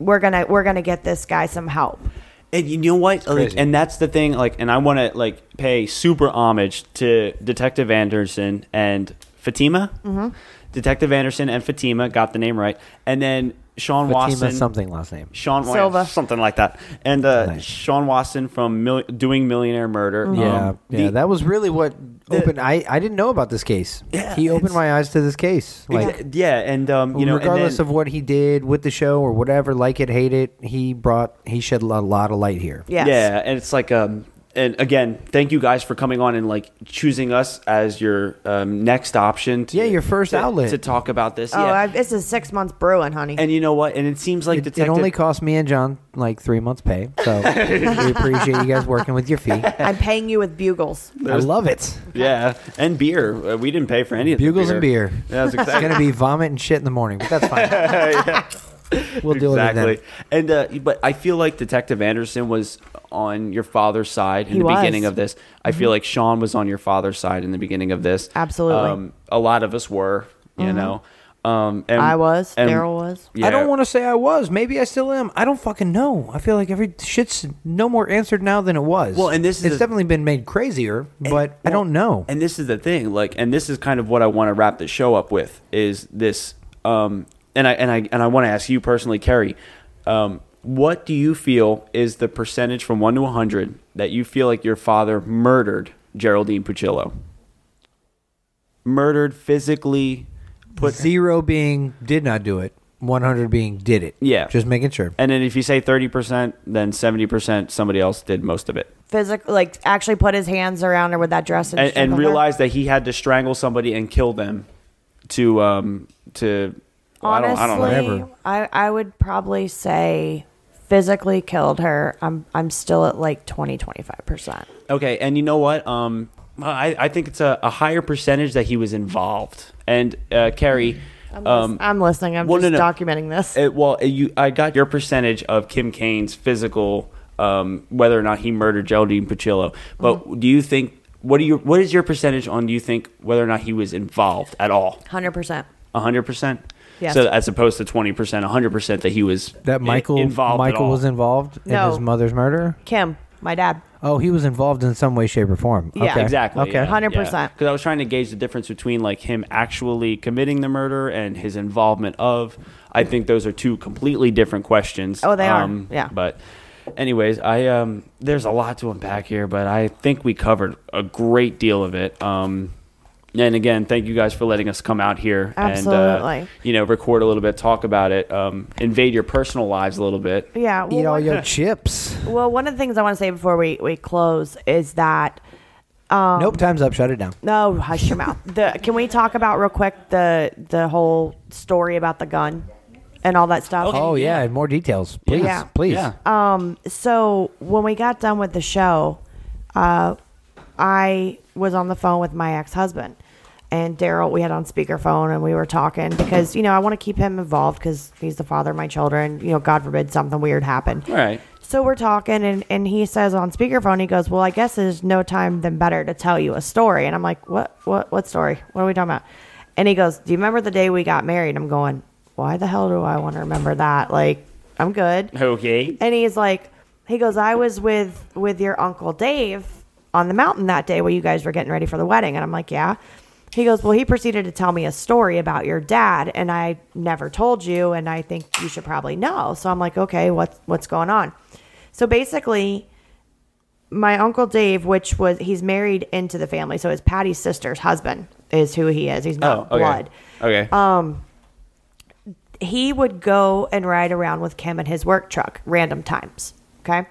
E: We're going to we're going to get this guy some help."
B: And you know what? Like,
E: crazy.
B: and that's the thing. Like, and I want to like pay super homage to Detective Anderson and Fatima.
C: Mm-hmm.
E: Mhm.
B: Detective Anderson and Fatima got the name right, and then Sean
C: Fatima
B: Watson
C: something last name.
B: Sean Wa-
C: Silva.
B: something like that, and uh, Sean Watson from Mil- doing Millionaire Murder.
C: Yeah,
B: Um,
C: yeah, that was really what opened. I I didn't know about this case. he opened my eyes to this case. Like,
B: exa- yeah, and um, you know, and
C: regardless
B: then-
C: of what he did with the show or whatever, like it, hate it, he brought he shed a lot, lot of light here.
B: Yeah, and it's like um and again, thank you guys for coming on and like choosing us as your um, next option. To, yeah, your
C: first outlet.
B: to talk about this.
E: Oh,
B: yeah,
E: I, this is 6 months brewing, honey.
B: and you know what? And it seems like
C: It
B: detective.
C: only cost me and John like three months' pay, so we appreciate you guys working with your fee.
E: I'm paying you with bugles.
C: I love it.
B: yeah, and beer. Uh, we didn't pay for any of the
C: Bugles and beer.
B: Yeah, that's
C: It's
B: exactly.
C: gonna be vomit and shit in the morning, but that's fine. We'll deal with it then.
B: exactly. And uh, but I feel like Detective Anderson was on your father's side in
E: He
B: the
E: was.
B: beginning of this. I feel
E: Mhm.
B: like Sean was on your father's side in the beginning of this. Um,
E: Absolutely.
B: a lot of us were, you
E: Mhm.
B: know. Um, and,
E: I was,
B: and-
E: Daryl was.
B: Yeah.
C: I don't want to say I was. Maybe I still am. I don't fucking know. I feel like every shit's no more answered now than it was.
B: Well, and this is
C: it's
B: the-
C: definitely been made crazier, but I don't know.
B: And this is the thing, like, and this is kind of what I want to wrap the show up with is this, um, and I and I and I want to ask you personally, Carrie, um, what do you feel is the percentage from one to hundred that you feel like your father murdered Geraldine Puccillo? Murdered physically, put
C: zero being did not do it, one hundred being did it.
B: yeah,
C: just making sure.
B: And then if you say thirty percent, then seventy percent somebody else did most of it.
E: Physical like actually put his hands around her with that dress and,
B: and, and
E: strangled her.
B: realized that he had to strangle somebody and kill them to um to
E: Honestly,
B: I don't, I don't know.
E: I, I would probably say physically killed her. I'm I'm still at like 20 25%.
B: Okay, and you know what? Um, I, I think it's a, a higher percentage that he was involved. And uh, Carrie,
E: I'm, lis-
B: um,
E: I'm listening. I'm
B: well,
E: just
B: no, no.
E: documenting this.
B: it- well, you, I got your percentage of Kim Kane's physical, um, whether or not he murdered Geraldine Pacillo. But do you think? What do you? What is your percentage on? Do you think whether or not he was involved at all?
E: 100%.
B: hundred percent.
E: Yes.
B: So as opposed to twenty percent, hundred percent that he was
C: That
B: i-
C: Michael
B: involved. at
C: Michael
B: all.
C: was involved in
E: No.
C: his mother's murder.
E: Kim, my dad.
C: Oh, he was involved in some way, shape, or form.
E: Yeah,
C: okay.
B: Exactly.
C: Okay,
B: Because I was trying to gauge the difference between like him actually committing the murder and his involvement of. I think those are two completely different questions. Um,
E: Oh, they are. Yeah.
B: But, anyways, I um, there's a lot to unpack here, but I think we covered a great deal of it. Um, and again, thank you guys for letting us come out here and uh,
E: Absolutely.
B: you know record a little bit, talk about it, um, invade your personal lives a little bit.
E: Yeah. well, one-
C: chips.
E: Well, one of the things I want to say before we, we close is that. Um,
C: Nope, time's up. Shut it down.
E: No, hush your mouth. The, can we talk about real quick the the whole story about the gun and all that stuff?
C: oh yeah, and more details, please,
E: Yeah.
C: please.
E: Um, so when we got done with the show, uh, I was on the phone with my ex husband and Daryl. We had on speakerphone and we were talking because you know I want to keep him involved because he's the father of my children. You know, God forbid something weird happened.
B: All right.
E: So we're talking, and, and he says on speakerphone, he goes, "Well, I guess there's no time than better to tell you a story." And I'm like, "What? What? What story? What are we talking about?" And he goes, "Do you remember the day we got married?" I'm going, "Why the hell do I want to remember that? Like, I'm good."
B: Okay.
E: Uh, And he's like, he goes, I was with with your uncle Dave on the mountain that day while you guys were getting ready for the wedding. And I'm like, yeah. He goes, well, he proceeded to tell me a story about your dad, and I never told you, and I think you should probably know. So I'm like, okay, what's what's going on? So basically, my uncle Dave, which was he's married into the family, so it's Patty's sister's husband is who he is. He's not
B: Oh, okay.
E: blood.
B: Okay.
E: Um, he would go and ride around with Kim in his work truck random times. Okay.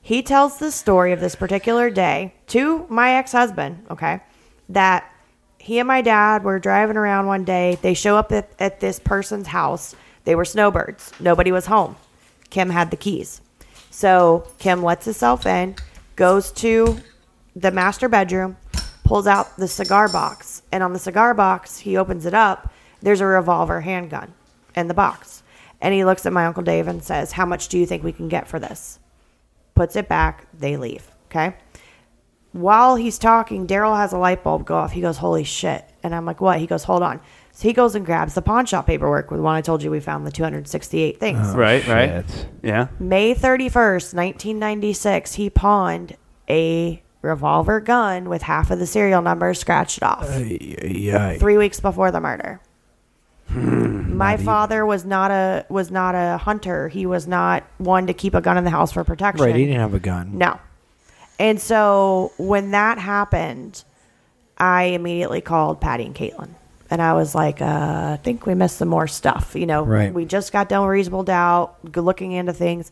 E: He tells the story of this particular day to my ex husband. Okay. That he and my dad were driving around one day. They show up at, at this person's house. They were snowbirds. Nobody was home. Kim had the keys. So Kim lets herself in, goes to the master bedroom, pulls out the cigar box, and on the cigar box, he opens it up. There's a revolver handgun in the box. And he looks at my Uncle Dave and says, How much do you think we can get for this? Puts it back. They leave. Okay. While he's talking, Daryl has a light bulb go off. He goes, Holy shit. And I'm like, What? He goes, Hold on. So he goes and grabs the pawn shop paperwork with one I told you we found the 268 things.
B: right, right. Yeah.
E: May 31st, 1996, he pawned a revolver gun with half of the serial number scratched off
C: Yeah.
E: three weeks before the murder.
C: Hmm.
E: My father was not a was not a hunter. He was not one to keep a gun in the house for protection.
C: Right. He didn't have a gun.
E: No. And so when that happened, I immediately called Patty and Caitlin. And I was like, uh, I think we missed some more stuff. You know,
C: Right.
E: we just got done with reasonable doubt, g- looking into things.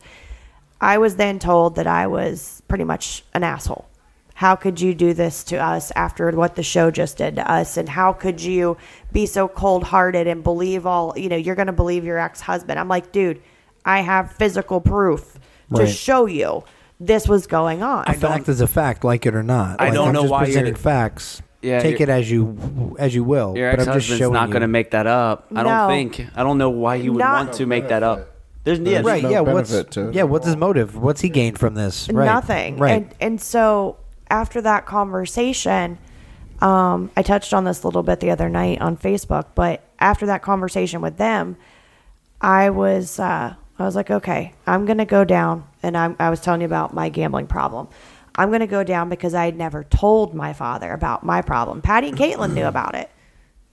E: I was then told that I was pretty much an asshole. How could you do this to us after what the show just did to us? And how could you be so cold hearted and believe all, you know, you're going to believe your ex husband? I'm like, dude, I have physical proof to
C: Right.
E: show you this was going on.
C: A fact is a fact, like it or not.
B: I
C: Like,
B: don't
C: I'm
B: know
C: just
B: why you're-
C: presenting facts.
B: Yeah,
C: Take
B: you're-
C: it as you as you will.
B: Your
C: but
B: ex
C: I'm just
B: husband's
C: showing
B: not
C: you.
B: going to make that up. I
E: No.
B: don't think. I don't know why you would
E: Not-
B: want to make that up. There's yeah,
F: There's
C: Right?
F: no
C: yeah. What's
F: benefit to it
C: yeah?
F: at
C: What's his motive? What's he gained from this? Right.
E: Nothing.
C: Right.
E: And and so after that conversation, um, I touched on this a little bit the other night on Facebook, but after that conversation with them, I was uh, I was like, okay, I'm gonna go down, and I'm, I was telling you about my gambling problem. I'm gonna go down because I had never told my father about my problem. Patty and Caitlin
C: Mm-hmm.
E: knew about it.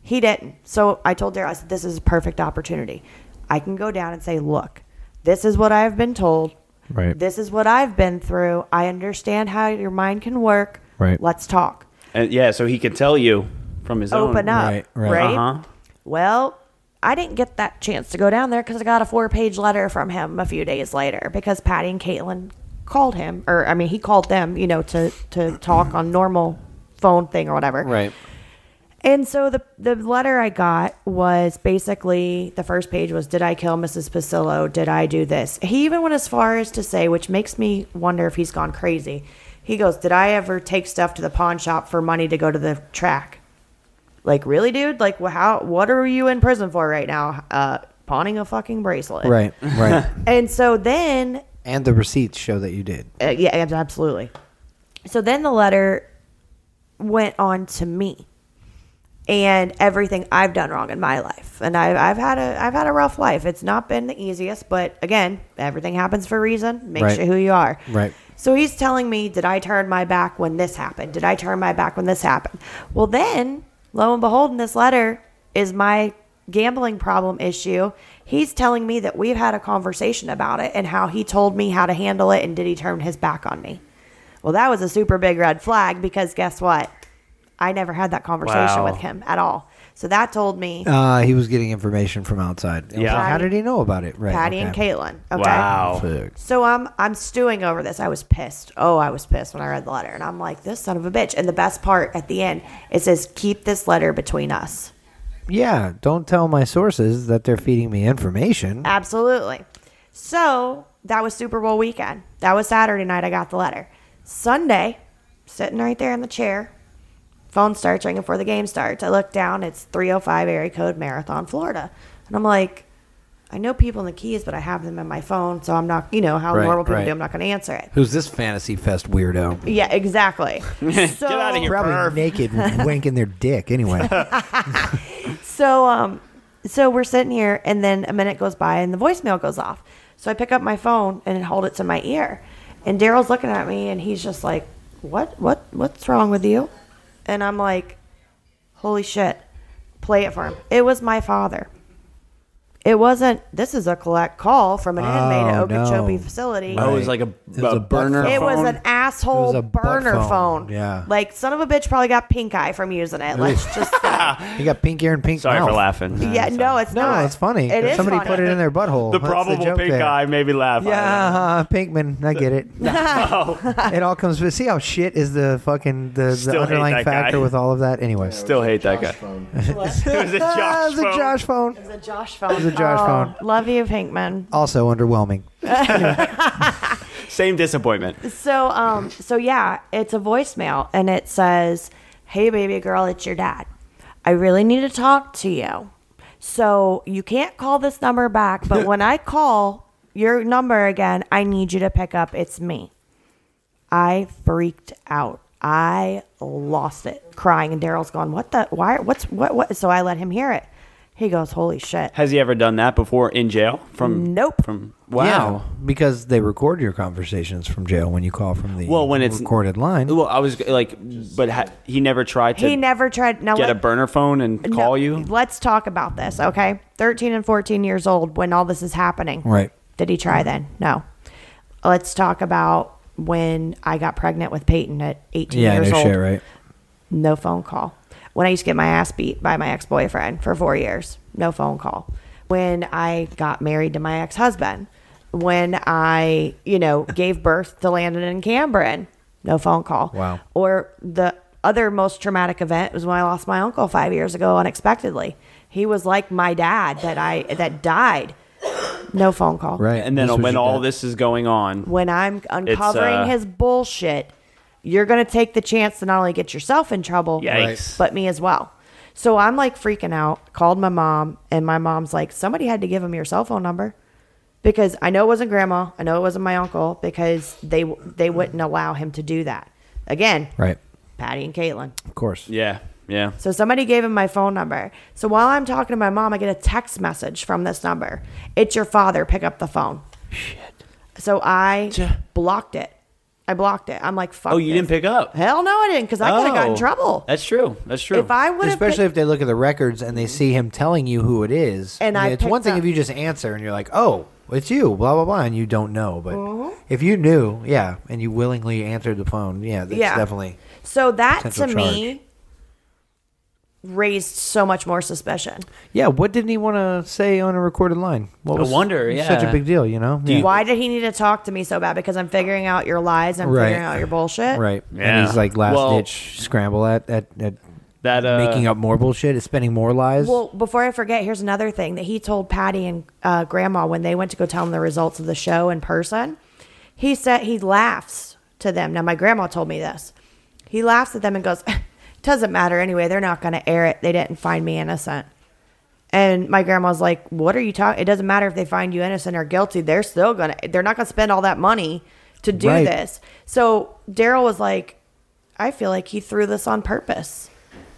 E: He didn't. So I told Daryl, I said, this is a perfect opportunity. I can go down and say, look, this is what I've been told.
C: Right.
E: This is what I've been through. I understand how your mind can work.
C: Right.
E: Let's talk.
B: And yeah, so he could tell you from his own.
E: Open up.
C: Right,
E: Right.
C: right.
B: Uh-huh.
E: Well, I didn't get that chance to go down there because I got a four page letter from him a few days later because Patty and Caitlin called him, or I mean, he called them, you know, to, to talk on normal phone thing or whatever.
C: Right.
E: And so the the letter I got was basically the first page was did I kill Mrs. Pasillo? Did I do this? He even went as far as to say, which makes me wonder if he's gone crazy. He goes, "Did I ever take stuff to the pawn shop for money to go to the track?" Like, really, dude? Like, wh- how? What are you in prison for right now? Uh, pawning a fucking bracelet.
C: Right. Right.
E: And so then
C: and the receipts show that you did.
E: uh, yeah, ab- absolutely. So then the letter went on to me and everything I've done wrong in my life. And I've, I've had a I've had a rough life. It's not been the easiest, but again, everything happens for a reason. Makes
C: Right.
E: you who you are.
C: Right.
E: So he's telling me, did I turn my back when this happened? Did I turn my back when this happened? Well, then, lo and behold, in this letter is my gambling problem issue. He's telling me that we've had a conversation about it and how he told me how to handle it and did he turn his back on me? Well, that was a super big red flag because guess what? I never had that conversation
B: Wow.
E: with him at all. So that told me
C: Uh, he was getting information from outside. It was
B: Yeah.
C: like, how
E: Patty-
C: did he know about it? Right.
E: Patty
C: okay.
E: and Caitlin. Okay.
B: Wow.
C: Fuck.
E: So I'm I'm stewing over this. I was pissed. Oh, I was pissed when I read the letter, and I'm like, this son of a bitch. And the best part at the end, it says, "Keep this letter between us."
C: Yeah. Don't tell my sources that they're feeding me information.
E: Absolutely. So that was Super Bowl weekend. That was Saturday night. I got the letter. Sunday, sitting right there in the chair, phone starts ringing before the game starts. I look down. It's 305 area code Marathon, Florida, and I'm like, I know people in the keys, but I have them in my phone, so I'm not, you know, how
C: Right,
E: normal people
C: right.
E: do. I'm not going to answer it.
C: Who's this fantasy fest weirdo?
E: Yeah, exactly. so, Get
B: out of here.
C: Probably naked, wanking their dick. Anyway.
E: So um so we're sitting here and then a minute goes by and the voicemail goes off. So I pick up my phone and hold it to my ear. And Daryl's looking at me and he's just like, "What? What what's wrong with you?" And I'm like, "Holy shit. Play it for him." It was my father. It wasn't. This is a collect call from an inmate at
C: Oh, no.
E: Okeechobee facility.
B: Oh, it was
C: Right.
B: like a,
C: It was
B: a
C: a
B: burner.
C: butt
E: It was
B: phone?
E: an asshole
C: It was a butt
E: burner
C: phone.
E: phone.
C: Yeah.
E: Like, son of a bitch probably got pink eye from using it. Let's just say.
C: You got pink ear and pink
B: Sorry
C: mouth.
B: for laughing.
E: Yeah, no, it's
C: No,
E: not.
C: it's funny.
E: It is
C: Somebody
E: funny.
C: put it in their butthole.
B: The
C: That's
B: probable
C: joke
B: pink
C: there.
B: eye made me laugh. I don't know.
C: Yeah, uh, Pinkman, I get it.
E: Oh.
C: It all comes. But see how shit is the fucking the, the
B: Still hate
C: underlying
B: that guy.
C: factor with all of that. Anyway,
B: Still hate that guy. It was a
C: Ah,
B: Josh
C: it's a
B: phone.
C: Josh phone.
E: It's a Josh phone. It's
C: a Josh phone.
E: Love you, Pinkman.
C: Also underwhelming.
B: Same disappointment.
E: So, um, so yeah, it's a voicemail, and it says, "Hey, baby girl, it's your dad. I really need to talk to you. So you can't call this number back, but when I call your number again, I need you to pick up. It's me. I freaked out. I lost it, crying. And Daryl's gone, What the? Why? What's what? What? So I let him hear it. He goes, Holy shit.
B: Has he ever done that before in jail? From
E: Nope.
B: From wow.
C: Yeah, because they record your conversations from jail when you call from the
B: Well, when it's
C: recorded line.
B: Well, I was like, but ha- he never tried to
E: He never tried. Now
B: get
E: let-
B: a burner phone and
E: No,
B: call you.
E: Let's talk about this, okay? 13 and 14 years old when all this is happening.
C: Right.
E: Did he try then? No. Let's talk about when I got pregnant with Peyton at 18
C: Yeah,
E: years
C: no
E: old.
C: shit, right?
E: No phone call. When I used to get my ass beat by my ex boyfriend for four years, no phone call. When I got married to my ex husband, when I, you know, gave birth to Landon and Cameron, no phone call.
C: Wow.
E: Or the other most traumatic event was when I lost my uncle five years ago unexpectedly. He was like my dad that I that died. No phone call.
C: Right.
B: And then
C: This was
B: when
C: your
B: all
C: dad.
B: this is going on,
E: When I'm uncovering
B: uh,
E: his bullshit, you're gonna take the chance to not only get yourself in trouble,
B: Yikes.
E: but me as well. So I'm like freaking out, called my mom, and my mom's like, somebody had to give him your cell phone number because I know it wasn't grandma, I know it wasn't my uncle because they they wouldn't allow him to do that. Again,
C: Right.
E: Patty and Caitlin.
C: Of course.
B: yeah, yeah.
E: So somebody gave him my phone number. So while I'm talking to my mom, I get a text message from this number. It's your father. Pick up the phone. Shit. So I blocked it. I blocked it. I'm like, fuck.
B: Oh, you
E: this.
B: didn't pick up.
E: Hell no, I didn't, because I could have got in
B: Oh.
E: trouble.
B: That's true. That's true.
E: If I would have,
C: Especially if they look at the records and they
B: Mm-hmm.
C: see him telling you who it is.
E: And I
C: it's one
E: picked
C: thing
E: up-
C: if you just answer and you're like, oh, it's you, blah, blah, blah, and you don't know. But
E: Oh.
C: if you knew, yeah, and you willingly answered the phone, yeah, that's
E: Yeah.
C: definitely.
E: so that to
C: potential
E: me raised so much more suspicion.
C: Yeah, what didn't he want to say on a recorded line? What
H: I wonder,
C: it's Such a
H: yeah.
C: big deal, you know? Yeah.
E: Why did he need to talk to me so bad? Because I'm figuring out your lies. I'm
C: Right.
E: figuring out your bullshit.
C: Right.
B: Yeah.
C: And he's like last
B: Well-
C: ditch scramble at, at, at
B: that uh,
C: making up more bullshit, is spending more lies.
E: Well, before I forget, here's another thing that he told Patty and uh, Grandma when they went to go tell them the results of the show in person. He said he laughs to them. Now, my grandma told me this. He laughs at them and goes, "Doesn't matter anyway. They're not going to air it. They didn't find me innocent." And my grandma's like, "What are you talking? It doesn't matter if they find you innocent or guilty. They're still gonna. They're not gonna spend all that money to do
C: Right.
E: this." So Daryl was like, "I feel like he threw this on purpose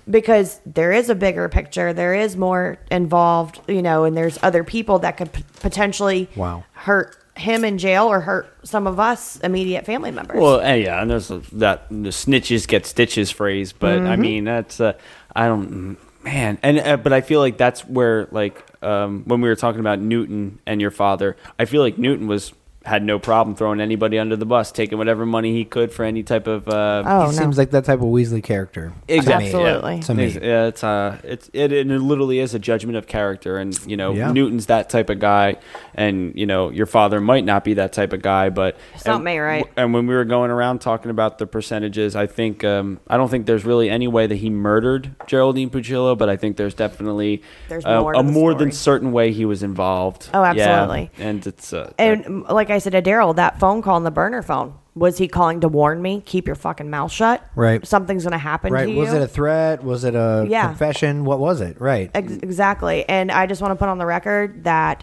E: because there is a bigger picture. There is more involved, you know, and there's other people that could p- potentially
C: Wow.
E: hurt him in jail or hurt some of us immediate family members."
B: Well, eh, yeah, and there's a, that the snitches get stitches phrase, but I
E: Mm-hmm.
B: mean that's uh, I don't man, and uh, but I feel like that's where like um, when we were talking about Newton and your father, I feel like Newton was had no problem throwing anybody under the bus, taking whatever money he could for any type of uh,
E: oh
C: he
E: no,
C: seems like that type of Weasley character. to me.
B: Exactly. yeah.
E: Absolutely.
C: To me.
B: It's, yeah, it's uh, it's it, it literally is a judgment of character, and you know
C: Yeah.
B: Newton's that type of guy, and you know your father might not be that type of guy, but
E: It's not
B: and-
E: me, right?
B: And when we were going around talking about the percentages, I think um, I don't think there's really any way that he murdered Geraldine Puccillo, but I think there's definitely
E: There's
B: uh,
E: more to
B: a
E: the
B: more than
E: story.
B: certain way he was involved.
E: Oh,
B: Yeah,
E: absolutely.
B: and it's uh,
E: and m- like I said to Daryl, that phone call on the burner phone was he calling to warn me? Keep your fucking mouth shut.
C: Right.
E: Something's gonna happen
C: Right.
E: to you.
C: Was it a threat? Was it a
E: Yeah.
C: confession? What was it? Right.
E: Ex- exactly. And I just want to put on the record that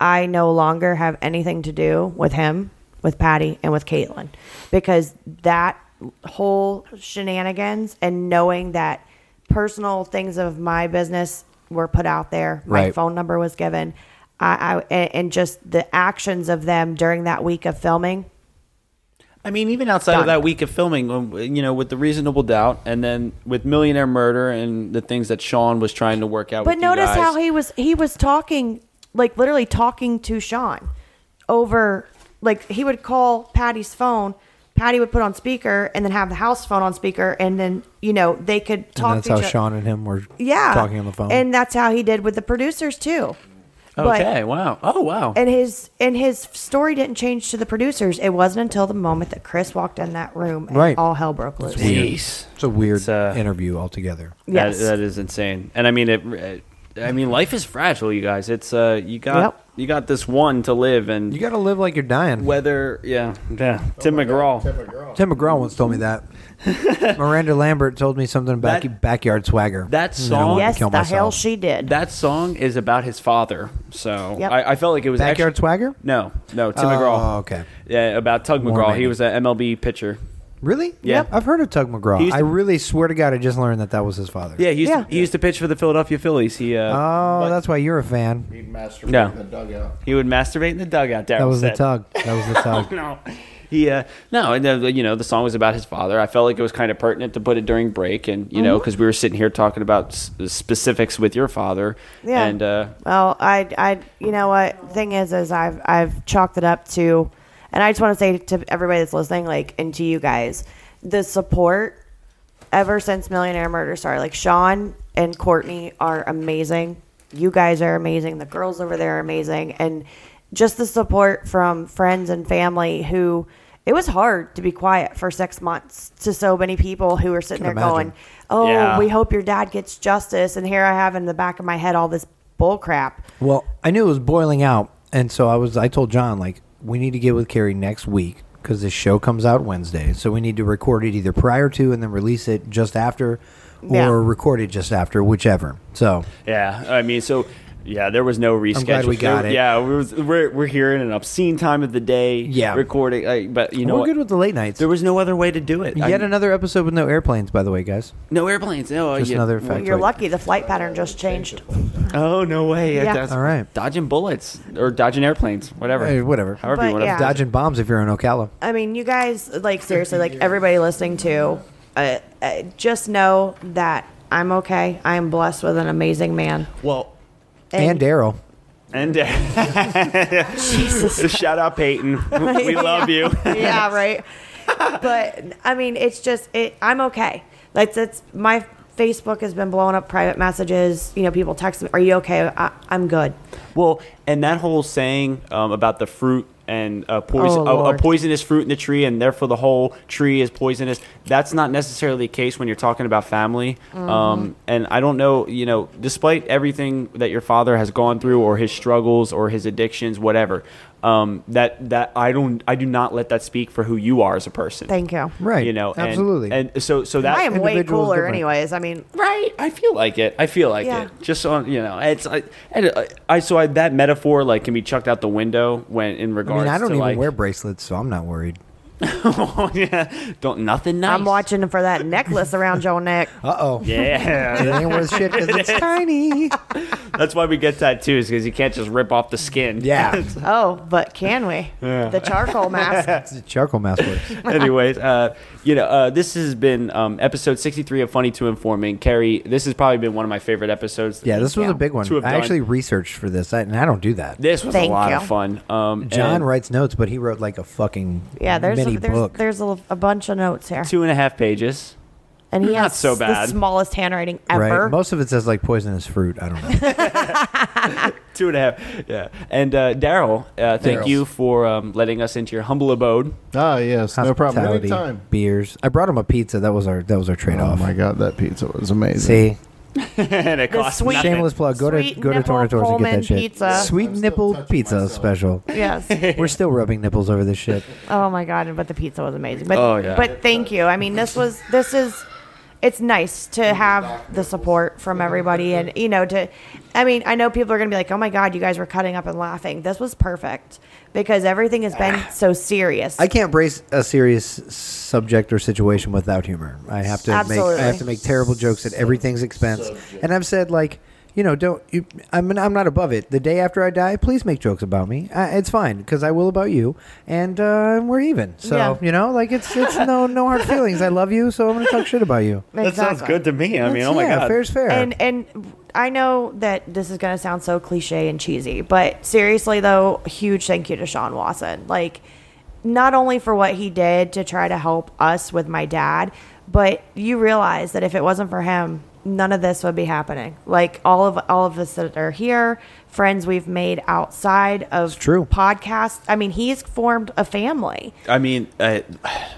E: I no longer have anything to do with him, with Patty, and with Caitlin because that whole shenanigans and knowing that personal things of my business were put out there, my
C: Right.
E: phone number was given. I, I and and just the actions of them during that week of filming
B: I mean, even outside of
E: Done.
B: that week of filming, when- you know, with the reasonable doubt, and then with Millionaire Murder and the things that Sean was trying to work out.
E: But
B: with
E: notice
B: you guys,
E: how he was he was talking like literally talking to Sean over like he would call Patty's phone. Patty would put on speaker and then have the house phone on speaker and then you know they could talk.
C: and that's
E: to
C: how
E: each oth-
C: Sean and him were
E: yeah
C: talking on the phone.
E: and that's how he did with the producers too. But-
B: Okay. Wow. Oh, wow.
E: and his and his story didn't change to the producers. It wasn't until the moment that Chris walked in that room and
C: Right.
E: all hell broke loose.
B: Jeez.
C: it's a weird
B: uh,
C: interview altogether.
B: That-
E: Yes.
B: that is insane. And I mean, it, it I mean, life is fragile, you guys. It's uh, you got
C: Yep.
B: you got this one to live, and
C: You got to live like you're dying.
B: whether yeah, yeah. Tim McGraw.
C: Tim McGraw once told me that. Miranda Lambert told me something about backyard swagger.
B: That
C: And then I
B: song-
C: wanted to
E: Yes,
C: kill
E: the hell
C: myself.
E: she did.
B: That song is about his father, so
E: Yep.
B: I, I felt like it was
C: backyard
B: extra-
C: swagger.
B: No, no, Tim
C: Oh,
B: McGraw.
C: okay.
B: Yeah, about Tug
C: Warren
B: McGraw. He
C: Beatty.
B: was an MLB pitcher.
C: Really?
B: Yeah.
C: I've heard of Tug McGraw.
B: He used
C: I
B: to-
C: really swear to God, I just learned that that was his father.
B: Yeah, he used,
E: Yeah.
B: To, he used to pitch for the Philadelphia Phillies. He uh,
C: Oh,
B: but
C: that's why you're a fan.
F: He'd masturbate
B: No.
F: in the dugout.
B: he would masturbate in the dugout. Daryl
C: That was the
B: said.
C: tug. That was the tug.
B: no. He, uh, no, and then, you know, the song was about his father. I felt like it was kind of pertinent to put it during break, and, you
C: Mm-hmm.
B: know, 'cause know, because we were sitting here talking about s- specifics with your father.
E: Yeah.
B: And, uh,
E: Well, I, I, you know what? Thing is, is I've, I've chalked it up to, and I just want to say to everybody that's listening, like, and to you guys, the support ever since Millionaire Murder started. Like Sean and Courtney are amazing. You guys are amazing. The girls over there are amazing, and just the support from friends and family who. It was hard to be quiet for six months to so many people who were sitting there
C: Can imagine.
E: going, "Oh,
B: Yeah.
E: we hope your dad gets justice," and here I have in the back of my head all this bull crap.
C: Well, I knew it was boiling out, and so I was. I told John like we need to get with Carrie next week because this show comes out Wednesday, so we need to record it either prior to and then release it just after,
E: Yeah.
C: or record it just after, whichever. So
B: yeah, I mean, so, yeah, there was no reschedule.
C: I'm glad we got
B: There-
C: it.
B: Yeah, we was, we're, we're here in an obscene time of the day.
C: Yeah.
B: Recording. Like, but, you know,
C: we're
B: what?
C: good with the late nights.
B: there was no other way to do it.
C: Yet
B: I-
C: another episode with no airplanes, by the way, guys.
B: no airplanes. No,
C: Just
B: yeah.
C: another
B: Well,
C: fact.
E: You're lucky the flight pattern just changed.
B: Oh, no way.
E: Yeah.
B: That's-
C: All right.
B: Dodging bullets or dodging airplanes, whatever.
C: Hey, whatever.
B: However you
E: But
B: want to
E: yeah.
C: Dodging bombs if you're in Ocala.
E: I mean, you guys, like seriously, like everybody listening to, uh, uh, just know that I'm okay. I am blessed with an amazing man.
B: Well,
C: And Daryl.
B: and uh, Shout out Peyton. We love you.
E: yeah, right. But I mean, it's just it. I'm okay. Like that's my Facebook has been blowing up private messages. You know, people text me, "Are you okay?" I, I'm good.
B: Well, and that whole saying um, about the fruit and a, poison,
E: Oh,
B: a- a,
E: Lord.
B: poisonous fruit in the tree, and therefore the whole tree is poisonous. That's not necessarily the case when you're talking about family.
E: Mm-hmm.
B: Um, and I don't know, you know, despite everything that your father has gone through, or his struggles, or his addictions, whatever. Um, that that I don't, I do not let that speak for who you are as a person.
E: Thank you.
C: Right.
B: You know, and-
C: Absolutely.
B: And, so, so that
E: I am way
C: individual is
E: cooler,
C: different.
E: anyways. I mean,
B: Right, I feel like it. I feel like
E: Yeah.
B: it. Just on, you know, it's I, and I, I so I, that metaphor like can be chucked out the window when in
C: I
B: regards.
C: mean, I don't
B: to,
C: even
B: like,
C: wear bracelets, so I'm not worried.
B: yeah, don't nothing nice.
E: I'm watching for that necklace around your neck.
C: Uh oh.
B: Yeah,
C: It ain't worth shit because it's tiny.
B: that's why we get tattoos because you can't just rip off the skin.
C: Yeah.
E: Oh, but can we? The charcoal mask.
C: It's a charcoal mask works.
B: Anyways, uh, you know, uh, this has been um, episode sixty-three of Funny to Informing. Carrie, this has probably been one of my favorite episodes.
C: Yeah, this was
E: Yeah.
C: a big one.
B: To have
C: I
B: done.
C: actually researched for this, I, and I don't do that.
B: this was
E: Thank
B: a lot
E: you.
B: of fun. Um,
C: John
B: and
C: writes notes, but he wrote like a fucking
E: Yeah, there's
C: mini
E: a, there's,
C: book.
E: there's a, a bunch of notes here,
B: two and a half pages.
E: and he
B: not
E: has
B: so
E: the
B: bad.
E: smallest handwriting
C: right?
E: ever.
C: Most of it says like poisonous fruit. I don't know.
B: Two and a half, yeah. And uh, Daryl, uh, thank
F: Daryl.
B: you for um, letting us into your humble abode.
F: Ah, yes, no problem.
C: Hospitality,
F: Anytime.
C: Beers. I brought him a pizza. That was our that was our trade
F: Oh
C: off.
F: my god, that pizza was amazing.
C: See,
B: and it costs
E: sweet-
B: nothing.
C: shameless plug. Go
E: Sweet
C: to go to
E: nipple
C: Tornators and get
E: Pullman
C: that shit.
E: pizza.
C: Sweet
F: I'm still
C: nipple
F: touching
C: pizza
F: myself.
C: special.
E: yes.
C: We're still rubbing nipples over this shit.
E: Oh my god! But the pizza was amazing. But
B: Oh, yeah.
E: but thank you. I mean, this was this is. It's nice to have the support from everybody, and you know, to. I mean, I know people are gonna be like, "Oh my god, you guys were cutting up and laughing." This was perfect because everything has
B: Ah.
E: been so serious.
C: I can't brace a serious subject or situation without humor. I have to
E: Absolutely.
C: make I have to make terrible jokes at everything's expense. And I've said like, you know, don't you, I'm I'm not above it. The day after I die, please make jokes about me. I, it's fine because I will about you, and uh, we're even. So
E: Yeah.
C: you know, like it's it's no no hard feelings. I love you, so I'm gonna talk shit about you.
B: That sounds
E: Exactly.
B: good to me. I mean,
C: That's-
B: oh my
C: yeah,
B: god.
C: fair's fair.
E: And and I know that this is going to sound so cliche and cheesy, but seriously though, huge thank you to Sean Watson. Like not only for what he did to try to help us with my dad, but you realize that if it wasn't for him, none of this would be happening. Like all of all of us that are here, friends we've made outside of
C: true.
E: podcasts. I mean, he's formed a family.
B: I mean, uh,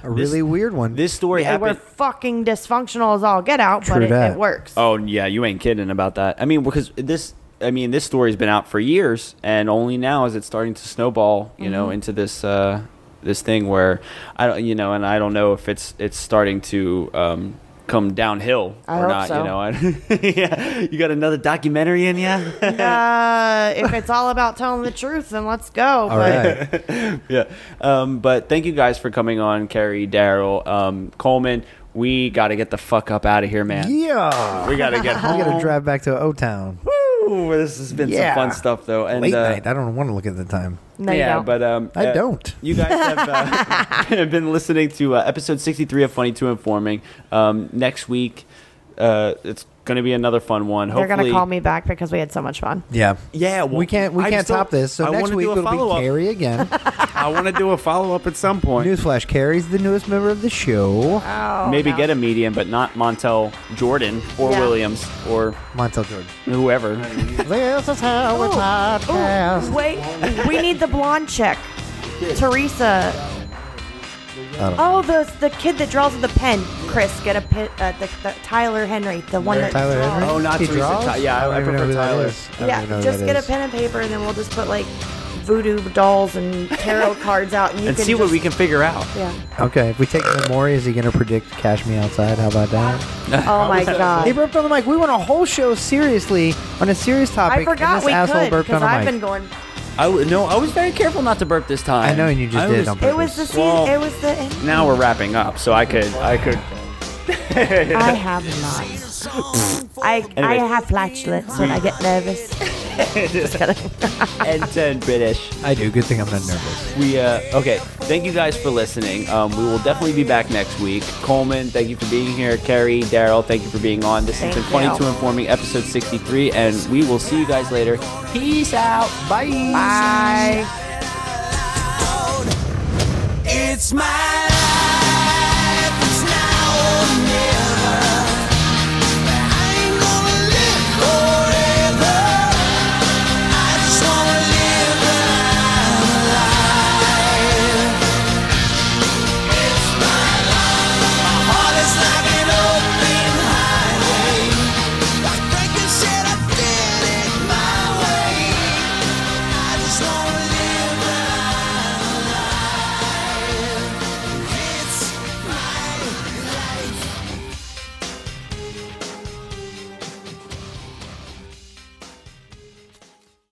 C: A really weird one.
B: This story
E: And we're
B: happened.
E: fucking dysfunctional as all get out,
C: True
E: but it,
C: that.
E: it works.
B: Oh yeah, you ain't kidding about that. I mean, because this, I mean, this story's been out for years, and only now is it starting to snowball. You know,
E: Mm-hmm.
B: into this uh, this thing where I don't, you know, and I don't know if it's it's starting to um, come downhill
E: I
B: or
E: hope
B: not.
E: so.
B: You know, I, yeah, you got another documentary in ya?
E: Uh, if it's all about telling the truth, then let's go.
C: All
E: but
C: right.
B: yeah. Um, but thank you guys for coming on, Carrie, Daryl, um, Coleman. We got to get the fuck up out of here, man.
C: yeah.
B: We got to get
C: We
B: home.
C: gotta drive back to O Town.
B: Woo! This has been
C: Yeah.
B: some fun stuff, though. And,
C: Late
B: uh,
C: night. I don't want to look at the time.
E: no, you
B: yeah,
E: don't.
B: but um,
C: I
B: uh,
C: don't.
B: You guys have uh, been listening to uh, episode sixty-three of Funny Two Informing. Um, next week, uh, it's going to be another fun one.
E: they're
B: Hopefully,
E: gonna call me back because we had so much fun.
C: Yeah.
B: Yeah, well,
C: we can't. We
B: I'm
C: can't
B: still-
C: top this. So
B: I
C: next
B: wanna
C: week
B: do a
C: it'll
B: follow-up.
C: be Carrie again.
M: I want to do a follow up at some point.
C: Newsflash: Carrie's the newest member of the show.
E: Oh,
B: maybe
E: no.
B: get a medium, but not Montel Jordan or
E: Yeah.
B: Williams or
C: Montel Jordan.
B: whoever.
C: This is
B: Oh,
C: how we podcast.
E: Wait, we need the blonde chick, Teresa. Oh, the the kid that draws with the pen, Chris. Get a pit. Uh, the, the Tyler Henry, the one that.
C: Tyler Henry.
B: Oh, not
C: he
B: Teresa
C: draws?
B: Ty- yeah, I-
C: don't
B: I
C: even know
B: prefer
C: who that
B: Tyler.
C: is. I don't
E: Yeah,
C: even know who
E: just
C: that
E: get
C: is.
E: a pen and paper, and then we'll just put like voodoo dolls and tarot cards out, and you
B: and
E: can
B: see what
E: just-
B: we can figure out.
E: Yeah.
C: Okay, if we take Mori, is he going to predict "Cash Me Outside"? How about that?
E: Oh my
C: He
E: god.
C: burped on the mic. We want a whole show seriously on a serious topic.
E: I forgot
C: and this
E: we
C: asshole
E: could
C: burped on
E: because
C: a
E: I've
C: mic.
E: been going.
B: I w- no, I was very careful not to burp this time.
C: I know, and you just
B: I
C: did
B: was-
C: on
E: It was the season.
B: Well-
E: it was the.
B: now we're wrapping up, so I could I could
E: I have not. I I
B: Anyway.
E: have flatulence when I get nervous. just kidding.
B: end ten British.
C: I do. Good thing I'm not nervous.
B: We uh, okay. Thank you guys for listening. Um, we will definitely be back next week. Coleman, thank you for being here. Carrie, Daryl, thank you for being on. This
E: Thank
B: has been Funny
E: you.
B: to Informing, episode sixty-three, and we will see you guys later. Peace out. Bye.
E: Bye.
G: It's my